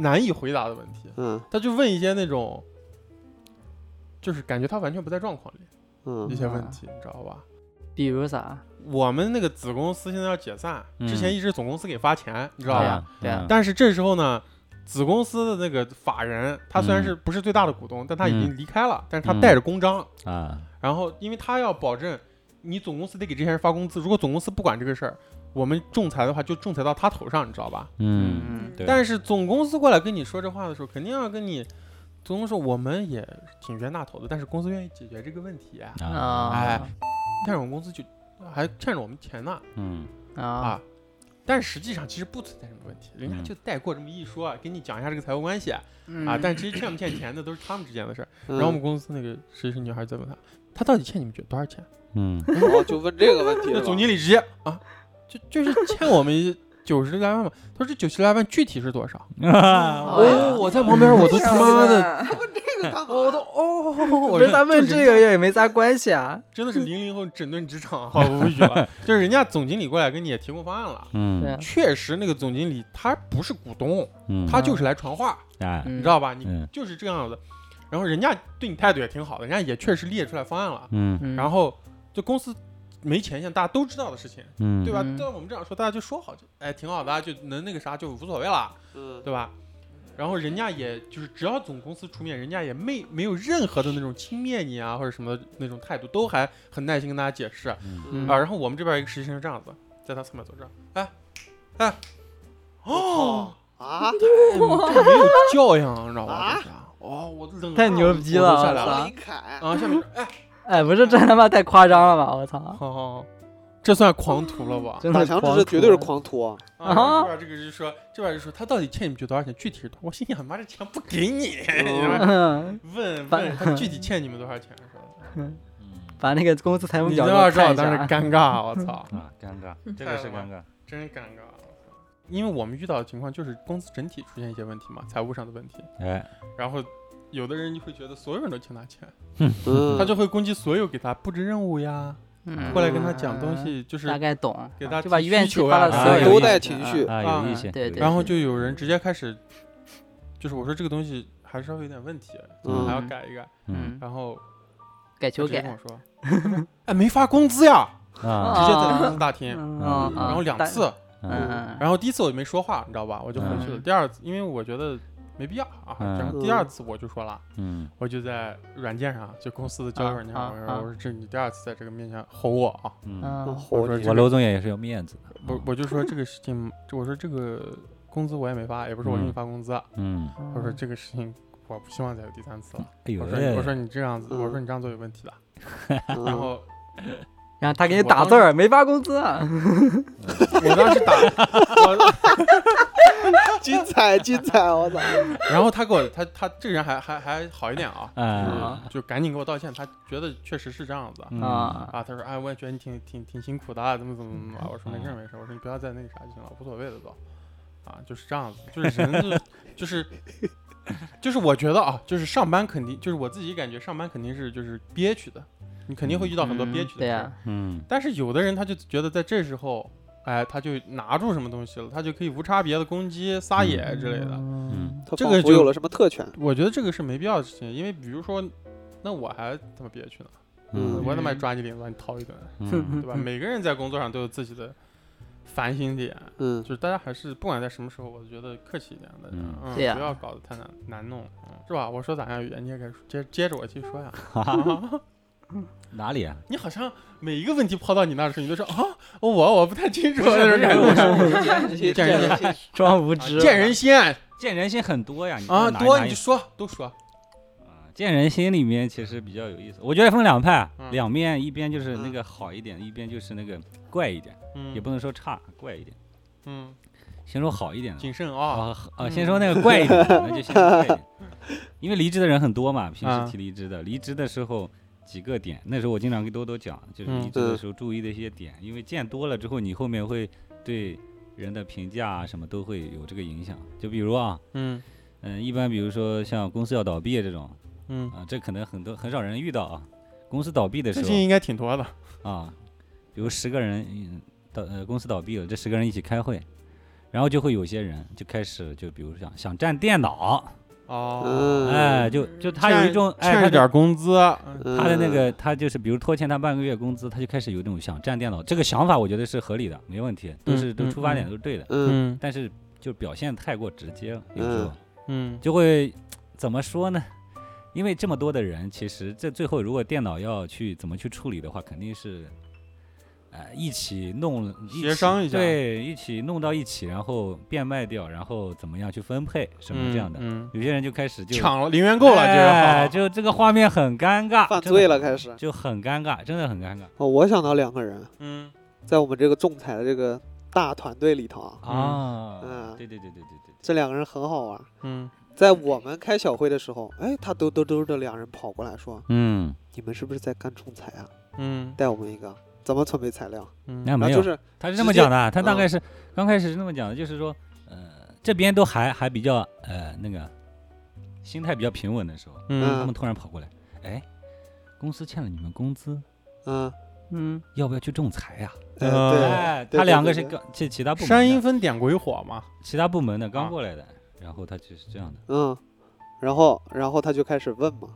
S1: 难以回答的问题，
S5: (laughs) 嗯
S1: 他就问一些那种，就是感觉他完全不在状况里。一
S5: 嗯
S1: 些问
S2: 啊
S1: 题，你知道吧？
S2: 比如啥？
S1: 我们那个子公司现在要解散，之前
S4: 嗯哎
S1: 一直总公司给发钱，你知
S4: 知
S1: 道
S2: 对
S1: 吧？
S2: 呀对
S4: 啊
S2: 呀
S1: 但是这时候呢，子公司的那个法人，他虽然是不是最大的股东，但他已经离开了，但是他带着公章，
S4: 啊，
S1: 然后因为他要保证你总公司得给这些人发工资，如果总公司不管这个事儿，我们仲裁的话就仲裁到他头上，你知道吧？
S4: 嗯，
S2: 嗯
S4: 对，
S1: 但是总公司过来跟你说这话的时候，肯定要跟你。总公司说我们也挺冤大头的，但是公司愿意解决这个问题啊，
S4: 啊，
S1: 哎
S2: 啊
S1: 但是我们公司就还欠着我们钱呢。
S4: 嗯
S2: 啊
S1: 啊。但实际上其实不存在什么问题，人家
S4: 嗯
S1: 就带过这么一说啊，给你讲一下这个财务关系啊。
S2: 嗯
S1: 但其实欠不欠钱的都是他们之间的事儿。
S5: 嗯
S1: 然后我们公司那个实习生女孩在问他，他到底欠你们多少钱？ (laughs)
S4: 嗯
S5: 哦就问这个问题
S1: 那
S5: 了。
S1: 总经理直接啊，就就是欠我们九十来万嘛。他说这九十来万具体是多少？
S4: 啊，
S1: 哦，我在旁边我
S3: 啊
S1: 都他妈的，
S2: (laughs) 我都哦，
S1: (laughs) 我
S2: 跟
S1: 是
S2: 咱
S1: 就
S2: 问
S1: 是
S2: 这个也没啥关系啊。
S1: 真的是零零后整顿职场，啊好无语了。 (laughs) 就是人家总经理过来跟你也提供方案了，
S2: 对
S4: 嗯
S2: 啊，
S1: 确实那个总经理他不是股东，
S4: 嗯，
S1: 他就是来传话。
S4: 哎，
S1: 你
S2: 你
S1: 知道吧？你
S4: 嗯
S1: 就是这样的。然后人家对你态度也挺好的，人家也确实列出来方案了。
S4: 嗯
S2: 嗯，
S1: 然后就公司没钱，像大家都知道的事情，
S4: 嗯，
S1: 对吧？
S2: 嗯
S1: 对我们这样说，大家就说好，就哎挺好的啊，就能那个啥就无所谓了，
S5: 嗯
S1: 对吧？然后人家也就是只要总公司出面，人家也没没有任何的那种轻蔑你啊或者什么那种态度，都还很耐心跟大家解释啊。
S2: 嗯
S1: 然后我们这边一个实习生是这样子，在他侧面走
S2: (laughs)
S1: 这儿，哎哎，哦。
S5: 啊，
S1: 嗯这没有教养，你知道吧
S5: 啊？
S1: 这是哦，我冷汗
S2: 太牛逼了
S1: 都下来
S2: 我操
S1: 了
S5: 林凯，
S1: 啊！下面哎，
S2: 哎，不是这他妈太夸张了吧！我操，
S1: 好好，好这算狂徒了吧？
S2: 真
S5: 打
S2: 的
S5: 墙
S2: 狂
S5: 这是绝对是
S2: 徒
S5: 狂徒啊，
S2: 嗯
S1: 啊，这边这个就说，这边就说他到底欠你们多少钱？具体是多少？我心想，妈这钱不给你，你他妈
S2: 嗯，
S1: (laughs) 问
S2: 反
S1: 问他具体欠你们多少钱？
S2: (laughs)
S4: 嗯
S2: 把那个公司财务
S1: 你
S2: 表
S1: 都
S2: 给
S1: 要
S2: 我
S1: 知道，
S2: 看一
S1: 当时
S2: 下。 (laughs)
S1: 尴尬，我操，
S4: 啊，尴尬，这个是尴尬，
S1: 真尴尬。因为我们遇到的情况就是公司整体出现一些问题嘛，财务上的问题，
S4: 哎，
S1: 然后有的人就会觉得所有人都欠他钱，
S5: 嗯，
S1: 他就会攻击所有给他布置任务呀，
S2: 嗯
S1: 过来跟他讲东
S2: 嗯
S1: 西，就是
S2: 大概懂，
S1: 给他
S2: 就把
S1: 提
S2: 怨
S1: 需
S2: 气
S1: 求
S2: 发
S1: 啊
S2: 到所
S4: 啊
S2: 有地
S4: 都
S5: 带
S2: 方
S5: 情
S2: 嗯
S5: 绪
S4: 啊，
S1: 啊
S4: 有意见，
S2: 对
S4: 有
S2: 对
S4: 意见
S1: 然后就有人直接开始，就是我说这个东西还是稍微有点问题，
S5: 嗯
S1: 还要改一改，
S4: 嗯
S2: 嗯，
S1: 然后他
S2: 改求
S1: 直接跟
S2: 改
S1: 我，说，
S2: (laughs)
S1: 哎，没发工资呀，直
S4: 啊，
S1: 接在公
S2: 啊
S1: 司大厅，
S2: 嗯
S4: 嗯
S1: 然后两，次，
S2: 嗯嗯，
S1: 然后第一次我就没说话，你知道吧，我就回去了。
S2: 嗯
S1: 第二次，因为我觉得没必要啊，
S4: 嗯
S1: 然后第二次我就说了，
S4: 嗯
S1: 我就在软件上，就公司的交友软件上，
S2: 啊
S1: 我
S2: 啊
S1: 说我说这你第二次在这个面前吼我啊，
S4: 嗯嗯，
S2: 嗯
S5: 我
S1: 说
S4: 我娄总也是有面子的，
S1: 我我就说这个事情，我说这个工资我也没发，也不是我给你
S4: 嗯
S1: 发工资啊，
S4: 嗯，
S1: 我说这个事情我不希望再有第三次了。
S4: 哎呦
S1: 我说你我
S4: 喂，
S1: 说你这样子，
S5: 嗯
S1: 我说你这样做有问题的。
S5: 嗯
S1: 然后
S2: 然后他给你
S1: 我
S2: 打
S1: 当
S2: 字儿，没发工资啊，
S1: 我当时打我，
S5: (laughs) 精彩精彩，我操！
S1: 然后他给我他他这个人还还还好一点啊，
S4: 啊
S1: 就是就赶紧给我道歉，他觉得确实是这样子。
S4: 嗯
S2: 啊，嗯
S1: 啊，他说，哎，我也觉得你挺挺挺辛苦的啊，怎么怎么怎么啊？我说没事儿没事儿，我说你不要再那个啥就行了，无所谓的都，啊，就是这样子，就是人
S2: (laughs)
S1: 就就是就是我觉得啊，就是上班肯定就是我自己感觉上班肯定是就是憋屈的，你肯定会遇到很多憋
S2: 嗯
S1: 屈的
S2: 对
S1: 事
S2: 呀
S1: 儿，
S4: 嗯
S1: 但是有的人他就觉得在这时候，哎，他就拿住什么东西了，他就可以无差别的攻击、撒野之类的。
S4: 嗯
S5: 他
S1: 这
S5: 仿
S1: 个
S5: 佛
S1: 就
S5: 有了什么特权？
S1: 我觉得这个是没必要的事情，因为比如说，那我还他妈憋屈呢，
S4: 嗯
S1: 我他妈
S2: 嗯
S1: 抓你领子把你掏一顿，
S4: 嗯
S1: 对吧？每个人在工作上都有自己的烦心点，
S5: 嗯
S1: 就是大家还是不管在什么时候，我觉得客气一点的，
S4: 嗯
S1: 嗯，
S2: 对呀
S1: 不要搞得太难难弄，嗯是吧？我说咋样，语言你也该接接着我去说呀。
S4: (laughs) 哪里啊？
S1: 你好像每一个问题抛到你那儿的时候，你都说啊，我我不太清楚那种感觉。
S5: 见
S1: 见人
S5: 见
S2: 装无
S1: 啊
S2: 知，
S1: 见人心啊，
S4: 见人心很多呀，你
S1: 啊
S4: 说嗯哪
S1: 多
S4: 哪
S1: 你就说都说，
S4: 啊见人心里面其实比较有意思，我觉得分两派，
S1: 嗯
S4: 两面，一边就是那
S5: 嗯
S4: 个好一点，一边就是那个怪一点，
S1: 嗯，
S4: 也不能说差，怪一点。
S1: 嗯，
S4: 先说好一点的
S1: 谨慎啊，
S4: 啊啊，先说那个怪一点的，那就先说怪一点，因为离职的人很多嘛，平
S1: 啊
S4: 时提离职的，离职的时候几个点，那时候我经常跟多多讲，就是
S1: 嗯
S4: 离职
S5: 嗯
S4: 的时候注意的一些点，因为见多了之后，你后面会对人的评价啊什么都会有这个影响。就比如啊，
S1: 嗯
S4: 嗯，一般比如说像公司要倒闭这种
S1: 嗯，
S4: 啊，这可能很多很少人遇到啊。公司倒闭的时
S1: 最
S4: 候
S1: 近应该挺多的，
S4: 啊，比如十个人嗯倒呃公司倒闭了，这十个人一起开会，然后就会有些人就开始就比如想想占电脑，
S1: 哦，
S5: 嗯
S4: 哎，就就呃他有一种哎
S1: 欠
S4: 他
S1: 着点
S4: 的
S1: 儿工资，
S4: 他的那
S1: 嗯
S4: 个他就是比如拖欠他半个月工资，他就开始有这种想占电脑这个想法，我觉得是合理的，没问题，都
S1: 嗯
S4: 是都
S1: 嗯
S4: 出发
S1: 嗯
S4: 点都是对的，
S5: 嗯
S1: 嗯
S4: 但是就表现太过直接了，有时候
S1: 嗯
S4: 就会怎么说呢？因为这么多的人，其实这最后如果电脑要去怎么去处理的话，肯定是，呃，一起弄一起
S1: 协商一下
S4: 对，一起弄到一起，然后变卖掉，然后怎么样去分配，什么这样的。
S1: 嗯，
S4: 有些人就开始就
S1: 抢了零元购了，
S4: 哎
S1: 这是，
S4: (laughs) 就这个画面很尴尬，
S5: 犯
S4: 真的
S5: 罪了，开始。
S4: 就很尴尬，真的很尴尬
S5: 哦，我想到两个人，
S1: 嗯
S5: 在我们这个仲裁的这个大团队里头啊，
S4: 啊！
S5: 嗯
S4: 对对对对对对，
S5: 这两个人很好玩。
S1: 嗯
S5: 在我们开小会的时候，哎，他嘚嘚嘚的两人跑过来说
S4: 嗯，：“
S5: 你们是不是在干仲裁啊？
S1: 嗯
S5: 带我们一个，怎么准备材料？”
S1: 嗯
S4: 那
S5: 然
S4: 没
S5: 后
S4: 有，
S5: 就是
S4: 他是
S5: 直
S4: 这么
S5: 接
S4: 讲的，啊他大
S5: 嗯
S4: 概是刚开始是这么讲的，就是说，呃，这边都还还比较呃那个心态比较平稳的时候，
S1: 嗯
S4: 他们突然跑过来，哎，公司欠了你们工资，
S5: 嗯，
S2: 嗯，
S4: 要不要去仲裁呀、
S5: 哎
S1: 啊
S5: 对
S4: 哎，
S5: 对
S4: 他
S5: 对
S4: 两
S5: 对
S4: 个是
S5: 对
S4: 刚其其他部门
S1: 山阴
S4: 的，
S1: 分典鬼火嘛，
S4: 其他部门的刚
S1: 啊
S4: 过来的，然后他就是这样的，
S5: 嗯，然后然后他就开始问嘛，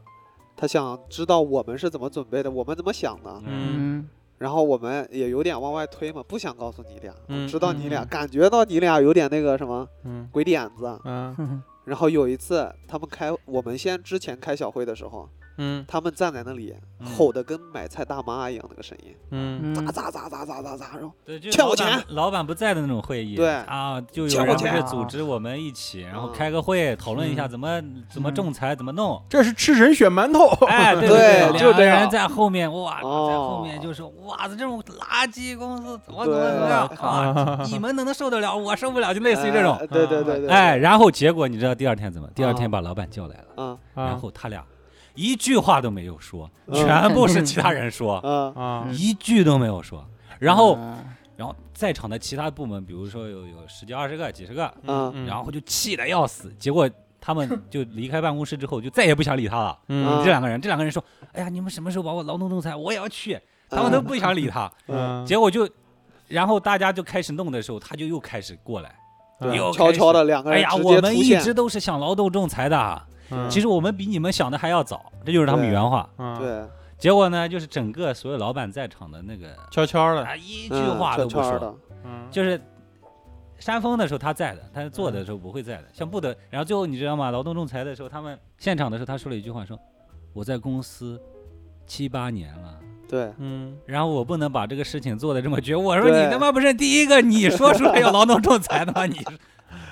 S5: 他想知道我们是怎么准备的，我们怎么想的。
S1: 嗯
S2: 嗯，
S5: 然后我们也有点往外推嘛，不想告诉你俩，
S1: 嗯
S5: 知道你俩、
S2: 嗯
S5: 感觉到你俩有点那个什么
S1: 嗯
S5: 鬼点子。
S1: 嗯
S5: 然后有一次他们开，我们先之前开小会的时候，
S1: 嗯
S5: 他们站在那里
S1: 嗯
S5: 吼得跟买菜大妈一样那个声音，
S1: 嗯
S2: 嗯
S5: 咋咋咋咋咋咋咋，然后
S4: 对，就
S5: 欠我
S4: 老板
S5: 钱
S4: 老板不在的那种会议，
S5: 对
S4: 啊，就
S5: 欠
S4: 有
S5: 我
S4: 人
S5: 钱
S4: 会组织我们一起，然后
S5: 嗯
S4: 开个会讨论一下
S1: 嗯
S4: 怎么怎么
S2: 嗯
S4: 仲裁，怎么弄，
S1: 这是吃人血馒头。 (laughs)
S4: 哎，对
S5: 对
S4: 对，
S5: 就
S4: 两
S5: 这
S4: 个
S5: 样
S4: 人在后面，哇，
S5: 哦
S4: 在后面就说，哇，这种垃圾公司怎么怎
S5: 对
S4: 么怎么样啊？
S5: (laughs)
S1: 啊
S4: 你们能能受得了，我受不了，就类似于这
S5: 哎
S4: 种。
S5: 对对对对，
S4: 哎，，然后结果你知道第二天怎么？第二天把老板叫来了，
S5: 啊
S4: 然后他俩一句话都没有说，
S5: 嗯
S4: 全部是其他人说，
S5: 啊
S1: 啊
S2: 嗯
S4: 一句都没有说。然后，
S2: 嗯
S4: 然后在
S1: 嗯
S4: 场的其他部门，比如说有有十几、二十个、几十个，
S5: 啊
S4: 然后就气得要死。结果他们就离开办公室之后，就再也不想理他了。
S5: 啊
S1: 嗯
S4: 这两个人，这两个人说：“哎呀，你们什么时候把我劳动仲裁？我也要去。”他们都不想理他，
S1: 嗯，
S4: 结果就，然后大家就开始弄的时候，他就又开始过来，
S1: 嗯
S4: 又
S5: 悄悄的
S4: 的。
S5: 两个
S4: 哎
S5: 人
S4: 呀，
S5: 直
S4: 我
S5: 接
S4: 们
S5: 出
S4: 一
S5: 现，
S4: 直都是想劳动仲裁的，啊
S1: 嗯
S4: 其实我们比你们想的还要早，这就是他们
S5: 对
S4: 原话。
S1: 嗯
S5: 对，
S4: 结果呢，就是整个所有老板在场的那个
S1: 悄悄的，
S4: 啊，一
S5: 一
S4: 句话都不说，
S5: 的，
S1: 嗯，
S4: 就是山峰的时候他在的，他坐的时候不会在的。像不得，然后最后你知道吗？劳动仲裁的时候，他们现场的时候，他说了一句话，说我在公司七八年了。
S5: 对，
S1: 嗯，
S4: 然后我不能把这个事情做的这么绝。 (laughs) 我说
S5: 对
S4: 你他妈不是第一个，你说出来要劳动仲裁的吗？
S5: (laughs)
S4: 你，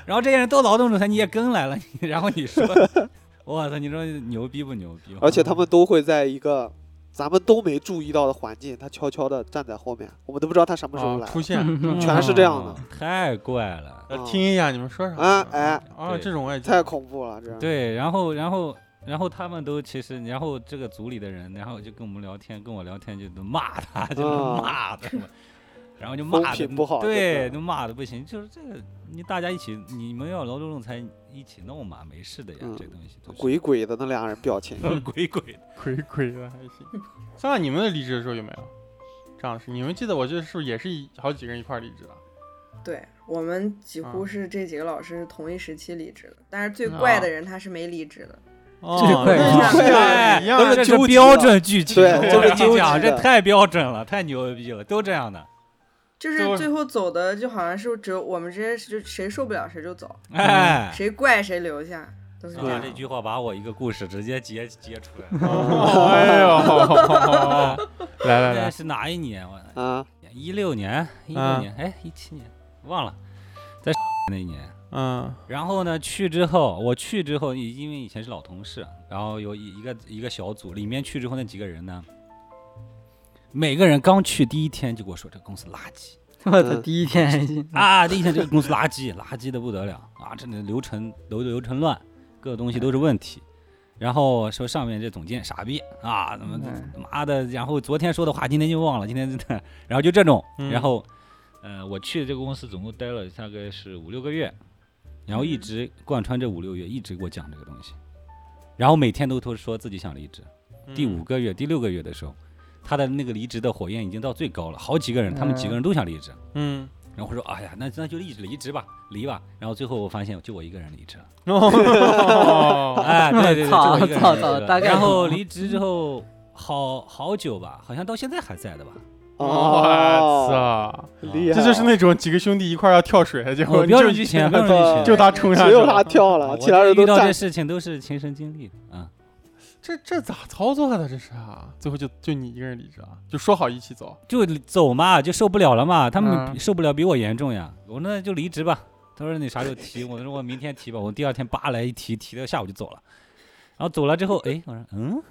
S4: 然后这些人都劳动仲裁，你也跟来了， (laughs) 你然后你说，我操，你说牛逼不牛逼？
S5: 而且他们都会在一个咱们都没注意到的环境，他悄悄的站在后面，我们都不知道他什么时
S1: 啊，
S5: 候来
S1: 出，现，
S2: 嗯
S5: 全是这样
S4: 哦
S5: 的，
S4: 太怪了。
S1: 呃听一下你们说啥
S5: 啊哎，
S1: 啊，
S4: 对
S1: 这种我也见
S5: 太恐怖了，这
S4: 对，然后然后然后他们都其实，然后这个组里的人，然后就跟我们聊天，跟我聊天就都骂他，就
S5: 啊
S4: 是骂他嘛，然后就
S5: 风
S4: 骂的
S5: 评不好
S4: 对，
S5: 就是
S4: 就骂的不行，就是这个你大家一起，你们要劳动仲裁一起弄嘛，没事的呀，
S5: 嗯
S4: 这东西都是
S5: 鬼鬼的那俩人
S4: (laughs)
S5: 表情，
S4: 鬼鬼的，
S1: 鬼鬼的还行。算了，你们的离职的时候有没有这样的事？你们记得我这是不是也是一好几个人一块儿离职的？
S3: 对我们几乎
S1: 啊
S3: 是这几个老师同一时期离职的，但是最
S1: 嗯
S3: 怪
S1: 啊
S3: 的人他是没离职的。
S1: 哦，
S2: 怪
S1: 那
S5: 不
S1: 是
S5: 是
S1: 哎一样
S5: 都
S1: 的
S4: 这
S5: 纠
S4: 是
S5: 集
S4: 标
S5: 了
S4: 准剧情，
S5: 对
S4: 我
S1: 这是
S4: 跟你
S5: 纠
S4: 讲
S5: 集
S4: 这
S5: 的
S4: 太标准了，太牛逼了，都这样的，
S3: 就是
S1: 就
S3: 最后走的，就好像是只有我们这些就谁受不了谁就走，
S5: 嗯
S4: 哎。
S3: 谁怪谁留下，都是这
S4: 他
S3: 样
S5: 对
S4: 这。句话把我一个故事直接截截出来了，
S5: (laughs)
S1: 哦哎
S4: (laughs)
S1: 呦，来来
S4: 哦那
S1: 来，
S4: 是哪一年？我 (laughs)
S5: 啊，
S4: 一六年，一六
S1: 嗯
S4: 年，哎，一七年，忘了，在那一年。
S1: 嗯
S4: 然后呢，去之后，我去之后，因因为以前是老同事，然后有一一个一个小组，里面去之后那几个人呢，每个人刚去第一天就跟我说这个公司垃圾
S2: (laughs) 我的第一天还行，
S4: 啊，第一天这个公司垃圾，垃圾的不得了啊，这里流程流流程乱，各个东西都是问题。然后说上面这总监傻逼啊，怎么
S2: 嗯
S4: 妈的，然后昨天说的话今天就 (laughs) 忘了，今天真的，然后就这种，
S1: 嗯
S4: 然后，呃，我去这个公司总共待了大概是五六个月，然后一直贯穿这五六月一直给我讲这个东西，然后每天都都说自己想离职。第五个月、第六个月的时候，他的那个离职的火焰已经到最高了，好几个人，他们几个人都想离职，
S1: (laughs) 嗯，
S4: 然后我说，哎呀，那那就离职离职吧，离吧。然后最后我发现就我一个人离职了。
S1: 哦，
S4: 哎，对对对，
S2: 操
S4: 就我一个人
S2: 操操
S4: 离职了
S2: 大概
S4: 然
S2: 是
S4: 后离职之后，好好久吧，好像到现在还在的吧。
S5: 哦，
S1: 我操，
S5: 厉害，
S1: 这就是那种几个兄弟一块儿要跳水，结
S4: 哦
S1: 果
S4: 标
S1: 就
S4: 准剧情，标准剧情。
S1: 就他冲下
S5: 只
S1: 去
S5: 有他
S1: 了，
S5: 跳
S4: 啊
S5: 了，
S4: 我
S5: 其他人
S4: 这
S5: 都
S4: 遇到
S5: 站
S4: 这，事情都是亲身经历的啊。
S1: 这这咋操作的？这是啊，最后就就你一个人离职啊？就说好一起走，
S4: 就走嘛，就受不了了嘛，他们
S2: 嗯
S4: 受不了比我严重呀。我说那就离职吧。他说你啥时候提？我说我明天提吧。我第二天扒来一提，提到下午就走了。然后走了之后，哎，我说嗯，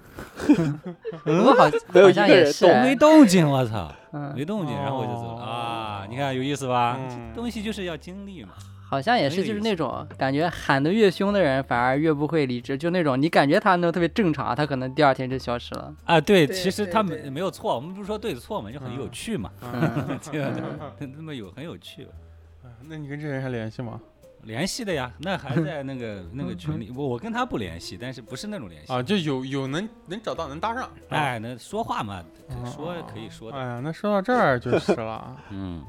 S2: 我好
S5: 没有
S2: 好
S5: 一
S2: 像
S5: 个
S2: 也
S5: 人
S2: 是
S5: 动，
S4: 没动静，我操，
S2: 嗯，
S4: 嗯没动静，然后我就走了啊。你看有意思吧？
S1: 嗯
S4: 东西就是要经历嘛。
S2: 好像也是
S4: 很有
S2: 就是
S4: 意
S2: 那种感觉喊得越凶的人反而越不会离职，就那种你感觉他能特别正常，他可能第二天就消失了。
S4: 啊，对，
S3: 对
S4: 其实
S3: 对
S4: 他
S3: 对
S4: 没没有错，我们不是说对错嘛，就很有
S1: 嗯
S4: 趣嘛，
S2: 嗯，
S4: (laughs) 对吧？他他妈有很有趣。
S1: (laughs) 那你跟这人还联系吗？
S4: 联系的呀，那还在那 (laughs) 个那个群里，我我跟他不联系，但是不是那种联系
S1: 啊，就有有能能找到能搭上，
S4: 哎，那说话嘛，
S1: 嗯
S3: 哦
S4: 说可以说的。
S1: 哎呀，那说到这儿就是了。
S4: 嗯，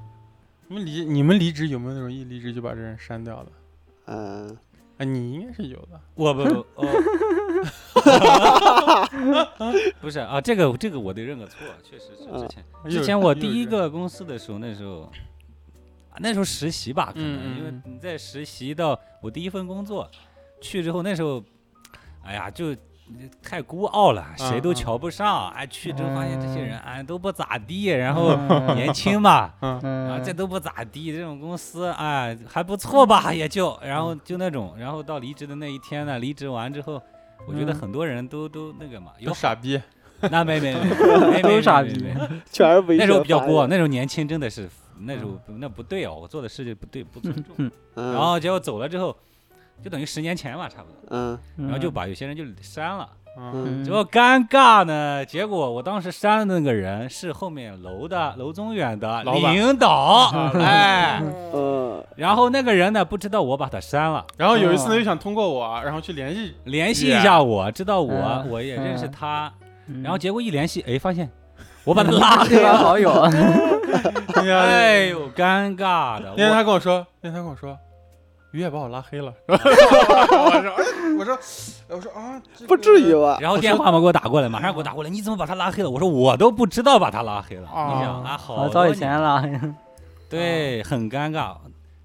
S1: 你们离你们离职有没有那种一离职就把这人删掉的？
S5: 嗯，
S1: 啊，你应该是有的。
S4: 我 (laughs) 不不，哦、不是啊，这个这个我得认个错，确实是之前
S1: 有
S4: 之前我
S1: 有
S4: 第一
S1: 人
S4: 个公司的时候，那时候啊那时候实习吧，可能
S1: 嗯
S4: 因为
S1: 嗯
S4: 你在实习到我第一份工作去之后，那时候哎呀就。太孤傲了，谁都
S1: 嗯嗯
S4: 瞧不上。哎，去之后发现这些人哎都不咋地，然后
S2: 嗯
S4: 年轻嘛， (laughs) 啊，
S2: 嗯
S4: 这都不咋地，这种公司哎还不错吧，也就然后就那种，然后到离职的那一天呢，离职完之后，我觉得
S2: 嗯
S4: 很多人都都那个嘛，有
S1: 有傻逼，
S4: 那没没没没没没
S2: 都傻
S4: 没
S2: 逼
S4: 没
S5: 全是维
S4: 那时候
S5: 权
S4: 比较
S5: 法
S4: 过，
S5: 人
S4: 那时候年轻真的是那时候
S1: 嗯
S4: 那不对哦，我做的事情不对，不尊重。然
S5: 嗯
S4: 后结果走了之后，就等于十年前吧，差不多，
S5: 嗯
S4: 然后就把有些人就删了，
S1: 嗯
S4: 结果尴尬呢，结果我当时删的那个人是后面楼的楼宗远的
S1: 老板
S4: 领
S1: (laughs)
S4: 导，哎，
S3: 嗯
S5: 呃，
S4: 然后那个人呢不知道我把他删了，
S1: 然后有一次呢，又想通过我，然后去联系，
S4: 联系一下我，知道我，
S2: 嗯
S4: 我也认识
S2: 嗯
S4: 他，
S2: 嗯
S4: 然后结果一联系，哎，发现我把他拉
S1: (laughs)
S4: 黑
S2: 对方
S4: 了，
S2: 好
S4: (laughs)
S2: 友，
S1: 哎呀
S4: 哎呦，尴尬的，
S1: (laughs) 那天
S4: 我
S1: 他跟我说，那天他跟我说，于也把我拉黑了。我说，哎，我说，哎我说啊，这个
S5: 不至于吧？
S4: 然后电话嘛给我打过来，马上给我打过来，你怎么把他拉黑了？我说我都不知道把他拉黑了。
S1: 啊
S4: 你想啊，好
S2: 哦好早以
S4: 多年
S2: 前了，
S4: 对，很尴尬。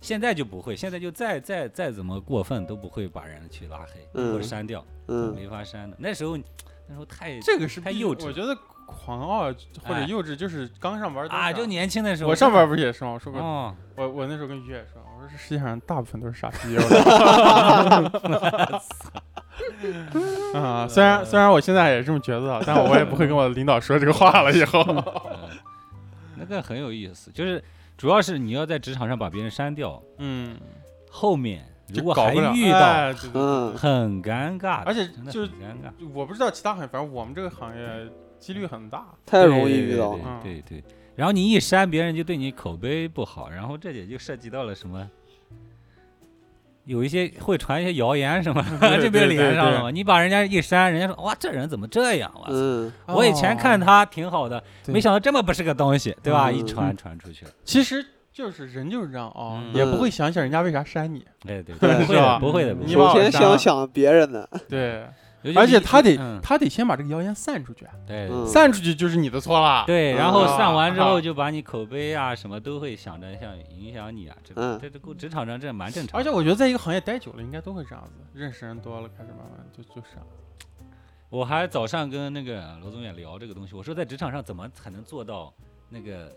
S4: 现在就不会，现在就再再再怎么过分都不会把人去拉黑
S5: 嗯
S4: 或者删掉，
S5: 嗯，
S4: 没法删的。那时候那时候太
S1: 这个是
S4: 太
S1: 必
S4: 幼稚
S1: 我觉得狂傲或者
S4: 哎
S1: 幼稚就是刚上班儿都
S4: 啊，
S1: 这
S4: 就
S1: 样。
S4: 年轻的时候。
S1: 我上班不是也是吗？我说过，
S4: 哦，
S1: 我我那时候跟于也说，我说这世界上大部分都是傻逼。我说啊，虽然虽然我现在也这么觉得，但我也不会跟我的领导说这个话了。以后，
S4: 呃那个很有意思，就是主要是你要在职场上把别人删掉，
S1: 嗯，
S4: 后面
S1: 就
S4: 如果
S1: 搞
S4: 还
S1: 不了
S4: 遇到，
S1: 哎对对对
S5: 嗯
S4: 很尴尬的，
S1: 而且
S4: 真的
S1: 就是
S4: 很尴尬。
S1: 我不知道其他行业，反正我们这个行业几率很大。
S5: 太容易遇到
S4: 对
S5: 了。
S1: 了
S4: 对对对对然后你一删，别人就对你口碑不好，然后这也就涉及到了什么，有一些会传一些谣言什么，
S1: 对
S4: 这不是
S1: 对
S4: 连
S1: 对
S4: 上
S1: 对
S4: 了吗？你把人家一删，人家说哇，这人怎么这样？我操！
S5: 嗯，
S4: 我以前
S1: 哦
S4: 看他挺好的，
S1: 对
S4: 没想到这么不是个东西，对吧？
S5: 嗯
S4: 一传传出去了，
S1: 其实就是人就是这样啊，
S4: 嗯
S1: 也不会想想人家为啥删 (laughs) 你。
S4: 对对，
S5: 对
S4: 不会
S1: 是吧
S4: 的，不会的，
S1: 嗯
S4: 不
S1: 你
S4: 会
S5: 首
S1: 往
S4: 的。
S5: 先
S1: 上
S5: 想想别人的，
S1: 对，
S4: 尤其
S1: 而且
S4: 是
S1: 他得
S4: 嗯
S1: 他得先把这个谣言散出去啊，
S4: 对
S5: 嗯
S1: 散出去就是你的错啦。
S4: 对，然后
S1: 啊
S4: 上完之后
S1: 啊
S4: 就把你口碑啊什么都会想着想影响你啊，这
S5: 嗯
S4: 这这职场上这蛮正常的。
S1: 而且我觉得在一个行业待久了，应该都会这样子，认识人多了，开始慢慢就就删了。
S4: 我还早上跟那个罗宗远聊这个东西，我说在职场上怎么才能做到那个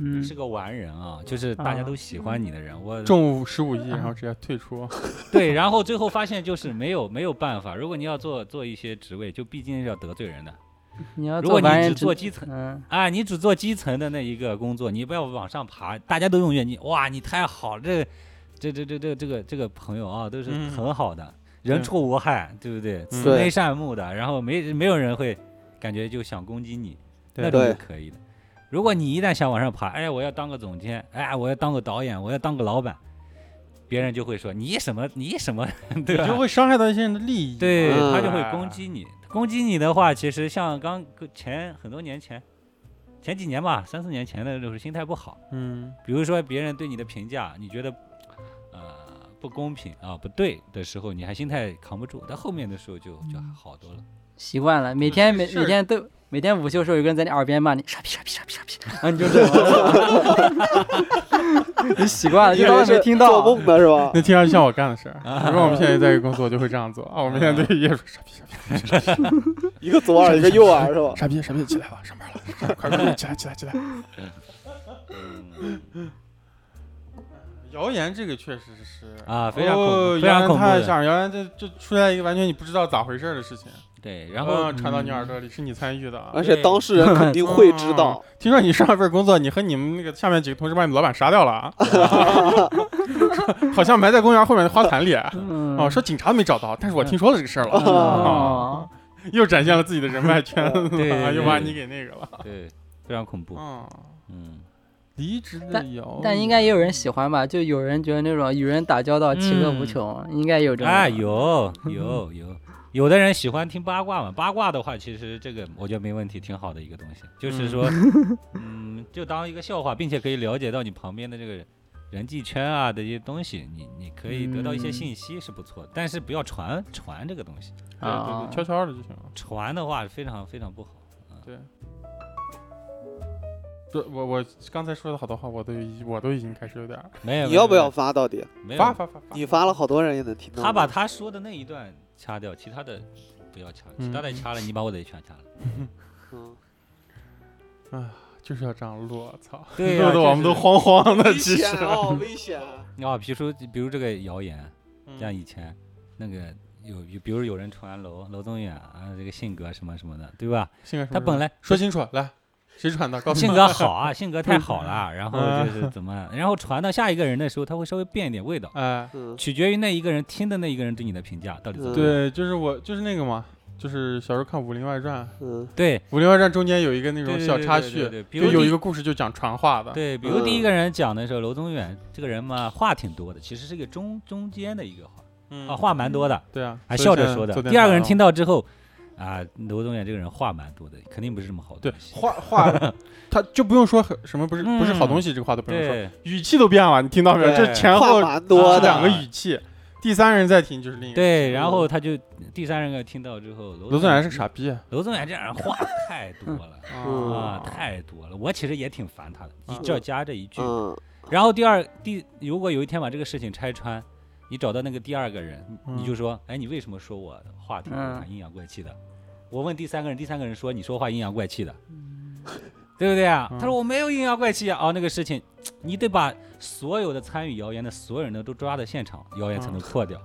S2: 嗯，
S4: 是个完人啊，就是大家
S2: 啊
S4: 都喜欢你的人。我
S1: 中午十五亿，然后直接退出。
S4: 对，然后最后发现就是没有没有办法，如果你要做做一些职位，就毕竟是要得罪人的。
S2: 你要
S4: 如
S2: 做
S4: 果
S2: 完
S4: 你只
S2: 人
S4: 做基层，
S2: 嗯，
S4: 啊，你只做基层的那一个工作，你不要往上爬，大家都永远你哇，你太好了，这这这这这这个这个朋友啊，都是
S1: 嗯
S4: 很好的，人
S1: 对
S4: 畜无害，对不对？慈
S5: 对
S4: 眉善目的，然后没没有人会感觉就想攻击你，
S1: 对
S4: 那种
S5: 对
S4: 就可以的。如果你一旦想往上爬，哎，我要当个总监，哎，我要当个导演，我要当个老板，别人就会说你什么你什么， (laughs) 对吧？
S1: 你就会伤害到一些人的利益。
S4: 对
S5: 嗯
S4: 他就会攻击你。攻击你的话，其实像刚前很多年前，前几年吧，三四年前的时候心态不好，
S1: 嗯，
S4: 比如说别人对你的评价，你觉得呃不公平啊不对的时候，你还心态扛不住，但后面的时候就就
S1: 嗯
S4: 好多了。
S2: 习惯了，每天每
S1: 是
S2: 每天都每天午休的时候有个人在你耳边骂你傻逼傻逼傻逼傻逼，然后你就忍了， (laughs) 你习惯了，就
S5: 以为
S2: 当
S5: 是
S2: 没听
S5: 做
S2: 到。啊
S5: 梦的是吧？
S1: (laughs) 那听上去像我干的事儿。你说我们现在在一个公司，我就会这样 (laughs) 做啊啊。我们现在对业主傻逼傻逼
S5: 一个左耳，一个右耳
S1: (laughs)
S5: 是吧？
S1: 傻逼傻逼，起来吧，上班了，上班了快快快起来起来起来！
S4: 嗯
S1: 谣言这个确实是
S4: 啊非常恐怖
S1: 哦
S4: 非常恐怖
S1: 谣言太
S4: 的
S1: 吓人，谣言这就出现一个完全你不知道咋回事儿的事情，
S4: 对，然后
S1: 嗯传到你耳朵里是你参与的啊
S5: 而。且当事人肯定会知道，
S1: 嗯听说你上一份工作，你和你们那个下面几个同事把你们老板杀掉了 (laughs) 啊，好像埋在公园后面的花坛里。 (laughs)
S2: 嗯
S1: 哦，说警察没找到，但是我听说了这个事儿了，
S2: 哦，
S1: 又展现了自己的人脉圈子
S4: 对
S1: 了，(laughs)
S4: 对
S1: 又把
S4: 对
S1: 你给那个了。
S5: (laughs)
S4: 对非常恐
S5: 哦
S4: 怖，
S1: 嗯，
S4: 嗯，
S1: 离职的谣，
S2: 但应该也有人喜欢吧？就有人觉得那种与人打交道其乐无穷，应该有这种。
S4: 啊，有有
S5: (laughs)
S4: 有，有的人喜欢听八卦嘛，八卦的话，其实这个我觉得没问题，挺好的一个东西，就是
S5: (laughs)
S4: 说，嗯，就当一个笑话，并且可以了解到你旁边的这个人际圈啊的一些东西，你你可以得到一些
S2: 嗯
S4: 信息是不错的，但是不要传传这个东西，
S1: 对对
S2: 啊
S1: 对，悄悄的就行了。
S4: 传的话非常非常不好。
S1: 对我我刚才说的好多话，我都已我都已经开始有点儿
S4: 没有，
S5: 你
S4: 没
S5: 要
S4: 有
S5: 不
S4: 没
S5: 要
S4: 有
S5: 发？到底？
S4: 没有
S1: 发，发发发。
S5: 你发了好多人也能听
S4: 嗯
S5: 到。
S4: 他把他说的那一段掐掉，其他的不要掐，其他的掐了，你把我的也全掐了。
S5: 嗯，
S1: 就是要这样录，我操！
S4: 对呀
S1: 录的我们
S4: 就
S1: 都
S4: 是
S1: 慌慌的，
S5: 危
S1: 其
S5: 险
S1: 实。 (laughs)
S5: 哦，危险！
S4: 啊，比如说比如这个谣言。
S1: 嗯
S4: 像以前那个有，有比如有人传楼楼宗远啊，这个性格什么什么的，对吧？
S1: 性格什么
S4: 他本来
S1: 说清楚，来，谁传的？告诉
S4: (laughs) 性
S1: 我。
S4: 格好啊，性格太好了， (laughs) 然后就是怎么，然后传到下一个人的时候，他会稍微变一点味道，
S1: 哎，
S5: 嗯
S4: 取决于那一个人听的那一个人对你的评价到底怎么样。
S1: 对，就是我，就是那个嘛，就是小时候看《武林外传》，《
S5: 嗯
S4: 对，
S1: 武林外传》中间有一个那
S4: 那
S1: 种小插
S4: 对
S1: 叙，
S4: 对比
S1: 就
S4: 如
S1: 有
S4: 第
S1: 一个故事就讲传话的，
S4: 对，比如第一
S5: 嗯
S4: 个人讲的时候，娄宗远这个人嘛，话挺多的，其实是一个中中间的一个话
S1: 嗯
S4: 啊，话蛮多的，
S1: 对啊，
S4: 啊，
S1: 所以
S4: 笑
S1: 现
S4: 着
S1: 在
S4: 说的
S1: 做。电
S4: 第二
S1: 台
S4: 个人
S1: 了
S4: 听到之后，啊，娄宗远这个人话蛮多的，肯定不是什么好东
S1: 对
S4: 西。
S1: 话话， (laughs) 他就不用说很什么不是不是好东
S4: 嗯
S1: 西，这个话都不用说，
S4: 对
S1: 语气都变了，你听到没有？就是
S4: 对
S1: 前
S5: 话
S1: 后
S5: 蛮多
S1: 是
S4: 啊
S5: 的，
S1: 两个语气，第三人再听就是另一个。，
S4: 对，然后他就第三人个听到之后，
S1: 罗
S4: 娄
S1: 宗
S4: 宗
S1: 元是个傻，逼啊
S4: 娄宗远这样人话太
S1: (laughs)
S4: 多了。
S5: 嗯
S4: 啊，太多了！我其实也挺烦他的，一
S1: 嗯
S4: 就要加这一句。
S5: 嗯，
S4: 然后第二第，如果有一天把这个事情拆穿，你找到那个第二个人，你你
S1: 嗯
S4: 就说，哎，你为什么说我话挺
S2: 嗯
S4: 阴阳怪气的？我问第三个人，第三个人说你说话阴阳怪气的，
S2: 嗯
S4: 对不对啊？他说我没有阴阳怪气啊。哦，那个事情，你得把所有的参与谣言的所有人都抓到现场，谣言才能破掉，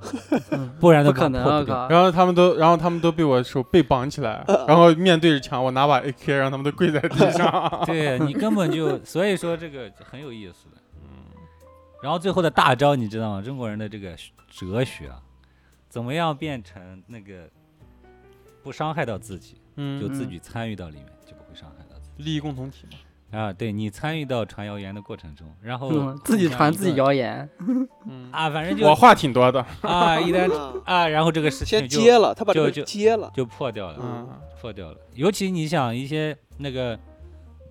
S2: 嗯
S4: 不然
S2: 不
S4: 的
S2: 可能，我靠！
S1: 然后他们都，然后他们都被我手被绑起 (laughs) 来，然后面对着墙，我拿把 AK，让他们都跪在地 (laughs) 上。
S4: (laughs) 对你根本就，所以说这个很有意思的。然后最后的大招你知道吗？中国人的这个学哲学啊，怎么样变成那个不伤害到自己，就
S1: 嗯，
S4: 自己参与到里面，就不会伤害到自己。
S1: 利益共同体嘛。
S4: 啊，对你参与到传谣言的过程中，然后
S2: 嗯，自己
S4: 像
S2: 传
S4: 一
S2: 自己
S4: 个
S2: 谣言，
S1: 嗯，
S4: 啊，反正
S1: 我
S4: 就
S1: 话挺多的。
S4: 啊一旦
S5: 嗯
S4: 啊，然后这个事情
S5: 先
S4: 就
S5: 接了，他把这
S4: 就
S5: 个
S4: 就
S5: 接了，
S4: 就破掉了。
S1: 嗯
S4: 破掉了。尤其你想一些那个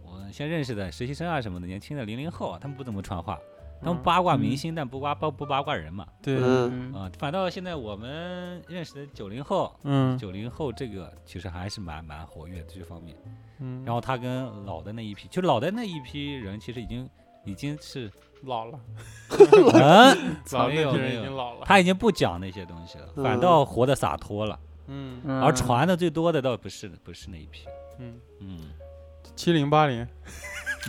S4: 我先认识的实习生啊什么的，年轻的零零后啊，他们不怎么传话，他们
S1: 嗯
S4: 八卦明
S2: 嗯
S4: 星，但不八不不八卦人嘛。
S1: 对，
S5: 嗯
S2: 嗯，
S4: 啊、反倒现在我们认识的九零后，
S1: 嗯
S4: 九零后这个其实还是蛮蛮活跃的这方面。
S1: 嗯，
S4: 然后他跟老的那一批，就老的那一批人，其实已经已经是
S1: 老了，
S4: 嗯，
S1: (laughs) 老
S4: 没
S1: 那
S4: 有
S1: 批
S4: 没
S1: 人已经
S4: 有，
S1: 老了。
S4: 他已经不讲那些东西了，反
S5: 嗯
S4: 倒活得洒脱了。
S1: 嗯
S2: 嗯
S4: 而传的最多的倒不是不是那一批，
S1: 嗯，
S4: 嗯。
S1: 七零八零，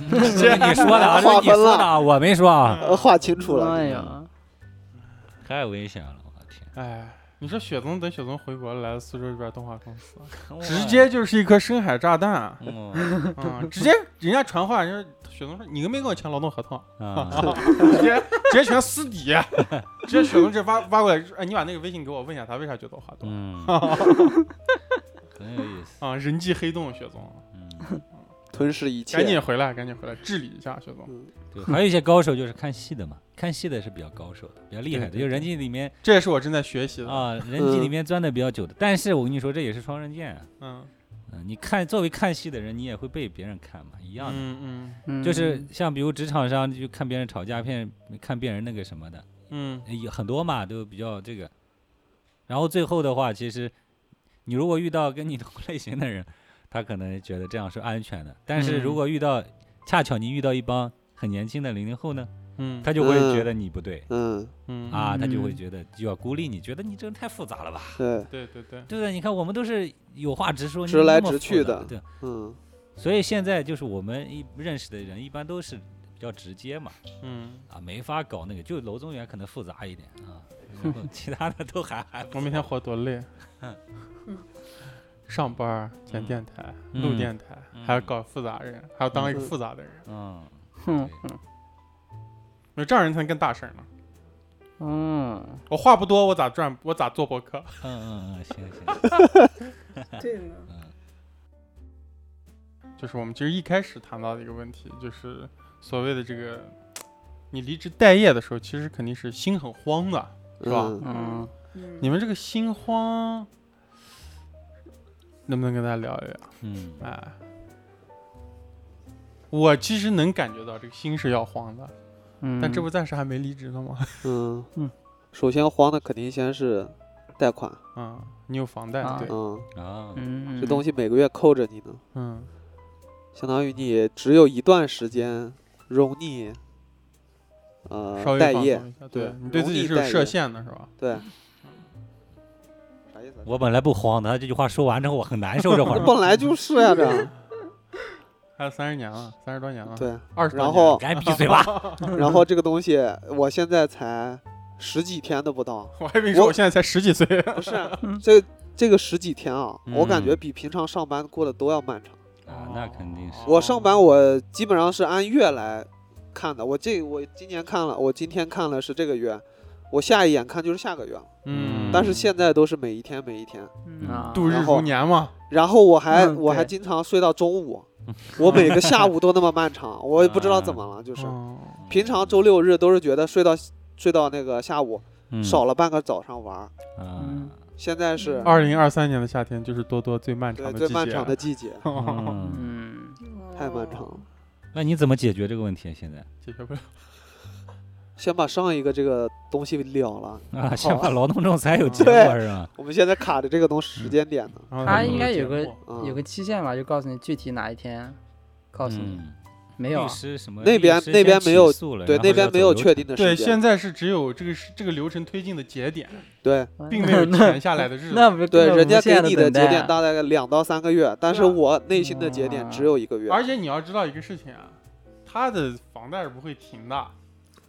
S4: 这是 (laughs) 你说的啊，这是你说的啊，我没说
S1: 嗯
S4: 啊，
S5: 呃话清楚了。
S2: 哎呀，
S4: 太危险了，我的天！
S1: 哎。你说雪松等雪松回国来了苏州这边动画公司，直接就是一颗深海炸弹，啊
S4: 哇，
S1: 嗯，直接人家传话，人家雪松说你又没跟我签劳动合同，
S4: 嗯啊，
S1: 直接直接全私底， (laughs) 直接雪松这发发过来，哎，你把那个微信给我，问一下他为啥觉得我话多
S4: 嗯，很有意思，
S1: 啊？人际黑洞，雪松，
S4: 嗯，
S5: 吞噬一切。
S1: 赶紧回来，赶紧回来治理一下，雪松。
S4: 对， (laughs) 还有一些高手就是看戏的嘛，看戏的是比较高手的，比较厉害的，
S1: 对
S4: 就人际里面
S1: 这也是我正在学习的，
S4: 啊，人际里面钻的比较久的。但是我跟你说，这也是双刃剑啊，
S1: 嗯
S4: 嗯，你看作为看戏的人，你也会被别人看嘛，一样的。
S1: 嗯
S2: 嗯
S4: 就是像比如职场上就看别人吵架，骗看别人那个什么的，
S1: 嗯
S4: 有很多嘛，都比较这个。然后最后的话，其实你如果遇到跟你同 (laughs) 类型的人，他可能觉得这样是安全的。但是如
S1: 嗯
S4: 果遇到、恰巧你遇到一帮很年轻的零零后呢，
S1: 嗯
S4: 他就会觉得你不对、
S5: 嗯，
S1: 嗯
S4: 啊，他就会
S2: 嗯
S4: 觉得就要孤立你，觉得你这人太复杂了吧，
S5: 对，
S1: 对对对，
S4: 对不对？你看我们都是有话直说，你
S5: 直
S4: 那
S5: 来
S4: 么
S5: 直
S4: 复
S5: 去
S4: 杂
S5: 的
S4: 对。
S5: 嗯
S4: 所以现在就是我们一认识的人，一般都是比较直接嘛，
S1: 嗯。
S4: 啊，没法搞那个，就楼宗元可能复杂一点啊，然后其他的都还还不
S1: 我每天活多
S4: (laughs)
S1: 累，上班儿、剪
S4: 嗯
S1: 电台、
S4: 嗯
S1: 录电台，还要
S4: 嗯
S1: 搞复杂人，还要当一个
S5: 嗯
S1: 复杂的人，
S4: 嗯，
S2: 嗯
S1: 有这样人才能干大事儿呢。
S2: 嗯，
S1: 我话不多，我咋赚？我咋做博客？
S4: 嗯嗯 (laughs) 嗯，行行，
S3: 对呢，
S1: 就是我们其实一开始谈到的一个问题，就是所谓的这个，你离职待业的时候，其实肯定是心很慌的。是吧
S5: 嗯
S2: 嗯，
S3: 嗯，
S1: 你们这个心慌，能不能跟大家聊一聊？
S4: 嗯
S1: 哎，我其实能感觉到这个心是要慌的，
S2: 嗯，
S1: 但这不暂时还没离职呢吗？ (laughs)
S5: 嗯
S2: 嗯
S5: 首先慌的肯定先是贷款，
S1: 嗯，你有房贷、
S2: 啊
S1: 对，
S5: 嗯，
S4: 啊，
S2: 嗯，
S5: 这东西每个月扣着你呢，
S1: 嗯
S5: 相当于你只有一段时间容你
S1: 稍
S5: 呃
S1: 微
S5: 待
S1: 放
S5: 业
S1: 松，一下
S5: 对
S1: 对你对
S5: 容
S1: 自己
S5: 易
S1: 是有
S5: 待
S1: 设
S5: 业
S1: 限的，是吧？
S5: 对。
S1: 嗯
S5: 啥意思啊？
S4: 我本来不慌的，他这句话说完之后我很难受， (laughs) 这会
S5: 我
S4: 儿
S5: 本
S1: (laughs)
S5: 来就是呀，这
S1: 还有三十年了，三十多年了，，
S5: 对。
S1: 二十多年
S5: 然
S1: 了
S5: 后，
S4: 赶紧闭嘴吧，
S5: 然后这个东西，我现在才十几天都不
S1: (laughs)
S5: 到，
S1: 我还以为说
S5: 我
S1: 我现在才十几岁，
S5: 不是啊
S2: 嗯
S5: 这这个十几天啊，我感
S4: 嗯
S5: 觉比平常上班过得都要漫长。
S4: (laughs) 啊，那肯定是，
S5: 我
S1: 哦
S5: 上班我基本上是按月来看的，我这我今年看了，我今天看了是这个月，我下一眼看就是下个月了，
S1: 嗯，
S5: 但是现在都是每一天每一天，
S3: 嗯
S2: 啊，
S1: 度日
S5: 然
S1: 如
S5: 后
S1: 年嘛，
S5: 然后我还
S2: 嗯
S5: 我还
S2: 对
S5: 经常睡到中午，我每个下午都那么漫长，我也不知道怎么了，就是
S1: 嗯
S5: 平常周六日都是觉得睡到睡到那个下午
S4: 嗯
S5: 少了半个早上玩儿，
S4: 嗯
S5: 现在是
S1: 二零二三年的夏天就是多多最漫
S5: 对
S1: 长的
S5: 最
S1: 季节，啊
S5: 漫长的季节，
S4: 嗯，
S2: 嗯，
S5: 太
S3: 哦
S5: 漫长了。
S4: 那你怎么解决这个问题啊？现在
S1: 解决不了。
S5: 先把上一个这个东西了了，
S4: 啊，先把劳动仲裁有结
S5: 对
S4: 果是吧？
S5: 我们现在卡着这个东时间点呢。
S1: 然后
S2: 他
S1: 咱们
S2: 应该有
S1: 节
S2: 个
S1: 目
S5: 嗯、
S2: 有个期限吧，就告诉你具体哪一天，告诉你
S4: 嗯，
S2: 没有
S4: 律
S2: 啊，
S4: 师什么？
S5: 那
S4: 律
S5: 边
S4: 师
S5: 那
S4: 先
S5: 边
S4: 起
S5: 没有
S4: 诉了
S5: 对
S4: 然后
S5: 那边
S4: 要走
S5: 没有
S4: 流
S5: 确
S4: 程
S5: 定的
S1: 对，
S5: 时
S1: 现
S5: 间，
S1: 在是只有这个是这个流程推进的节点，
S5: 对
S1: 并没有
S2: 那
S1: 停下来的日
S2: 那
S1: 子。
S2: 不
S5: 对，
S2: 那
S5: 人家
S2: 无
S5: 给
S2: 限
S5: 你
S2: 的啊
S5: 的节
S4: 啊
S5: 点大概两到三个月，但是
S1: 对啊
S5: 我内心的节点只有一个月。
S1: 而且你要知道一个事情啊，他的房贷是不会停的，
S5: 啊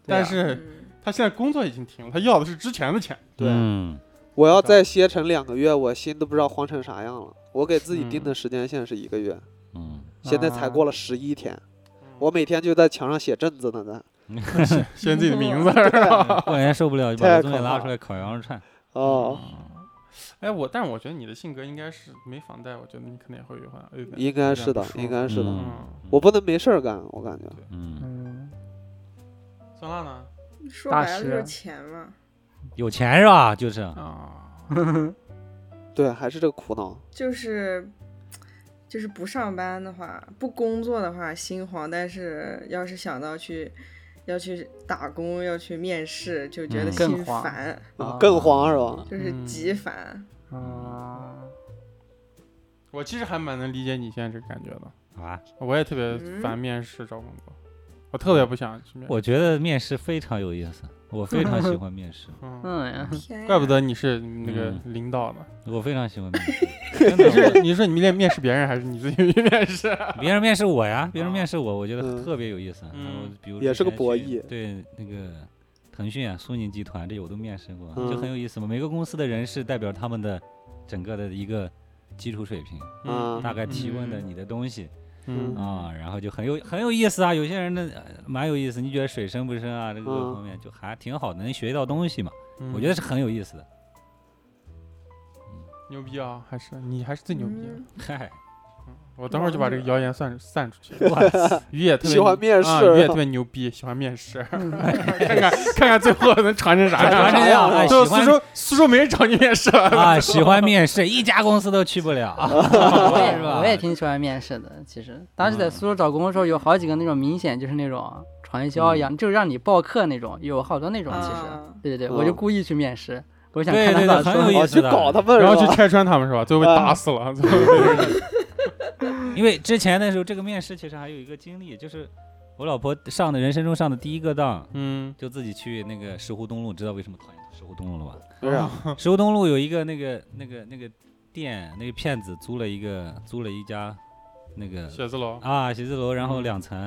S1: 但是
S3: 嗯
S1: 他现在工作已经停了，他要的是之前的钱。
S5: 对
S4: 嗯
S5: 我要再歇成两个月，我心都不知道慌成啥样了。我给自己定
S1: 嗯
S5: 的时间线是一个月，
S4: 嗯，
S5: 现在才过了十一天，我每天就在墙上写镇子呢，在。
S1: (laughs) 先自己的名字。
S4: 啊过年受不了就把
S5: 太
S4: 这东西
S5: 可
S4: 拉
S5: 怕
S4: 出来烤羊肉串。
S5: 哦，
S1: 哎，我但是我觉得你的性格应该是没房贷，我觉得你可能也会有还有点
S5: 应该是
S1: 有，点
S5: 的
S1: 不舒服
S5: 应该是的。
S4: 嗯
S5: 我不能没事儿干，我感觉。
S4: 嗯，
S2: 嗯，
S1: 酸辣呢？
S3: 嗯说
S2: 大
S3: 白了就
S2: 师啊
S3: 是钱嘛。
S4: 有钱是吧？就是
S1: 啊，
S5: 对，还是这个苦恼。
S3: 就是就是不上班的话，不工作的话心慌，但是要是想到去要去打工，要去面试，就觉得
S4: 嗯
S2: 更
S3: 心
S2: 慌
S3: 烦，
S5: 啊
S2: 啊，
S5: 更慌是吧？
S3: 就是极烦。
S2: 啊，
S1: 我其实还蛮能理解你现在这个感觉的，
S4: 啊，
S1: 我也特别
S3: 嗯
S1: 烦面试找工作，我特别不想去
S5: (laughs)
S1: 面试。
S4: 我觉得面试非常有意思，我非常喜欢面
S5: (laughs)
S4: 试，
S1: 嗯，
S2: 嗯呀，
S3: 天呀
S1: 怪不得你是那个
S4: 嗯
S1: 领导
S4: (laughs)
S1: 呢。
S4: 我非常喜欢面试。
S5: (laughs)
S1: 你
S4: 真的
S1: 是你是你面面试别人还是你自己去面试？
S4: (laughs) 我别人面试我呀，别人
S1: 啊
S4: 面试我，我觉得
S5: 嗯
S4: 特别有意思。
S1: 嗯
S4: 然后比如
S5: 也
S4: 之
S5: 是个
S4: 前
S5: 博
S4: 去
S5: 弈
S4: 对那个腾讯啊、苏宁集团这些我都面试过，就
S5: 嗯
S4: 很有意思嘛。每个公司的人事代表他们的整个的一个基础水平，
S5: 嗯
S4: 大概提问的
S1: 嗯
S4: 你的东西
S1: 嗯
S5: 嗯
S4: 啊，然后就很有很有意思啊。有些人呢呃蛮有意思，你觉得水深不深啊？这个各
S5: 嗯
S4: 方面就还挺好的，能学到东西嘛。
S1: 嗯
S4: 我觉得是很有意思的。
S1: 牛逼啊，还是你还是最牛逼的。嗯
S3: 嗯
S4: 嗨，
S1: 我等会儿就把这个谣言散散出去。
S4: 哇塞
S1: 鱼也特别
S5: 喜欢面
S1: 啊
S5: 试
S1: 鱼也特别牛逼，喜欢面试，
S3: 嗯
S1: (laughs) 看看看看最后能哦传成啥
S5: 传
S1: 样
S5: 成。
S4: 啥
S5: 啥
S4: 样
S5: 样
S4: 啊？
S5: 哎
S4: 喜
S1: 对，苏
S4: 欢
S1: 州苏州没人找你面试了。
S4: 啊，喜欢面试，一家公司都去不了，
S2: 我也
S4: 是吧？嗯
S2: 我也挺喜欢面试的。其实当时在苏州找工作的时候，有好几个那种明显就是那种传销一
S4: 嗯
S2: 样，就是让你报课那种，有好多那种。其实，
S3: 啊
S2: 对对对，我就
S5: 嗯
S2: 故意去面试，我想
S4: 对
S2: 看
S4: 对
S2: 他
S4: 对
S2: 咋
S4: 很
S2: 说
S4: 有意
S5: 哦，
S4: 思
S5: 去
S4: 的
S5: 搞他们
S1: 然后去
S5: 是吧？
S1: 拆穿他们是吧？最
S5: 嗯
S1: 后被打死了。最后被
S4: 因为之前的时候，这个面试其实还有一个经历，就是我老婆上的人生中上的第一个当，
S1: 嗯
S4: 就自己去那个石湖东路，知道为什么讨厌石湖东路了吧？
S5: 不是啊，
S4: 石湖东路有一个那个那个那个店，那个骗子租了一个租了一家那个
S1: 嗯写字楼，
S4: 啊写字楼，然后两层，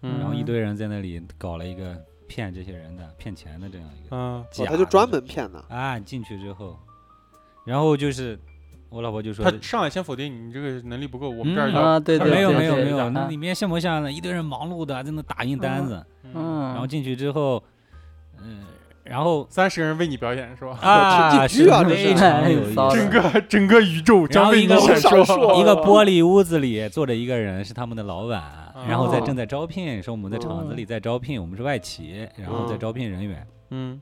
S4: 然后
S1: 嗯
S4: 一堆人在那里搞了一个骗这些人的骗钱的这样一个
S1: 嗯，
S4: 假
S5: 哦
S4: 的，
S5: 他就专门骗的。
S4: 啊进去之后，然后就是我老婆就说
S1: 他上来先否定你，你这个能力不够，我们这儿
S4: 嗯
S1: 要
S2: 啊，对对，
S4: 没有
S2: 对
S4: 没有
S2: 对
S4: 没有，
S2: 对
S4: 那
S2: 啊
S4: 里面像模像样的，一堆人忙碌的在那打印单子，
S2: 嗯，
S4: 然后进去之后，嗯，然后
S1: 三十个人为你表演是吧？
S4: 啊，
S5: 情景
S4: 是
S5: 剧啊这是
S4: 非常有意
S2: 骚
S4: 思
S2: 的
S1: 整。个整个宇宙
S4: 然
S1: 将
S4: 后
S1: 为
S4: 一
S1: 你
S4: 个
S1: 闪
S5: 闪
S1: 烁。
S5: 烁
S4: 一个玻璃屋子里坐着一个人，是他们的老板，然后在
S2: 哦
S4: 正在招聘，说我们在厂子里在招聘，我们是外企，然后在
S5: 嗯
S4: 招聘人员，
S1: 嗯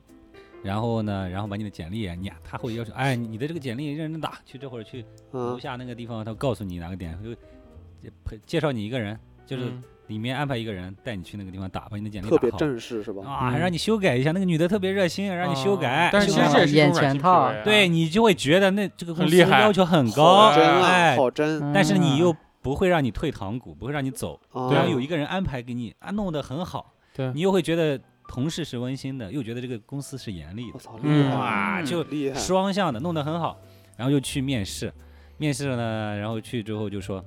S4: 然后呢，然后把你的简历，你呀，他会要求，哎，你的这个简历认真打，去这会儿去楼
S5: 嗯
S4: 下那个地方，他告诉你哪个点，就介介绍你一个人，就是
S1: 嗯
S4: 里面安排一个人带你去那个地方打，把你的简历
S5: 特别
S4: 打好。
S5: 正式是吧？
S4: 啊，
S1: 嗯
S4: 还让你修改一下。那个女的特别热心，让你修
S1: 啊
S4: 改。
S1: 但是
S4: 修
S1: 其实
S4: 改
S1: 这也是一种
S2: 眼
S1: 软
S2: 前
S1: 性
S2: 套
S1: 思维啊
S4: 对你就会觉得那这个公
S1: 很
S4: 司
S1: 厉害
S4: 要求很
S5: 好
S4: 高，
S5: 真啊，
S4: 哎，
S5: 好真
S2: 嗯
S4: 但是你又不会让你退堂鼓，不会让你走，
S5: 啊！
S1: 对
S4: 然后有一个人安排给你啊，弄得很好，
S1: 对
S4: 你又会觉得同事是温馨的，又觉得这个公司是严厉
S5: 我操，厉
S1: 嗯
S5: 害，
S4: 哇，
S2: 嗯
S4: 就
S5: 厉害！
S4: 双向的，弄得很好，然后就去面试，面试了呢，然后去之后就说，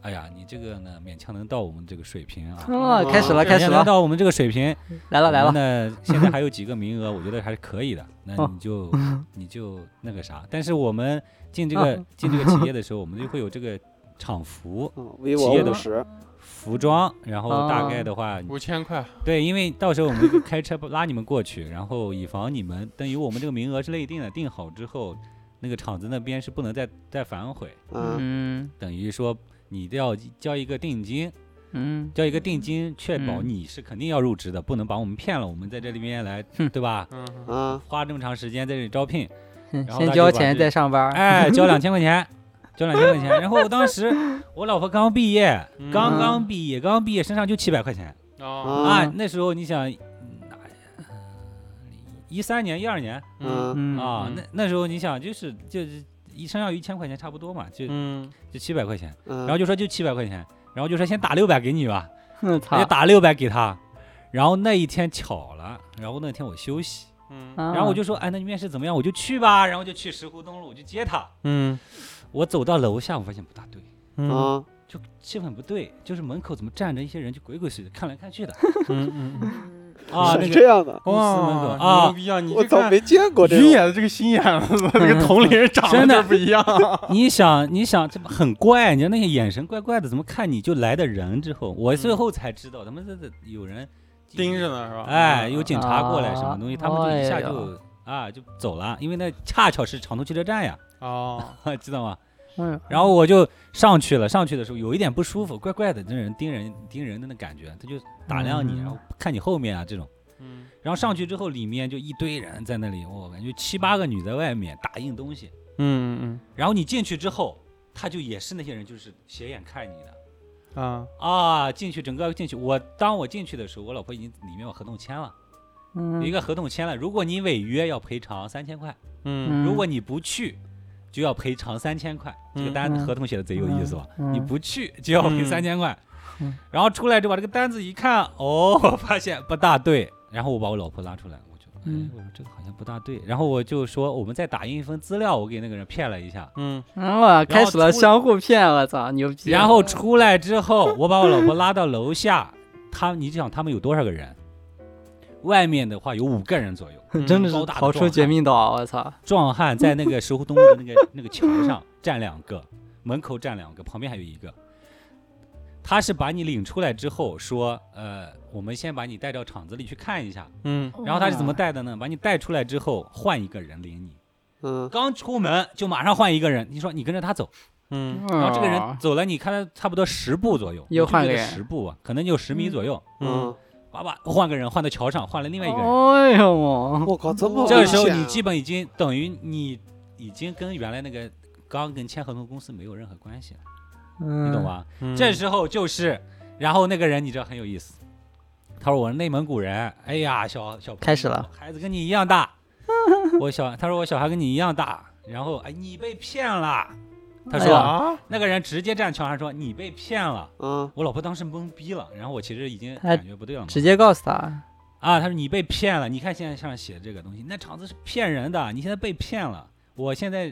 S4: 哎呀，你这个呢勉强能到我们这个水平啊，
S2: 哦，开始了，
S5: 嗯
S1: 啊
S2: 开始
S4: 勉强能
S2: 了，
S4: 到我们这个水平，
S2: (laughs) 来了来了， (laughs)
S4: 那现在还有几个名额，我觉得还是可以的。那
S2: 哦嗯
S4: 你就你就那个啥，但是我们进这个进这个企业的时候，我们就会有这个厂服，
S5: 嗯，vivo
S4: 企业
S5: 五
S4: 的
S5: 十，
S4: 服装，然后大概
S2: 啊
S4: 的话，
S1: 五千块，
S4: 对，因为到时候我们开车拉你们过去，然后以防你们等于我们这个名额是内定的，定好之后，那个厂子那边是不能再再反悔，
S5: 嗯，
S2: 嗯
S4: 等于说你要交一个定金，
S2: 嗯
S4: 交一个定金，确保
S2: 嗯
S4: 你是肯定要入职的，不能把我们骗了，我们在这里面来，
S2: 哼
S4: 对吧？
S1: 嗯，
S5: 啊，
S4: 花这么长时间在这里招聘，
S2: 哼
S4: 然后
S2: 先
S4: 大
S2: 交
S4: 家就把
S2: 钱
S4: 这
S2: 再上班。
S4: 哎，交两千块钱，交两千块钱。然后我
S2: (laughs)
S4: 当时我老婆刚毕业，
S1: 嗯
S4: 刚刚毕业，刚毕业身上就七百块钱
S1: 啊，
S5: 啊
S4: 啊
S2: 嗯嗯。
S4: 那时候你想，嗯哪呀一三年、一二年
S1: 嗯
S5: 嗯，
S2: 嗯
S4: 啊，
S1: 嗯
S4: 那那时候你想就是就是一身上有一千块钱差不多嘛，就
S1: 嗯，
S4: 就七百块钱，
S5: 然
S4: 然后就说就七百块钱，然后就说先打六百给你吧，
S2: 我
S4: 我
S2: 嗯操
S4: 就！打六百给他。然后那一天巧了，然后那天我休息，
S1: 嗯
S2: 然
S4: 然后我就说，哎，那你面试怎么样？我就去吧，然后就去石湖东路，我就接他。
S1: 嗯
S4: 我走到楼下，我发现不大对，
S1: 嗯
S5: 啊，
S4: 就气氛不对，就是门口怎么站着一些人，就鬼鬼祟祟看来看
S1: (laughs)
S4: 去的
S1: 嗯嗯，
S3: 嗯
S4: 啊，
S5: 是
S4: 那
S5: 这
S4: 个
S5: 样的，
S4: (laughs) 公司门口
S1: 哇，
S4: 啊
S1: 牛逼啊！你
S5: (laughs) 我
S1: 这
S5: 操，
S1: 看
S5: 没见过这
S1: 鱼
S5: 种，
S1: 演的这个心眼子，这个同龄人长得
S4: 嗯真的
S1: 就是不一样。
S4: 你想，你想，这不很怪，你知道那些眼神怪怪的，怎么看你就来的人之后，我最
S1: 嗯
S4: 后才知道他们这这有人
S1: (laughs) 盯着，呢是吧？
S4: 哎，
S1: 嗯
S4: 有警察过来什么东西，他们就一
S2: 啊哎
S4: 下
S2: 呀
S4: 就啊就走了，因为那恰巧是长途汽车站呀， (laughs)
S1: 哦，
S4: 知道吗？
S2: 嗯
S4: 然后我就上去了，上去的时候有一点不舒服，怪怪的，那人盯人盯人的那感觉，他就打量你，
S2: 嗯
S4: 然后看你后面啊这种。
S1: 嗯
S4: 然后上去之后，里面就一堆人在那里，我感觉七八个女在外面打印东西。
S1: 嗯
S4: 然后你进去之后，他就也是那些人，就是斜眼看你的
S1: 嗯啊
S4: 啊。进去整个进去，我当我进去的时候，我老婆已经里面把合同签了，有一
S2: 嗯
S4: 个合同签了，如果你违约要赔偿三千块，
S1: 嗯
S2: 嗯，
S4: 如果你不去。就要赔偿三千块，这个
S1: 嗯
S4: 单子
S2: 嗯
S4: 合同写的贼有意思吧？
S2: 嗯
S4: 你不去就要赔
S1: 嗯
S4: 三千块，
S2: 嗯
S4: 然后出来之后把这个单子一看，哦，我发现不大对，然后我把我老婆拉出来，我就，哎
S2: 嗯，
S4: 我说这个好像不大对，然后我就说我们再打印一份资料，我给那个人骗了一下， (laughs)
S1: 嗯
S2: 嗯，我开始了
S4: 出
S2: 相互骗，我操，牛逼！
S4: 然后出来之后，我把我老婆拉到楼下，他你想他们有多少个人？外面的话有五个人左右，
S1: 嗯
S2: 真的
S4: 高
S2: 是
S4: 大的
S2: 逃出
S4: 壮
S2: 绝
S4: 汉
S2: 命岛，我操！
S4: 壮汉在那个石湖东路的那个 (laughs) 那个桥上站两个，门口站两个，旁边还有一个。他是把你领出来之后说，呃，我们先把你带到厂子里去看一下。
S1: 嗯
S2: 哦
S4: 然后他是怎么带的呢？把你带出来之后，换一个人领你。
S5: 嗯
S4: 刚出门就马上换一个人，你说你跟着他走，
S1: 嗯
S4: 然后这个人走了，你看他差不多十步左右，
S2: 又
S4: 我就
S2: 换
S4: 觉
S2: 个
S4: 得
S2: 人
S4: 十步吧，啊可能就十米左右，
S1: 嗯
S5: 嗯，
S4: 叭叭换个人，换到桥上，换了另外一个人。
S2: 哎呦，
S5: 我靠，这么
S4: 这个
S5: 危
S4: 时候
S5: 险
S4: 你
S5: 啊
S4: 基本已经等于你已经跟原来那个刚跟签合同公司没有任何关系了，你
S2: 你
S4: 懂？吧？
S1: 嗯，
S4: 这时候就是，然后那个人你知道很有意思，他说我是内蒙古人，哎呀，小小
S2: 开始了，
S4: 孩子跟你一样大，我小他说我小孩跟你一样大，然后哎你被骗了，他
S2: 哎
S4: 说、
S2: 呀
S1: 啊，
S4: 那个人直接站墙上说你被骗了。
S5: 啊，
S4: 我老婆当时懵逼了，然后我其实已经
S2: 他
S4: 感觉不对了嘛，
S2: 直接告诉他，
S4: 啊，他说你被骗了，你看现在上写这个东西，那厂子是骗人的，你现在被骗了。我现在，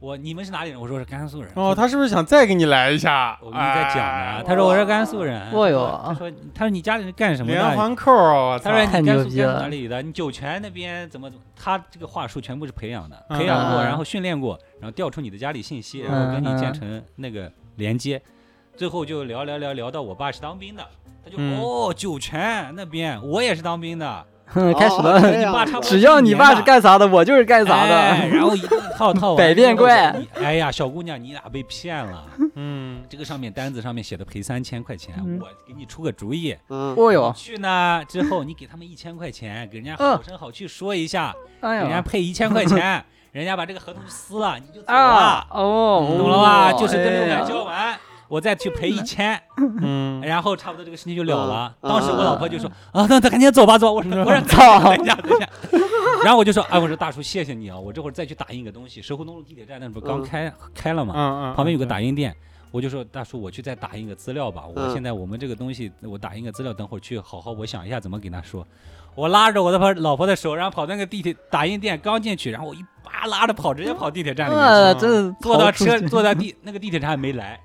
S4: 我你们是哪里人？我说是甘肃人。
S1: 哦，他是不是想再给你来一下？
S4: 我跟你在讲啊呢。
S1: 哎
S4: 他说我是甘肃人。
S2: 哇哟
S4: 他说他说你家里人干什么
S1: 连
S4: 的？
S1: 环扣儿，我操
S4: 他说
S2: 哎太
S4: 你甘
S2: 牛
S4: 肃
S2: 逼
S4: 甘肃
S2: 了
S4: 哪里的？你酒泉那边怎么怎么？他这个话术全部是培养的，
S1: 嗯
S4: 培养过，
S2: 嗯
S4: 然后训练过，然后调出你的家里信息，然后跟你建成那个连接，最后就聊聊聊聊到我爸是当兵的，他就
S1: 嗯
S4: 哦酒泉那边我也是当兵的，
S2: 哼嗯开始
S5: 哦这
S2: 了。
S5: 样
S4: 爸
S5: 的
S4: 差不
S2: (laughs)
S4: 多
S2: 只要你爸是
S4: 一年的
S2: 干啥的，我就是 (laughs) 干啥
S4: 哎
S2: 的。
S4: 然后一套套
S2: (laughs)
S4: 完
S2: 百变怪
S4: 之后你哎呀，小姑娘，你俩被骗了。
S1: 嗯
S4: 这个上面单子上面写的赔三千块钱，
S2: 嗯
S4: 我给你出个主意。
S5: 嗯
S2: 哦哟，
S4: 去呢之后，你给他们一千块钱，给人家
S2: 嗯
S4: 好声好气说一下，
S2: 哎
S4: 人家
S2: 呀，
S4: 配一千块钱，人家把这个合同就撕了，你就走了，
S2: 啊哦，
S4: 懂了吧？
S2: 哦
S4: 就是跟六
S2: 哎
S4: 百
S2: 呀
S4: 交完，我再去赔一千，
S1: 嗯，
S4: 然后差不多这个事情就了了。
S5: 嗯
S4: 当时我老婆就说：“啊，那那赶紧走吧，走吧。”我说：“我说
S2: 操
S4: 等一下，等一下。” (laughs) 然后我就说：“哎，我说大叔，谢谢你啊，我这会儿再去打印个东西。石湖东路地铁站那不是刚
S5: 嗯
S4: 开开了
S1: 嗯
S4: 吗？
S1: 嗯，
S4: 旁边有个打
S1: 印，
S4: 印店，我就说大叔，我去再打印个资料吧。我
S5: 嗯
S4: 现在我们这个东西，我打印个资料，等会儿去好好我想一下怎么给他说。我拉着我的老婆的手，然后跑那个地铁打印店，刚进去，然后我一扒拉着跑，直接跑地铁站里面去。
S2: 呃，真是
S4: 坐到
S2: 逃出
S4: 车，
S2: 去
S4: 坐到地那个地铁站还没来，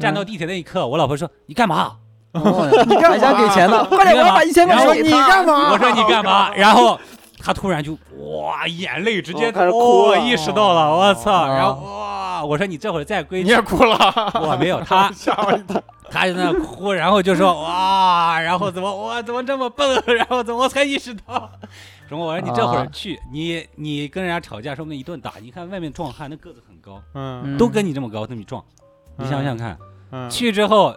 S4: 站到地铁那一刻，我老婆说你干嘛？
S2: 哦你干啥给钱呢？快点，我要把一千块
S4: 然后
S2: 钱给他。
S1: 嘛
S4: 我说你
S1: (laughs)
S4: 干嘛？然后他突然就哇，眼泪直接
S5: 哦开始哭
S4: 哦
S5: 了
S4: 意识到了，我操！
S2: 哦
S4: 然后哇，我说你这会儿再归
S1: 啊你也哭了，
S4: 我没有
S1: (laughs)
S4: 他
S1: 吓我一跳。
S4: 他就在那哭，然后就说哇，然后怎么我怎么这么笨，然后怎么我才意识到，什么我说你这会儿
S2: 啊
S4: 去，你你跟人家吵架，说不定一顿打。你看外面壮汉那个子很高，
S1: 嗯，
S4: 都跟你这么高，那么壮，你想想看，
S1: 嗯，
S4: (laughs) 去之后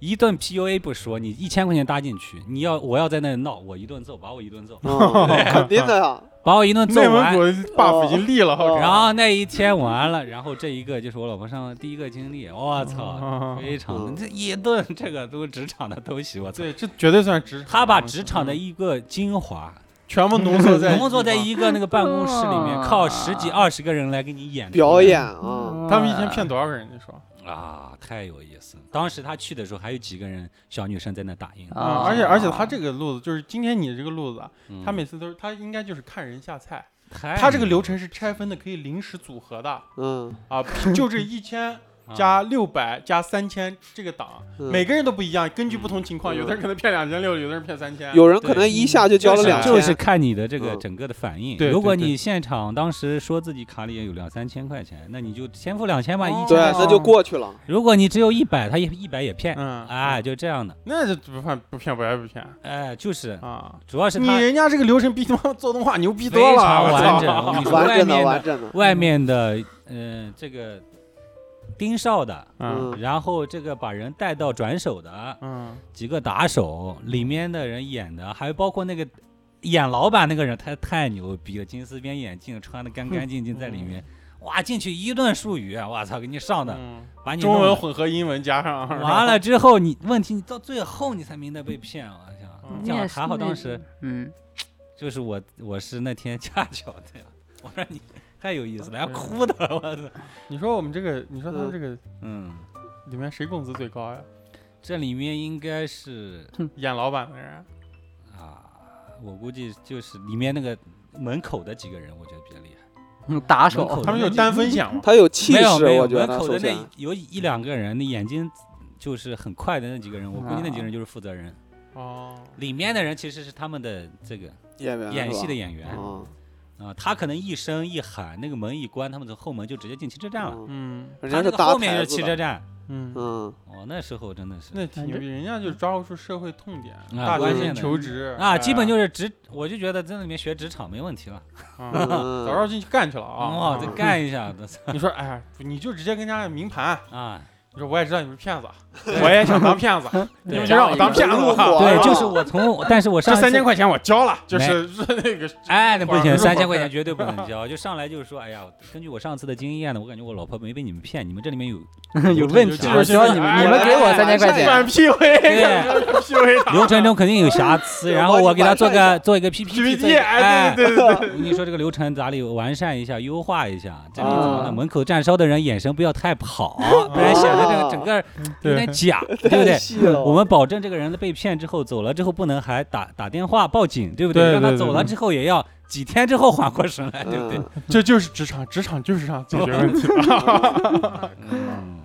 S4: 一顿 PUA 不说，你一千块钱搭进去，你要我要在那闹，我一顿揍，把我一顿揍，
S5: 嗯
S4: (laughs)
S5: 肯定的呀，
S4: 把我一顿
S1: (laughs)
S4: 揍
S1: 内蒙
S4: 完
S1: 古。的 buff 已经立了，
S5: 哦
S1: 我
S4: 然后那一天完了，然后这一个就是我老婆上的第一个经历，
S1: 哦
S4: 我操，
S1: 操！
S4: 非常
S5: 嗯
S4: 这一顿这个都是职场的东西，我操！
S1: 对，这绝对算职场。嗯
S4: 他把职场的一个精华
S1: 全部浓缩在
S4: (laughs) 浓缩在一个那个办公室里
S1: (laughs)
S4: 面，
S2: 啊
S4: 靠十几二十个人来给你演出
S5: 表
S4: 来
S5: 演啊，
S1: 他们一天骗多少个人？你说
S4: 啊，太有意思了。当时他去的时候，还有几个人小女生在那打印，
S2: 啊
S1: 啊？而且而且他这个路子就是今天你这个路子，啊，他
S4: 嗯
S1: 每次都是他应该就是看人下菜，
S4: 太
S1: 他这个流程是拆分的，可以临时组合的
S5: 嗯，
S1: 啊， (laughs) 就这一千。
S4: 啊
S1: 加六百加三千这个档，
S5: 嗯
S1: 每个人都不一样，根据不同情况，
S5: 嗯
S1: 有的人可能骗两千六，有的人骗三千。
S5: 有人可能一下就交了
S1: 就是
S5: 两
S4: 就是
S5: 千，
S4: 看你的这个
S5: 嗯
S4: 整个的反应。
S1: 对
S4: 如果
S1: 对对
S4: 你现场当时说自己卡里也有两三千块钱，那你就先付两千吧，
S1: 哦
S4: 一
S5: 对，
S4: 千。
S5: 那就过去了。
S4: 如果你只有一百，他也一百也骗，
S1: 嗯
S4: 哎，，就这样的，
S1: 那就不骗不骗白不骗
S4: 哎，就是，
S1: 啊！
S4: 主要是
S1: 你
S4: 他
S1: 人家这个流程比他妈做动画牛逼
S4: 非
S1: 多了，
S4: 常
S1: 我
S4: 完
S1: 操
S4: 整。我
S1: (laughs)
S4: 跟你说，
S5: 完
S4: 外
S5: 整的，
S4: 面的
S5: 完整的，
S4: 外面的，嗯，这个盯梢的，
S1: 嗯
S5: 嗯
S4: 然后这个把人带到转手的
S1: 嗯
S4: 几个打手里面的人演的，还包括那个演老板那个人，他太牛逼了，金丝边眼镜穿的干干净净在里面，哇，进去一顿术语，啊我操，给你上的，
S1: 嗯，
S4: 把你
S1: 中文
S4: 弄
S1: 混合英文加上，
S4: 的完了之后，你问题你到最后你才明白被骗，我
S2: 哦
S1: 嗯
S4: 想，想还好当时
S2: 嗯，
S4: 就是我我是那天恰巧的呀，我说你太有意思了，要哭的，我操，
S1: 你说我们这个，你说他们
S5: 嗯
S1: 这个
S4: 嗯，
S1: 里面谁工资最高呀？
S4: 这里面应该是
S1: 演老板的人，
S4: 啊，我估计就是里面那个门口的几个人，我觉得比较厉害。
S2: 嗯打手
S4: 门口
S1: 他们有单分享吗？
S5: 他有气
S4: 没有
S5: 势，
S4: 没有，
S5: 我觉
S4: 门
S5: 得
S4: 口
S5: 首
S4: 的
S5: 先
S4: 那有一两个人，那眼睛就是很快的那几个人，我估计那几
S5: 啊
S4: 个人就是负责人。
S1: 哦，
S4: 里面的人其实是他们的这个
S5: 演员
S4: 演
S5: 是
S4: 戏
S5: 吧
S4: 的演员啊、
S5: 嗯
S4: 他可能一声一喊，那个门一关，他们从后门就直接进汽车站了。
S5: 嗯
S1: 嗯
S4: 他
S5: 人家
S4: 那
S5: 是
S4: 个
S5: 搭
S4: 后面就
S5: 台
S4: 是
S5: 子
S4: 汽
S5: 的
S4: 车，站，
S1: 嗯，
S5: 嗯，
S4: 哦，那时候真的是
S1: 那挺牛逼，人家就抓住社会痛点，
S4: 啊
S1: 大学
S5: 关
S1: 生
S5: 键
S4: 的
S1: 求职哎
S4: 啊，基本就是是职，我就觉得在里面学职场没问题了。
S5: 嗯
S1: 早知道进去干去了啊，！
S4: 哦再
S1: 嗯
S4: 干一下，我操
S1: 你说，哎呀，你就直接跟人家明盘，
S4: 啊！
S1: 你说我也知道你们是骗子，我也想当
S4: (laughs)
S1: 骗子，你们就让我当骗子
S5: 入
S1: 吧。
S5: 伙
S4: 对，
S5: 了
S4: 就是我从，但是我
S1: 这
S4: 上
S1: 三
S4: 一次
S1: 千块钱我交了，就是是那个，
S4: 哎，那不
S1: 管
S4: 行，
S1: 是
S4: 三
S1: 不
S4: 千块钱绝对不能交。就上来就是说，哎呀，根据我上次的经验呢，我感觉我老婆没被你们骗，你们这里面有
S2: 有问题，
S1: 就是
S2: 我希望你
S1: 哎
S2: (laughs) 们你们给我三千块
S1: 反 (laughs)
S2: 钱，
S1: PUA，反
S4: (laughs)
S1: PUA
S4: 流程中肯定有瑕疵，然后我给他做个做一个 PPT，做一
S1: PPT，
S4: 个
S1: 哎，
S4: 哎，
S1: 对对对对，
S4: 我跟你说这个流程哪里完善一下、优化一下，这里怎么了？
S5: 啊
S4: 门口站哨的人眼神不要太跑，不然显得这个整个有点假，对不
S5: 太
S4: 对？
S5: 细了，
S4: 我们保证这个人被骗之后走了之后不能还打打电话报警，对不
S1: 对对
S4: 让他
S1: 对
S4: 走了
S1: 对
S4: 之后也要几天之后缓过神来， (laughs) 对不对？
S5: 嗯
S1: 这就是职场，职场就是让解决问
S4: (laughs)
S1: 题的。
S4: 嗯，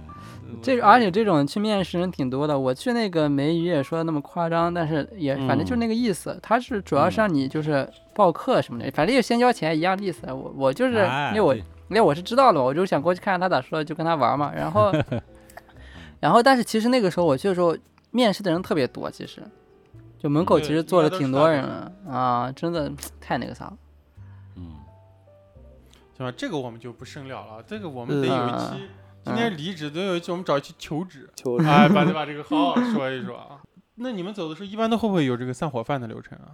S2: 这而且这种去面试人挺多的，我去那个梅雨也说那么夸张，但是也反正就是
S1: 嗯
S2: 那个意思，他是主要是让你就是报课什么的，反正也先交钱一样的意思。我我就是
S4: 哎
S2: 因为我
S4: 对
S2: 因为我是知道了，我就想过去看看他咋说，就跟他玩嘛。然
S1: (laughs)
S2: 后，然后但是其实那个时候我去的时候，面试的人特别多，其实就门口
S1: 对
S2: 其实
S1: 应
S2: 坐
S1: 该
S2: 了
S1: 都
S2: 挺
S1: 是
S2: 多
S1: 大
S2: 人
S1: 学
S2: 的啊，真的太那个啥了。
S4: 嗯。
S1: 行吧，这个我们就不深聊了，这个我们得有一
S4: 啊
S1: 期，
S2: 嗯
S1: 今天离职得有一期，我们找一期求职，
S5: 求 (laughs)
S1: 哎，把得把这个好好说一说啊。那你们走的时候，一般都会不会有这个散伙饭的流程啊？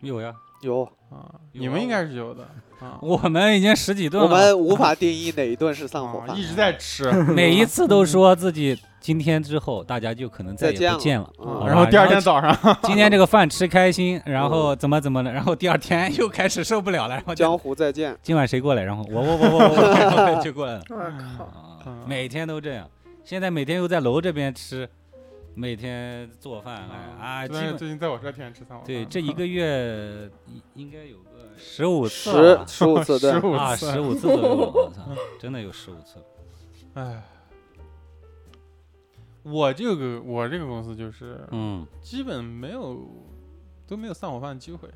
S4: 有呀，
S5: 有，
S4: (laughs)
S1: 啊，
S4: 有
S1: 你
S4: 啊
S1: 们应该是有的啊。
S4: 我们已经十几顿
S5: 我
S4: 了，
S5: 们无法定义哪一顿是散伙
S4: 哦
S1: 啊，
S5: 饭
S1: 一，直在
S5: (laughs)
S1: 吃，
S4: 每一次都说自己今天之后大家就可能再
S5: 再
S4: 也
S5: 见
S4: 不见了。哦
S5: 嗯
S4: 吧
S1: 然后第二天早上，
S4: 今天这个饭吃开心，然后怎么怎么的，然后第二天又开始受不了了，然后就
S5: 江湖再见，
S4: 今晚谁过来？然后我我我我
S1: (laughs)
S4: 我我就过来了。
S3: 我
S4: (laughs)
S3: 靠，
S4: 啊
S1: 嗯，
S4: 每天都这样，现在每天又在楼这边吃，每天做饭，哎啊，基
S1: 昨天
S4: 本
S1: 最近嗯在我嗯这天天吃散伙饭，
S4: 对这一
S1: (laughs)
S4: 个月应应该有个十五次
S5: 十
S4: 了吧
S5: 十五
S1: (laughs)
S5: 次
S1: 啊十
S5: 顿，
S1: 五
S4: 啊，十
S1: 次，
S4: 五次左右，我操，
S1: (laughs)
S4: 真的有十五次。
S1: 哎。我这个我这个公司就是
S4: 嗯，
S1: 基本没有都没有散伙饭的机会，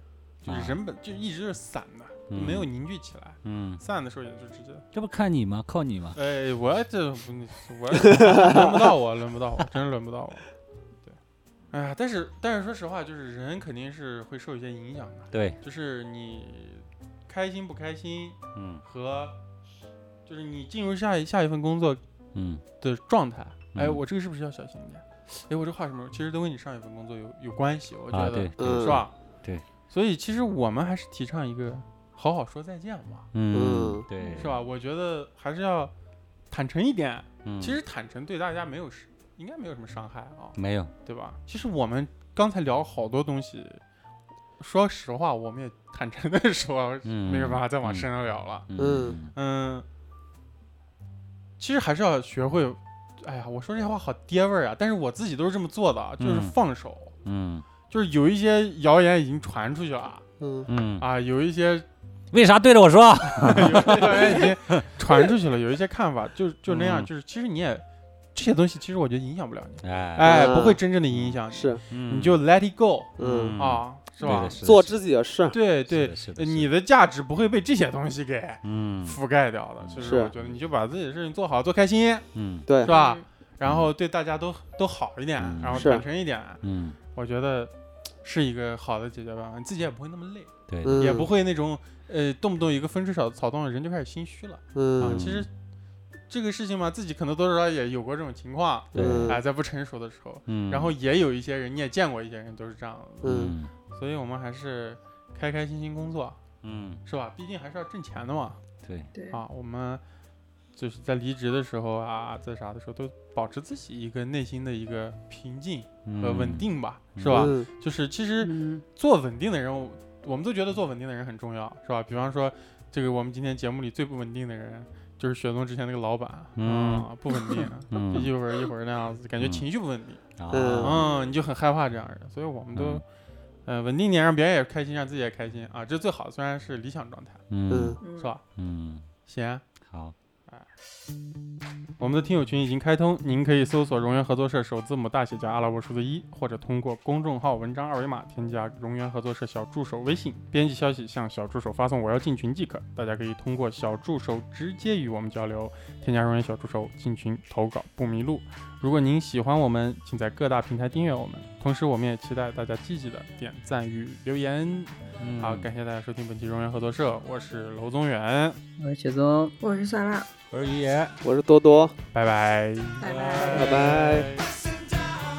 S1: 就是
S4: 啊
S1: 人本就一直是散的，没有凝聚起来，
S4: 嗯，
S1: 散的时候也就直接，
S4: 这不看你吗？靠你吗？
S1: 哎，我这不我轮不到我，轮不到我，真轮不到我。对，哎呀，但是但是说实话，就是人肯定是会受一些影响的，
S4: 对，
S1: 就是你开心不开心
S4: 嗯
S1: 和就是你进入下一下一份工作
S4: 嗯
S1: 的状态，哎，
S4: 嗯
S1: 我这个是不是要小心一点？哎，我这话什么？其实都跟你上一份工作有有关系，我觉
S4: 啊，
S1: 得、
S4: 对，
S5: 嗯
S1: 是吧？
S4: 对，
S1: 所以其实我们还是提倡一个好好说再见嘛，
S4: 嗯
S5: 嗯
S4: 对，
S1: 是？吧？我觉得还是要坦诚一点。
S4: 嗯，
S1: 其实坦诚对大家没有是应该没有什么伤害啊，
S4: 没有，
S1: 对吧？其实我们刚才聊好多东西，说实话，我们也坦诚的 (laughs) 说，
S4: 嗯
S1: 没有办法再往
S4: 嗯
S1: 深了聊了。
S4: 嗯
S1: 嗯，其实还是要学会，哎呀，我说这话好爹味儿啊，但是我自己都是这么做的啊，就是
S4: 嗯
S1: 放手，
S4: 嗯
S1: 就是有一些谣言已经传出去了
S5: 嗯
S4: 嗯，
S1: 啊，有一些
S4: 为啥对着我说？
S1: 有些谣言已经传出去了，有一些看法就就那样，
S4: 嗯
S1: 就是其实你也这些东西，其实我觉得影响不了你，
S4: 哎，嗯
S1: 哎，
S5: 嗯
S1: 不会真正的影响你，
S5: 是，
S4: 你
S1: 你就 let it go
S5: 嗯，
S1: 啊，是吧？
S5: 做自己的事儿，
S1: 对
S4: 是
S1: 对
S4: 的，是
S1: 呃
S4: 的，
S1: 你的价值不会被这些东西给
S4: 嗯
S1: 覆盖掉的，就是
S5: 是
S1: 我觉得你就把自己的事情做好，做开心，
S4: 嗯
S5: 对
S1: 是，吧？
S3: 嗯
S1: 然后对大家都都好一点，
S4: 嗯
S1: 然后
S5: 是
S1: 坦诚一点，
S4: 嗯，
S1: 我觉得是一个好的解决办法，你自己也不会那么累，
S4: 对，
S5: 嗯
S1: 也不会那种呃动不动一个风吹草草动，人就开始心虚了啊。
S5: 嗯
S1: 其实这个事情嘛，自己可能多多少少也有过这种情况，
S4: 对
S5: 嗯
S1: 哎，在不成熟的时候，
S4: 嗯，
S1: 然后呃也有一些人，你也见过一些人都是这样的，
S5: 嗯
S4: 嗯
S1: 所以我们还是开开心心工作，
S4: 嗯，
S1: 是吧？毕竟还是要挣钱的嘛，
S4: 对，
S3: 对，
S1: 啊，我们就是在离职的时候啊，在啥的时候都保持自己一个内心的一个平静和呃
S4: 嗯
S1: 稳，定吧，是吧？
S5: 嗯
S1: 就是其实
S2: 嗯
S1: 做稳定的人，我我们都觉得做稳定的人很重要，是吧？比方说，这个我们今天节目里最不稳定的人。就是雪松之前那个老板，
S4: 嗯
S1: 啊，不稳定，
S4: 嗯
S1: 一会儿一会儿那样子，感觉
S4: 嗯
S1: 情绪不稳定，
S4: 啊，
S1: 嗯，你就很害怕这样的人，所以我们都，
S4: 嗯
S1: 呃，稳定一点，让别人也开心，让自己也开心啊，这是最好的，虽然是理想状态，
S4: 嗯
S5: 嗯
S1: 是
S3: 嗯，
S1: 吧？
S4: 嗯，
S1: 行，啊
S4: 好，
S1: 我们的听友群已经开通，您可以搜索“荣源合作社”首字母大写加阿拉伯数字一，或者通过公众号文章二维码添加“荣源合作社小助手”微信，编辑消息向小助手发送“我要进群”即可。大家可以通过小助手直接与我们交流，添加荣源小助手进群投稿不迷路。如果您喜欢我们，请在各大平台订阅我们，同时我们也期待大家积极的点赞与留言。好，感谢大家收听本期荣源合作社，我是娄宗远，
S2: 我是雪宗。
S3: 嗯我是酸辣，
S4: 我是于言。
S5: 我是多多，
S1: 拜拜，
S3: 拜拜。
S5: 拜拜。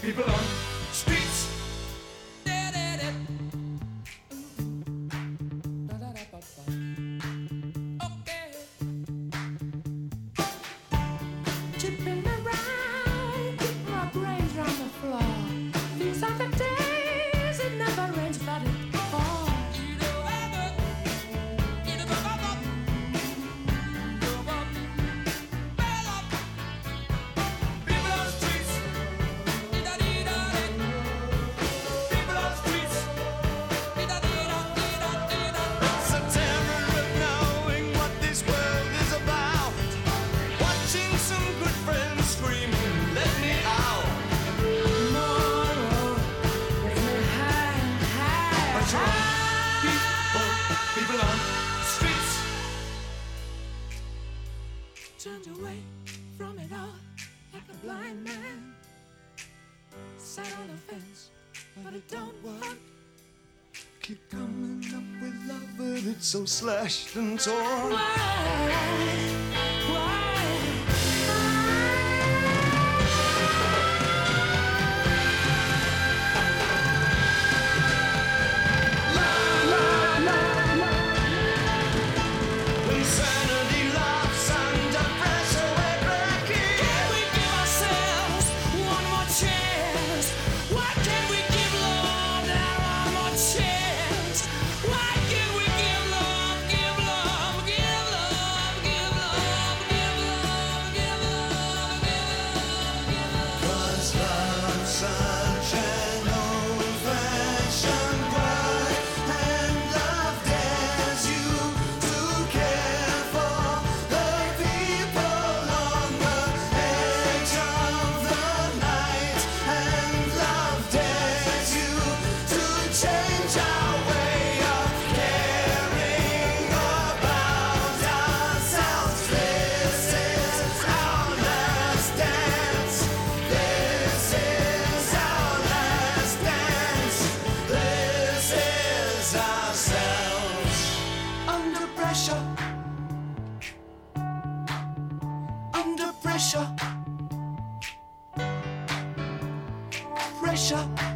S6: People on streets. Da-da-da. Da-da-da-ba-ba. Okay.
S7: Chipping around, keep my brains on the floor. These are the days it never rains, but it falls.
S6: Let me out. But you're all people, people on streets.
S7: Turned away from it all like a blind man. Sat on the fence, but it don't work.
S6: Keep coming up with love, but it's so slashed and torn.
S7: Why? Why?
S6: Insanity laughs under pressure, we're breaking.
S7: Can we give ourselves one more chance? Why can't we give
S6: Pressure. Pressure.